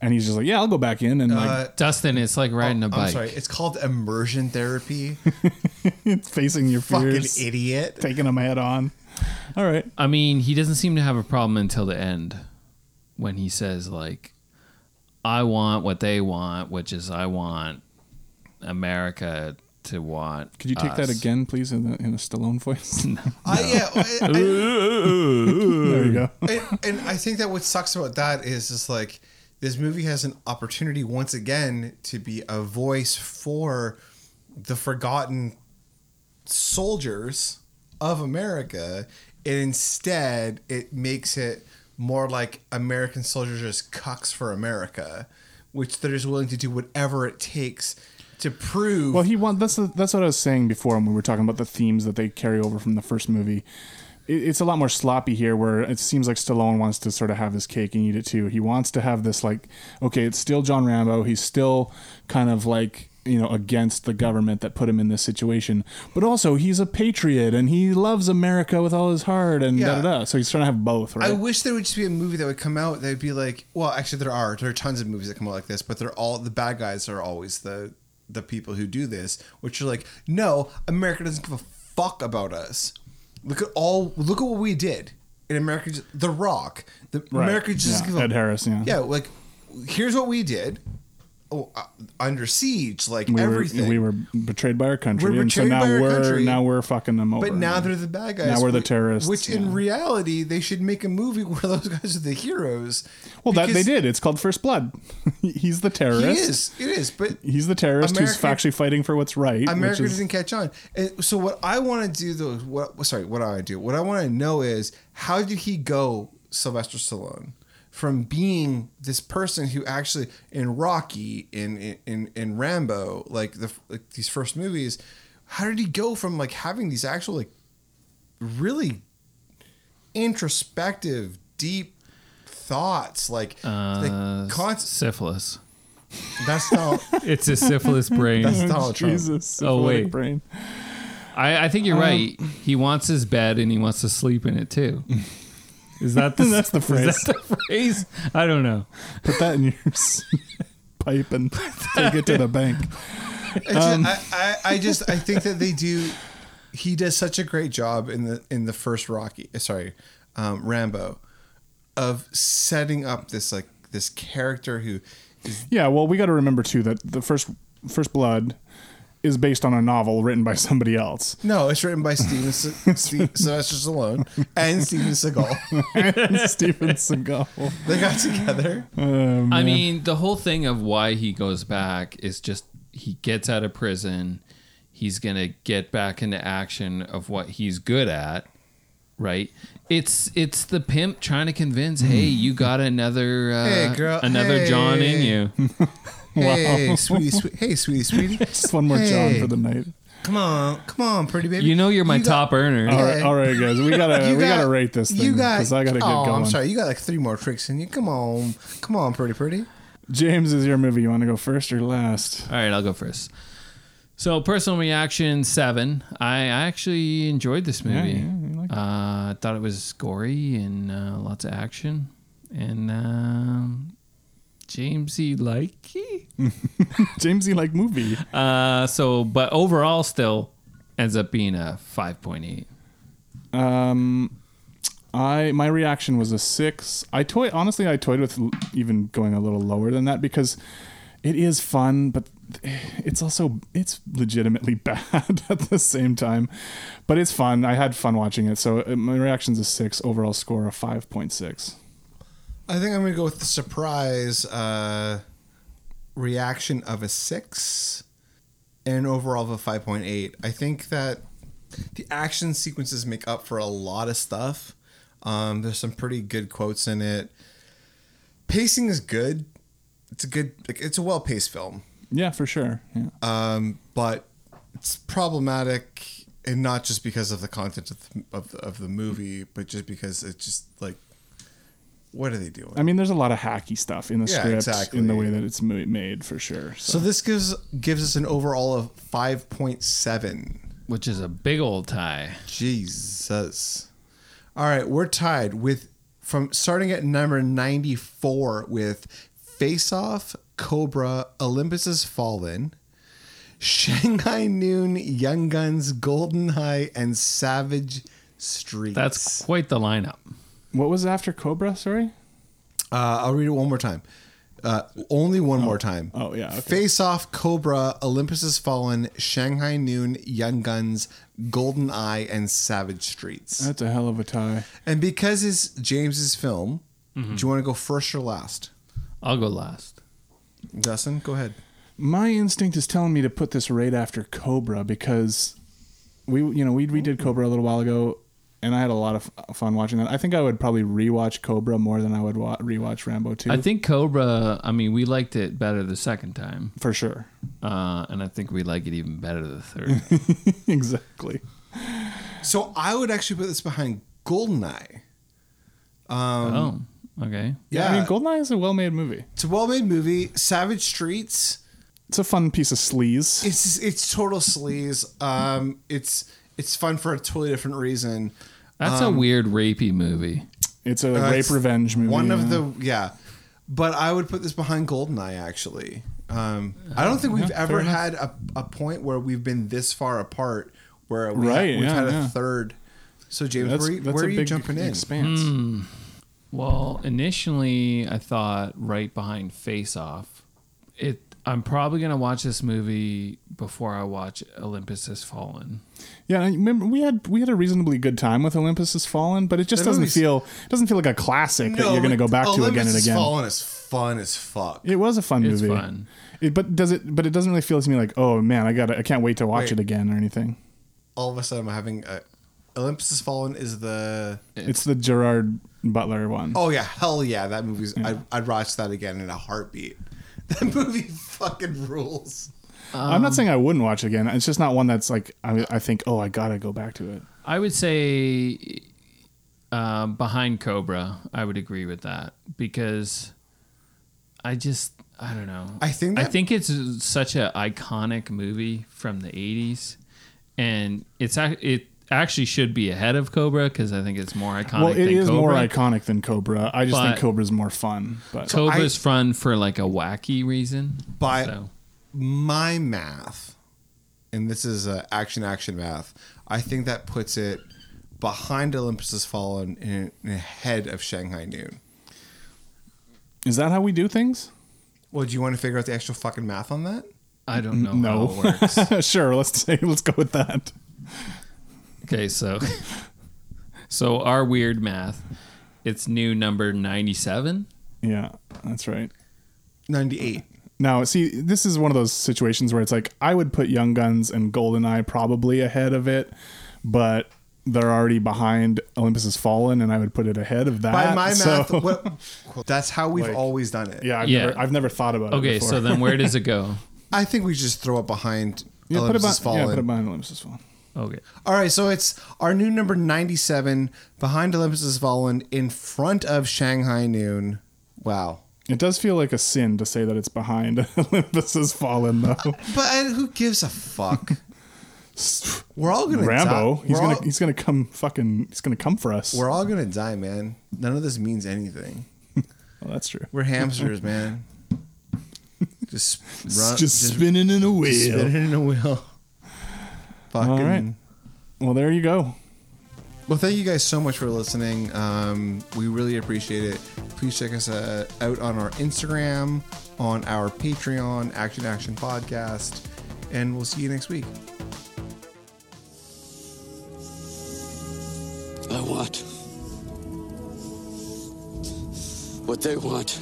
Speaker 2: and he's just like, yeah, I'll go back in and like
Speaker 3: Dustin, it's like riding a
Speaker 1: Oh, I'm
Speaker 3: bike.
Speaker 1: sorry, it's called immersion therapy.
Speaker 2: facing your
Speaker 1: Uh, Fucking
Speaker 2: fears,
Speaker 1: idiot.
Speaker 2: taking them head on. All right,
Speaker 3: I mean, he doesn't seem to have a problem until the end when he says, like, I want what they want, which is I want America to want.
Speaker 2: could you take that
Speaker 3: us."
Speaker 2: again, please, in a, in a Stallone voice?
Speaker 1: I, yeah, I- I-
Speaker 2: there you go.
Speaker 1: and, and I think that what sucks about that is just like this movie has an opportunity once again to be a voice for the forgotten soldiers of America, and instead it makes it more like American soldiers just cucks for America, which they're just willing to do whatever it takes to prove.
Speaker 2: Well, he won. That's the, that's what I was saying before when we were talking about the themes that they carry over from the first movie. It, it's a lot more sloppy here, where it seems like Stallone wants to sort of have his cake and eat it too. He wants to have this like, okay, it's still John Rambo. He's still kind of like you know against the government that put him in this situation, but also he's a patriot and he loves America with all his heart and
Speaker 1: Yeah.
Speaker 2: da da da. So he's trying to have both, right?
Speaker 1: I wish there would just be a movie that would come out that would be like, well, actually there are there are tons of movies that come out like this, but they're all the bad guys are always the the people who do this, which are like, no, America doesn't give a fuck about us. Look at all look at what we did. And America just, The Rock. The
Speaker 2: Right.
Speaker 1: America just
Speaker 2: Yeah,
Speaker 1: give a
Speaker 2: Ed Harris, yeah.
Speaker 1: Yeah, like here's what we did. oh, uh, under siege, like
Speaker 2: we
Speaker 1: everything.
Speaker 2: were we were betrayed by our country,
Speaker 1: We're
Speaker 2: and so
Speaker 1: betrayed
Speaker 2: now
Speaker 1: by our
Speaker 2: we're
Speaker 1: country.
Speaker 2: now we're fucking them over.
Speaker 1: But now they're the bad guys.
Speaker 2: Now we're the
Speaker 1: whi-
Speaker 2: terrorists,
Speaker 1: Which in
Speaker 2: yeah.
Speaker 1: reality, they should make a movie where those guys are the heroes.
Speaker 2: well that they
Speaker 1: because
Speaker 2: did. It's called First Blood. He's the
Speaker 1: He
Speaker 2: terrorist.
Speaker 1: is. It is. But
Speaker 2: He's the terrorist who's
Speaker 1: America-
Speaker 2: actually fighting for what's right.
Speaker 1: America
Speaker 2: which is,
Speaker 1: didn't catch on. And so what I want to do, though, what sorry, what I do, what I want to know is how did he go, Sylvester Stallone, from being this person who actually in Rocky, in in in Rambo, like the like these first movies, how did he go from like having these actual like really introspective, deep thoughts, like
Speaker 3: Uh,
Speaker 1: like const-
Speaker 3: syphilis.
Speaker 1: that's not
Speaker 3: It's a syphilis brain.
Speaker 1: That's Donald Trump.
Speaker 2: Jesus,
Speaker 3: Oh,
Speaker 2: syphilitic
Speaker 3: wait.
Speaker 2: brain.
Speaker 3: I, I think
Speaker 2: Um,
Speaker 3: you're right. He wants his bed and he wants to sleep in it too. Is that the,
Speaker 2: That's the
Speaker 3: is
Speaker 2: phrase.
Speaker 3: that the phrase? I don't know.
Speaker 2: Put that in your s- pipe and take it to the bank.
Speaker 1: It's
Speaker 2: Um,
Speaker 1: just, I, I, I just I think that they do. He does such a great job in the in the first Rocky, uh, sorry, um, Rambo, of setting up this like this character who is
Speaker 2: Yeah, well, we got to remember too that the first First Blood is based on a novel written by somebody else.
Speaker 1: no, it's written by Steven Se- Steve, Sylvester Stallone and Steven Seagal.
Speaker 2: Steven Seagal.
Speaker 1: They got together.
Speaker 3: I mean, the whole thing of why he goes back is just he gets out of prison. He's going to get back into action of what he's good at, right? It's it's the pimp trying to convince, "Hey, you got another uh,
Speaker 1: Hey, girl.
Speaker 3: another John in
Speaker 1: Hey."
Speaker 3: you."
Speaker 1: Hey, sweetie, sweet, hey, sweetie, sweetie,
Speaker 2: Just one more John
Speaker 1: Hey.
Speaker 2: for the night.
Speaker 1: come on, come on, pretty baby.
Speaker 3: You know you're my
Speaker 1: You got-
Speaker 3: top earner.
Speaker 2: All right, all right, guys, we gotta
Speaker 1: you
Speaker 2: we got, to rate this thing
Speaker 1: You got.
Speaker 2: because I gotta get
Speaker 1: oh,
Speaker 2: going.
Speaker 1: I'm sorry. You got like three more tricks in you. Come on, come on, pretty, pretty.
Speaker 2: James is your movie. You want to go first or last?
Speaker 3: All right, I'll go first. So, personal reaction seven. I, I actually enjoyed this movie.
Speaker 2: yeah, you liked it.
Speaker 3: uh, I thought it was gory and uh, lots of action. And um, Jamesy likey.
Speaker 2: Jamesy like movie.
Speaker 3: Uh, so, but overall, still ends up being a five point eight.
Speaker 2: Um, I my reaction was a six. I toy honestly. I toyed with l- even going a little lower than that because it is fun, but it's also it's legitimately bad at the same time. But it's fun. I had fun watching it. So uh, my reaction's a six. Overall score a five point six.
Speaker 1: I think I'm gonna go with the surprise uh, reaction of a six and an overall of a five point eight. I think that the action sequences make up for a lot of stuff. Um, there's some pretty good quotes in it. Pacing is good. It's a good. Like, it's a well paced film,
Speaker 2: Yeah, for sure. Yeah.
Speaker 1: but it's problematic, and not just because of the content of the, of the, of the movie, but just because it's just like, what are they doing?
Speaker 2: I mean, there's a lot of hacky stuff in the
Speaker 1: Yeah,
Speaker 2: script,
Speaker 1: exactly.
Speaker 2: in the way that it's ma- made, for sure.
Speaker 1: So
Speaker 2: So,
Speaker 1: this gives gives us an overall of five point seven.
Speaker 3: Which is a big old tie.
Speaker 1: Jesus. All right, we're tied with from starting at number ninety four with Face Off, Cobra, Olympus Has Fallen, Shanghai Noon, Young Guns, Golden High, and Savage Street.
Speaker 3: That's quite the lineup.
Speaker 2: what was after Cobra? Sorry.
Speaker 1: Uh, I'll read it one more time. Uh, only one more time.
Speaker 2: Oh, yeah, okay.
Speaker 1: Face Off, Cobra, Olympus Has Fallen, Shanghai Noon, Young Guns, Golden Eye, and Savage Streets.
Speaker 2: That's a hell of a tie.
Speaker 1: and because it's James's film,
Speaker 2: Mm-hmm.
Speaker 1: do you want to go first or last?
Speaker 3: I'll go last.
Speaker 1: Dustin, go ahead.
Speaker 2: my instinct is telling me to put this right after Cobra because we you know we we did Cobra a little while ago and I had a lot of f- fun watching that. I think I would probably rewatch Cobra more than I would wa- rewatch Rambo 2
Speaker 3: I think Cobra. I mean, we liked it better the second time,
Speaker 2: for sure.
Speaker 3: uh, and I think we like it even better the third.
Speaker 2: exactly.
Speaker 1: So I would actually put this behind Golden Eye.
Speaker 2: Um,
Speaker 3: oh, okay.
Speaker 1: Yeah,
Speaker 2: I mean Goldeneye is a well-made movie.
Speaker 1: it's a well-made movie. Savage Streets.
Speaker 2: It's a fun piece of sleaze.
Speaker 1: It's it's total sleaze. Um, it's it's fun for a totally different reason.
Speaker 3: That's a weird rapey movie.
Speaker 2: It's a
Speaker 1: Uh,
Speaker 2: rape
Speaker 1: it's
Speaker 2: revenge movie.
Speaker 1: One
Speaker 2: yeah.
Speaker 1: of the yeah, but I would put this behind Goldeneye actually. Um, I don't think we've ever
Speaker 2: enough.
Speaker 1: had a, a point where we've been this far apart where we
Speaker 2: Right,
Speaker 1: have, we've
Speaker 2: yeah,
Speaker 1: had a
Speaker 2: yeah.
Speaker 1: third. So James,
Speaker 2: that's,
Speaker 1: where, you-
Speaker 2: that's
Speaker 1: where
Speaker 2: a
Speaker 1: are you
Speaker 2: big
Speaker 1: jumping in?
Speaker 2: Expanse.
Speaker 3: Well, initially I thought right behind Face Off. It I'm probably gonna watch this movie before I watch Olympus Has Fallen.
Speaker 2: Yeah, I remember we had we had a reasonably good time with Olympus Has Fallen, but it just
Speaker 1: That
Speaker 2: doesn't
Speaker 1: movie's-
Speaker 2: feel doesn't feel like a classic that you're going to go back to again and again.
Speaker 1: Fallen is fun as fuck.
Speaker 2: It was a fun
Speaker 3: It's
Speaker 2: movie.
Speaker 3: fun.
Speaker 2: It, but does it? But it doesn't really feel to me like, oh man, I got, to I can't wait to watch
Speaker 1: Wait.
Speaker 2: it again or anything.
Speaker 1: All of a sudden, I'm having a, Olympus Has Fallen is the
Speaker 2: It's the Gerard Butler one.
Speaker 1: oh yeah hell yeah that movie's I'd, I'd watch that again in a heartbeat. That movie fucking rules.
Speaker 2: I'm not saying I wouldn't watch it again. It's just not one that's like I, I think, oh, I gotta go back to it.
Speaker 3: I would say uh, behind Cobra. I would agree with that because I just I don't know.
Speaker 1: I think that-
Speaker 3: I think it's such an iconic movie from the '80s, and it's ac- it actually should be ahead of Cobra because I think it's more iconic.
Speaker 2: well, it
Speaker 3: than
Speaker 2: is
Speaker 3: Cobra.
Speaker 2: more iconic than Cobra. I just think
Speaker 3: But-
Speaker 2: Cobra's more fun. But
Speaker 3: Cobra's fun for like a wacky reason.
Speaker 1: By
Speaker 3: so.
Speaker 1: my math, and this is uh, action action math, I think that puts it behind Olympus Has Fallen and and ahead of Shanghai Noon.
Speaker 2: is that how we do things?
Speaker 1: Well, do you want to figure out the actual fucking math on that?
Speaker 3: I don't know
Speaker 2: no.
Speaker 3: how it works.
Speaker 2: sure, let's say let's go with that.
Speaker 3: Okay, so so our weird math, it's new number ninety-seven.
Speaker 2: Yeah, that's right.
Speaker 1: 98.
Speaker 2: Now, see, this is one of those situations where it's like I would put Young Guns and Goldeneye probably ahead of it, but they're already behind Olympus Has Fallen, and I would put it ahead of that.
Speaker 1: By my
Speaker 2: so-
Speaker 1: math, what, that's how we've
Speaker 2: Like-
Speaker 1: always done it.
Speaker 2: yeah, I've,
Speaker 3: Yeah.
Speaker 2: Never, I've never thought about it.
Speaker 3: Okay,
Speaker 2: before.
Speaker 3: so then where does it go?
Speaker 1: I think we just throw it behind
Speaker 2: yeah, put it
Speaker 1: Olympus
Speaker 2: behind,
Speaker 1: Has Fallen.
Speaker 2: yeah, put it behind Olympus Has Fallen.
Speaker 3: Okay.
Speaker 1: All right, so it's our new number 97 behind Olympus Has Fallen in front of Shanghai Noon. Wow.
Speaker 2: It does feel like a sin to say that it's behind Olympus Has Fallen, though.
Speaker 1: But uh, who gives a fuck? We're all gonna
Speaker 2: Rambo,
Speaker 1: Die.
Speaker 2: he's
Speaker 1: we're
Speaker 2: gonna
Speaker 1: all,
Speaker 2: he's gonna come fucking he's gonna come for us.
Speaker 1: we're all gonna die, man. None of this means anything.
Speaker 2: Well, that's true.
Speaker 1: We're hamsters, man. Just run,
Speaker 2: Just, spinning in a wheel.
Speaker 1: spinning in a wheel. Fucking.
Speaker 2: All right. Well, there you go.
Speaker 1: Well, thank you guys so much for listening. Um, we really appreciate it. Please check us uh, out on our Instagram, on our Patreon, Action Action Podcast, and we'll see you next week.
Speaker 5: I want what they want.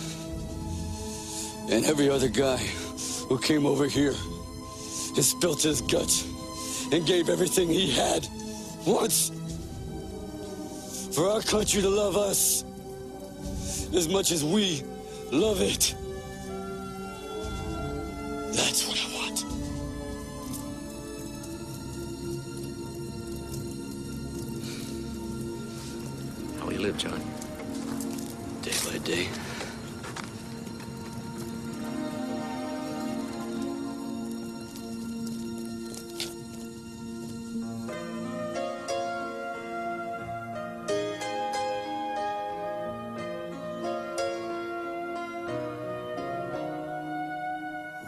Speaker 5: And every other guy who came over here and spilt his guts and gave everything he had once for our country to love us as much as we love it. That's what I want.
Speaker 4: Oh,
Speaker 5: How you live, John? Day by day.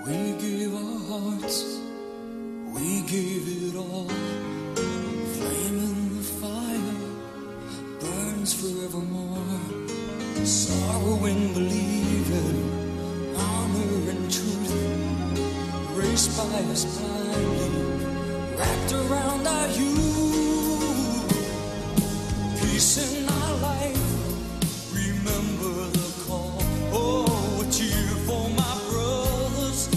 Speaker 5: We give our hearts, we give it all. Flame in the fire burns forevermore. Sorrow and believing, honor and truth, race by us blindly, wrapped around our youth. Peace in our life, remember the call. Oh, a cheer for my brothers,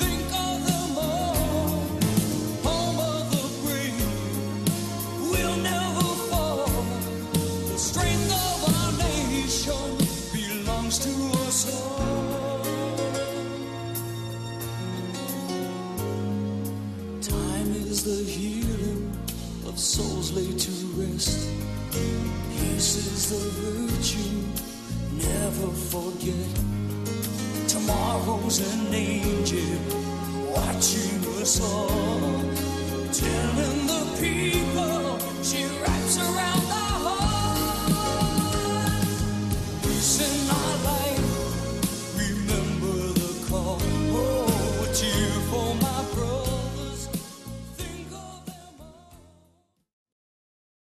Speaker 5: think of them all. Home of the brave, we'll never fall. The strength of our nation belongs to us all. Time is the healing of souls laid to rest. Peace is the virtue, never forget. Tomorrow's an angel watching us all. Oh,